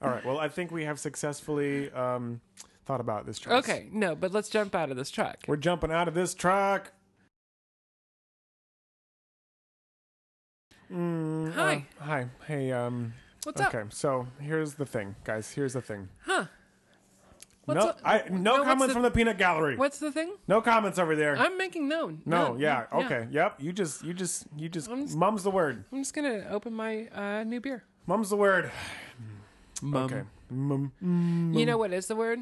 S3: All right. Well, I think we have successfully um, thought about this choice.
S2: okay, no, but let's jump out of this truck.
S3: We're jumping out of this truck.
S2: Hi.
S3: Mm, uh, Hi. Hey, um
S2: What's up?
S3: okay, so here's the thing, guys. Here's the thing.
S2: What's
S3: no,
S2: up?
S3: I no,
S2: what's
S3: comments
S2: the-
S3: from the peanut gallery.
S2: What's the thing?
S3: No comments over there.
S2: I'm making known.
S3: no, yeah, okay, yep. You just, you just, you just, mum's the word.
S2: I'm just gonna open my uh, new beer.
S3: Mum's the word.
S2: Mum.
S3: Okay,
S2: Mm.
S3: mum,
S2: You know what is the word?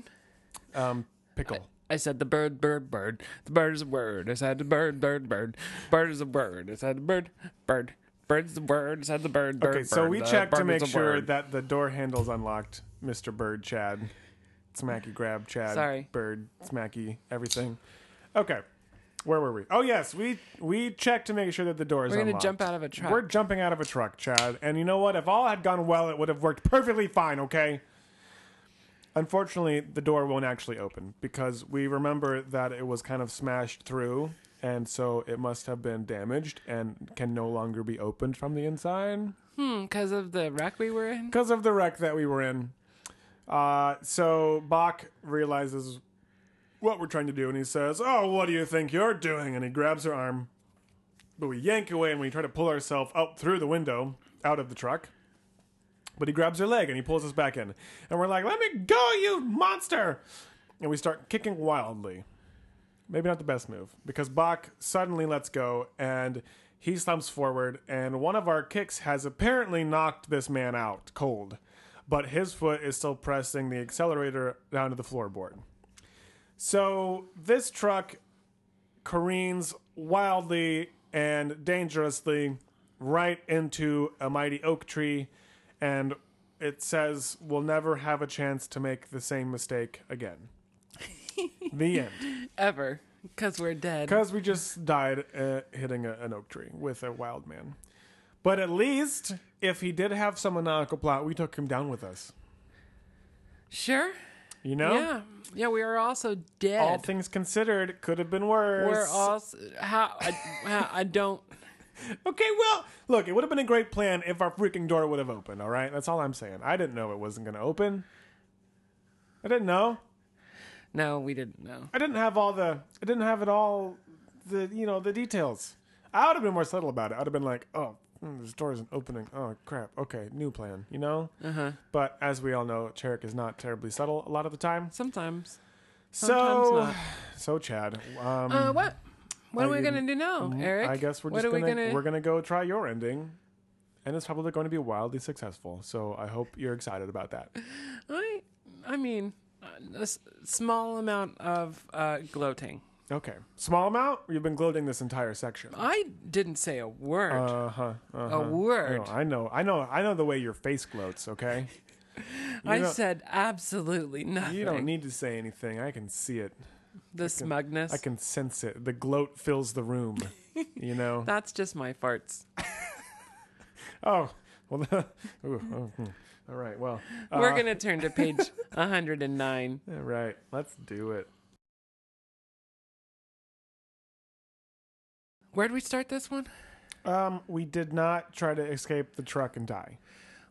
S3: um, pickle.
S2: I said the bird, bird, bird. The bird is a word. I said the bird, bird, bird. Bird is a word. I said the bird, bird. Bird's the word. I said the bird, bird.
S3: Okay, so
S2: bird.
S3: we
S2: The
S3: checked to
S2: bird is
S3: make
S2: a
S3: sure
S2: word.
S3: that the door handle's unlocked. Mr. Bird, Chad, smacky grab, Chad,
S2: Sorry.
S3: Bird, smacky, everything. Okay, where were we? Oh yes, we we checked to make sure that the door is.
S2: We're gonna
S3: unlocked.
S2: jump out of a truck.
S3: We're jumping out of a truck, Chad. And you know what? If all had gone well, it would have worked perfectly fine. Okay. Unfortunately, the door won't actually open because we remember that it was kind of smashed through. And so it must have been damaged and can no longer be opened from the inside
S2: because Hmm, of the wreck we were in.
S3: because of the wreck that we were in. Uh, so Bach realizes what we're trying to do, and he says, "Oh, what do you think you're doing?" And he grabs her arm, but we yank away, and we try to pull ourselves up through the window out of the truck. But he grabs her leg and he pulls us back in, and we're like, "Let me go, you monster!" And we start kicking wildly. Maybe not the best move because Bach suddenly lets go and he slumps forward, and one of our kicks has apparently knocked this man out cold, but his foot is still pressing the accelerator down to the floorboard. So this truck careens wildly and dangerously right into a mighty oak tree, and it says, We'll never have a chance to make the same mistake again. the end.
S2: Ever. Because we're dead.
S3: Because we just died uh, hitting a, an oak tree with a wild man. But at least, if he did have some maniacal plot, we took him down with us.
S2: Sure.
S3: You know?
S2: Yeah. Yeah, we are also dead.
S3: All things considered, could have been worse.
S2: we're also. How? I, how, I don't.
S3: okay, well, look, it would have been a great plan if our freaking door would have opened, all right? That's all I'm saying. I didn't know it wasn't going to open. I didn't know.
S2: No, we didn't know.
S3: I didn't have all the. I didn't have it all. The you know the details. I would have been more subtle about it. I'd have been like, oh, hmm, this door isn't opening. Oh crap. Okay, new plan. You know. Uh-huh. But as we all know, Tarek is not terribly subtle a lot of the time.
S2: Sometimes. Sometimes
S3: so,
S2: not.
S3: so Chad. Um,
S2: Uh, what? What are
S3: I
S2: we gonna
S3: didn't- Mm,
S2: do now, Eric?
S3: I guess we're
S2: what
S3: just
S2: are
S3: gonna,
S2: we gonna.
S3: we're gonna go try your ending. And it's probably going to be wildly successful, so I hope you're excited about that.
S2: I, I mean, a s- small amount of uh, gloating.
S3: Okay, small amount. You've been gloating this entire section.
S2: I didn't say a word.
S3: Uh huh.
S2: a word.
S3: No, I know, I know, I know the way your face gloats. Okay,
S2: I
S3: don't-
S2: said absolutely nothing.
S3: you don't need to say anything. I can see it.
S2: the smugness.
S3: I can sense it. The gloat fills the room. You know.
S2: That's just my farts.
S3: Uh, oh well. ooh, oh, hmm. all right. Well. Uh,
S2: We're gonna turn to page 109.
S3: all right. Let's do it.
S2: Where'd we start this one?
S3: Um, we did not try to escape the truck and die.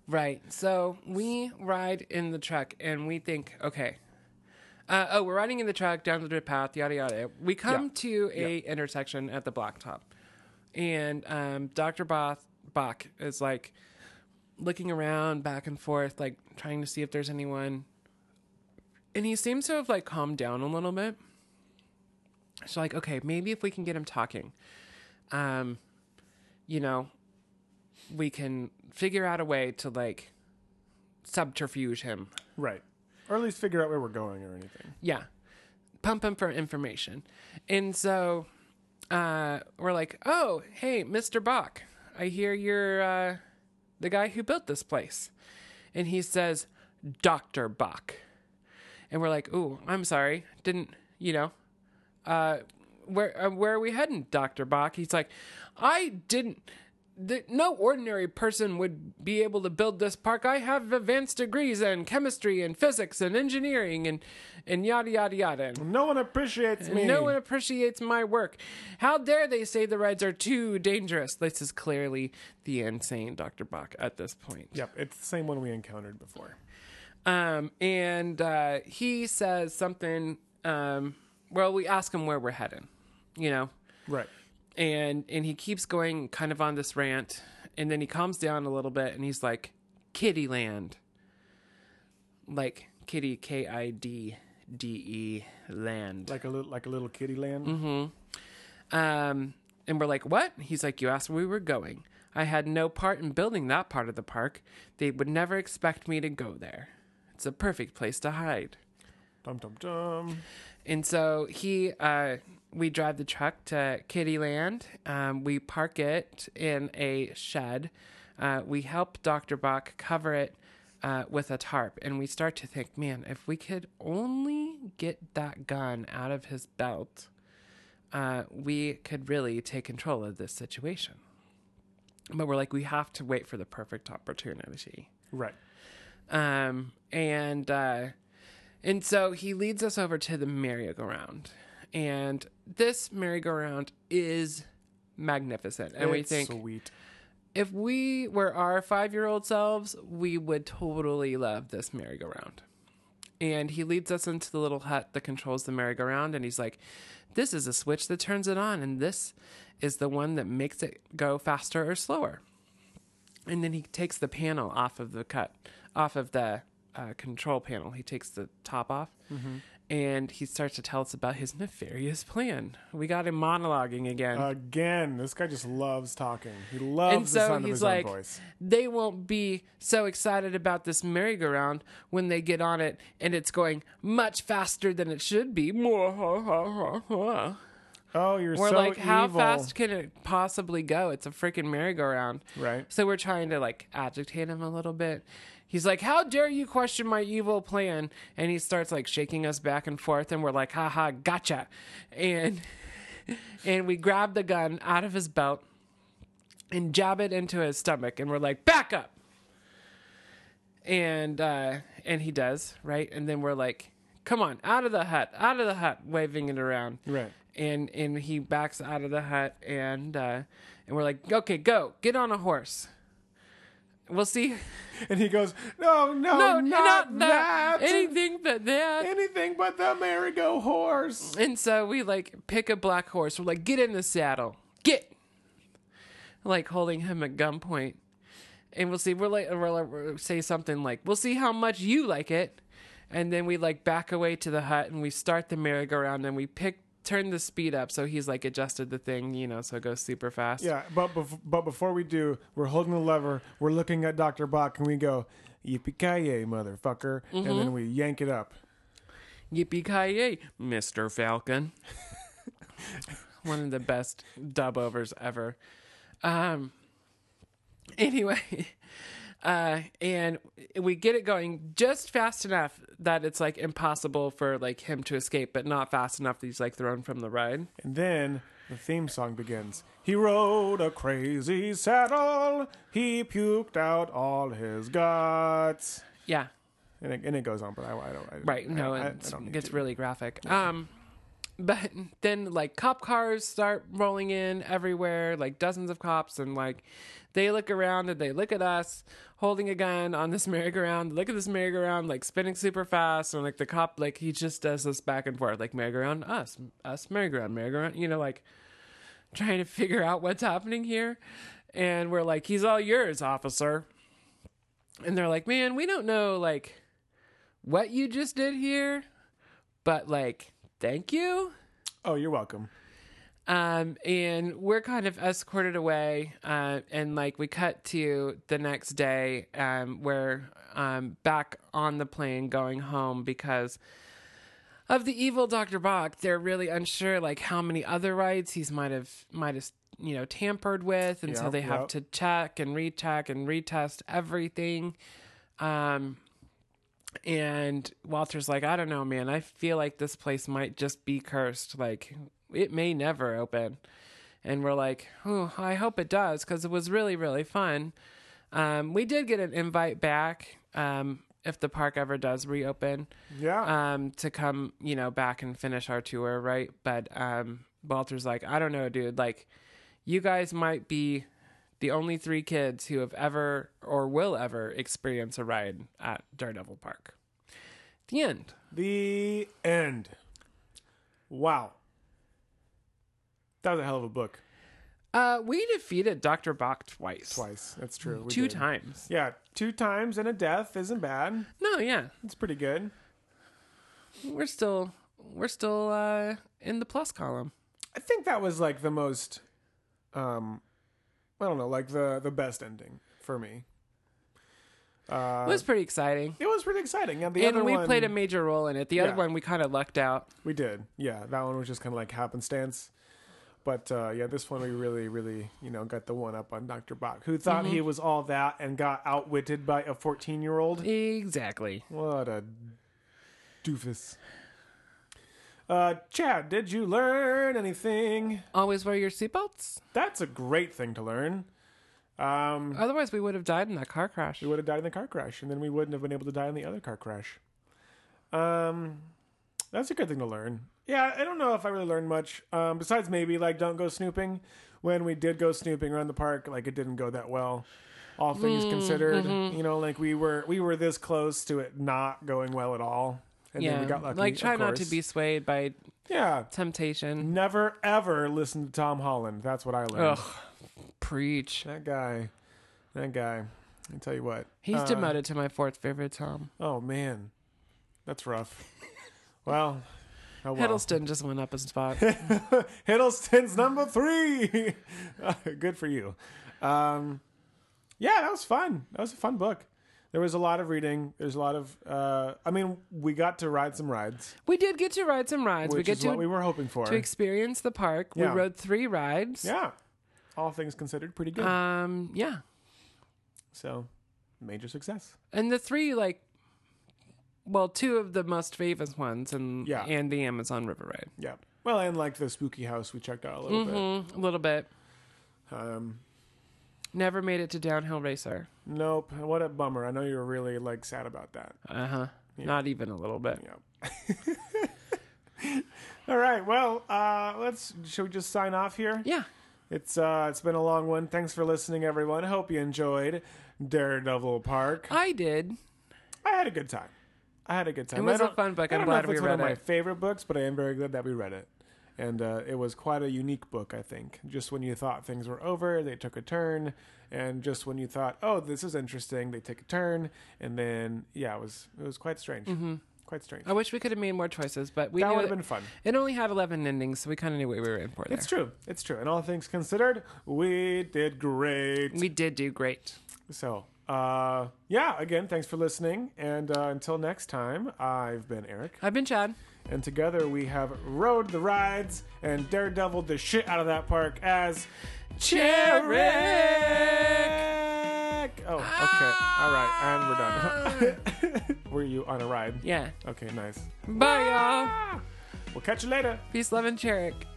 S2: Right. So we ride in the truck and we think, okay. Uh, oh, we're riding in the truck down the path, yada yada. We come
S3: Yeah.
S2: to a intersection at the blacktop, and um, Doctor Bach Bach is like looking around back and forth, like trying to see if there's anyone. And he seems to have like calmed down a little bit. So like, okay, maybe if we can get him talking, um, you know, we can figure out a way to like subterfuge him.
S3: Right. Or at least figure out where we're going or anything.
S2: Yeah. Pump him for information. And so uh, we're like, oh, hey, Mr. Bach, I hear you're uh, the guy who built this place. And he says, Dr. Bach. And we're like, ooh, I'm sorry. Didn't, you know, uh, where, uh, where are we heading, Dr. Bach? He's like, I didn't. Th- no ordinary person would be able to build this park. I have advanced degrees in chemistry and physics and engineering and, and yada, yada, yada. And
S3: No one appreciates me.
S2: no one appreciates my work. How dare they say the rides are too dangerous? This is clearly the insane Dr. Bach at this point.
S3: Yep. It's the same one we encountered before.
S2: Um, and uh, he says something. Um, well, we ask him where we're heading, you know,
S3: Right.
S2: and and he keeps going kind of on this rant, and then he calms down a little bit and he's like Kittyland, like Kitty K I D D E land.
S3: Like a little, like a little kitty land.
S2: Um, and we're like, what? He's like, you asked where we were going. I had no part in building that part of the park. They would never expect me to go there. It's a perfect place to hide.
S3: Dum dum dum.
S2: And so he, uh, we drive the truck to Kittyland. Um, we park it in a shed. Uh, we help Dr. Bach cover it uh, with a tarp. And we start to think, man, if we could only get that gun out of his belt, uh, we could really take control of this situation. But we're like, we have to wait for the perfect opportunity
S3: Right.
S2: um, and uh, and so he leads us over to the merry-go-round, and this merry-go-round is magnificent. And we
S3: It's
S2: think
S3: sweet.
S2: if we were our five-year-old selves, we would totally love this merry-go-round. And he leads us into the little hut that controls the merry-go-round, and he's like, "This is a switch that turns it on, and this is the one that makes it go faster or slower." and then he takes the panel off of the cut off of the uh, control panel he takes the top off and he starts to tell us about his nefarious plan we got him monologuing again
S3: Oh, Again, this guy just loves talking. He loves
S2: and
S3: the
S2: so
S3: sound of
S2: he's
S3: his
S2: like
S3: own voice.
S2: they won't be so excited about this merry-go-round when they get on it and it's going much faster than it should be we're
S3: Oh, you're so
S2: like how
S3: evil.
S2: fast can it possibly go it's a freaking merry-go-round
S3: Right.
S2: So we're trying to like agitate him a little bit. He's like, "How dare you question my evil plan?" And he starts like shaking us back and forth, and we're like, "Ha ha, gotcha!" And and we grab the gun out of his belt and jab it into his stomach, and we're like, "Back up!" And uh, and he does right, and then we're like, "Come on, out of the hut, out of the hut!" Waving it around,
S3: Right.
S2: and and he backs out of the hut and uh and we're like okay go get on a horse we'll see
S3: And he goes, no, no,
S2: no
S3: Oh, not,
S2: not that,
S3: that.
S2: anything but that
S3: Anything but the merry-go horse.
S2: and so we like pick a black horse we're like get in the saddle get like holding him at gunpoint and we'll see we're like we're like we'll say something like we'll see how much you like it and then we like back away to the hut and we start the merry-go-round and we pick turn the speed up so he's like adjusted the thing you know so it goes super fast
S3: Yeah, but bef- but before we do, we're holding the lever. We're looking at Doctor Bach, and we go, "Yippee ki yay, motherfucker!" And
S2: Mm-hmm.
S3: then we yank it up.
S2: Yippee ki yay, Mr. Falcon. One of the best dub overs ever. Um. Anyway, uh, and we get it going just fast enough that it's like impossible for like him to escape, but not fast enough that he's like thrown from the ride.
S3: And then the theme song begins. He rode a crazy saddle. He puked out all his guts.
S2: Yeah,
S3: And it, and it goes on, but I, I don't. I,
S2: right.
S3: I-
S2: No,
S3: I, I
S2: it's-
S3: don't
S2: it
S3: need
S2: gets
S3: to.
S2: really graphic. Um. but then like cop cars start rolling in everywhere like dozens of cops and like they look around and they look at us holding a gun on this merry-go-round look at this merry-go-round like spinning super fast and like the cop like he just does this back and forth like merry-go-round us us merry-go-round merry-go-round you know like trying to figure out what's happening here and we're like he's all yours officer and they're like man we don't know like what you just did here but like thank you
S3: Oh, you're welcome.
S2: um and we're kind of escorted away uh and like we cut to the next day um we're um back on the plane going home because of the evil Dr. Bach, they're really unsure like how many other rights he's might have might have you know tampered with, and so
S3: Yep,
S2: they have
S3: yep.
S2: to check and recheck and retest everything. Um, and Walter's like, I don't know, man. I feel like this place might just be cursed. Like it may never open. And we're like, oh, I hope it does because it was really really fun. Um, we did get an invite back. Um, if the park ever does reopen
S3: Yeah.
S2: um to come you know back and finish our tour right but um walter's like i don't know dude like you guys might be the only three kids who have ever or will ever experience a ride at daredevil park the end
S3: the end. Wow. That was a hell of a book.
S2: Uh, we defeated Dr. Bach twice.
S3: Twice. That's true. we
S2: Two
S3: did.
S2: times.
S3: Yeah, two times and a death isn't bad.
S2: No, yeah.
S3: It's pretty good.
S2: We're still we're still uh in the plus column.
S3: I think that was like the most, um, I don't know, like the the best ending for me. Uh,
S2: it was pretty exciting.
S3: it was pretty exciting. Yeah, the
S2: and
S3: other
S2: we
S3: one,
S2: played a major role in it. The other
S3: Yeah.
S2: one we kind of lucked out.
S3: We did. Yeah, that one was just kind of like happenstance. But uh, yeah, this one we really, really, you know, got the one up on Dr. Bach, who thought
S2: Mm-hmm.
S3: he was all that and got outwitted by a 14 year old.
S2: Exactly.
S3: What a doofus. Uh, Chad, did you learn anything?
S2: Always wear your seatbelts.
S3: That's a great thing to learn. Um,
S2: Otherwise, we would have died in that car crash.
S3: we would have died in the car crash, and then we wouldn't have been able to die in the other car crash. Um, that's a good thing to learn. Yeah, I don't know if I really learned much. Um, besides maybe like don't go snooping. When we did go snooping around the park, like it didn't go that well. All things
S2: Mm,
S3: considered,
S2: mm-hmm.
S3: you know, like we were we were this close to it not going well at all, and
S2: yeah.
S3: then we got lucky.
S2: like
S3: of
S2: try not to
S3: course.
S2: be swayed by
S3: Yeah,
S2: temptation.
S3: never ever listen to Tom Holland. That's what I learned.
S2: Ugh. Preach.
S3: That guy, that guy. I tell you what,
S2: He's
S3: uh,
S2: demoted to my fourth favorite Tom.
S3: Oh man, that's rough. well, oh well.
S2: Hiddleston just went up a spot.
S3: Hiddleston's number three. Good for you. Um, yeah, that was fun. That was a fun book. There was a lot of reading. There's a lot of. Uh, I mean, we got to ride some rides,
S2: we did get to ride some rides.
S3: which
S2: we get
S3: is
S2: to
S3: what we were hoping for.
S2: to experience the park.
S3: Yeah.
S2: We rode three rides.
S3: yeah, all things considered, pretty good.
S2: Um. Yeah.
S3: so, major success.
S2: And the three like, well, two of the most famous ones, and
S3: Yeah.
S2: and the Amazon River ride.
S3: Yeah. Well, and like the spooky house, we checked out a little
S2: Mm, a little bit.
S3: bit. Mm-hmm. Um,
S2: Never made it to Downhill Racer.
S3: nope. What a bummer. I know you were really like sad about that.
S2: Uh huh. Not even a little bit.
S3: Yeah. All right. Well, uh, let's. Should we just sign off here?
S2: Yeah.
S3: It's uh, it's been a long one. Thanks for listening, everyone. Hope you enjoyed Daredevil Park.
S2: I did.
S3: I had a good time. I had a good time.
S2: It was
S3: I
S2: a
S3: don't-
S2: fun book.
S3: I
S2: I'm
S3: don't know
S2: glad
S3: if
S2: we
S3: it's one
S2: read
S3: of my
S2: it.
S3: favorite books, but I am very glad that we read it. And uh, it was quite a unique book, I think. Just when you thought things were over, they took a turn, and just when you thought, "Oh, this is interesting," they take a turn, and then yeah, it was it was quite strange, quite strange.
S2: I wish we could have made more choices, but Mm-hmm. Oh, we
S3: that
S2: knew
S3: would have
S2: it-
S3: been fun.
S2: It only had 11 endings, so we kind of knew what we were in for there.
S3: It's true. It's true. And all things considered, we did great.
S2: We did do great.
S3: so, uh, yeah, again, thanks for listening. And uh, until next time, I've been Eric.
S2: I've been Chad.
S3: And together we have rode the rides and daredeviled the shit out of that park as Eric! Oh, okay. All right. And we're done. Were you on a ride?
S2: Oh. Yeah. Oh.
S3: Okay, nice. Ah!
S2: Bye, y'all.
S3: We'll catch you later.
S2: Peace, love, and Cherick.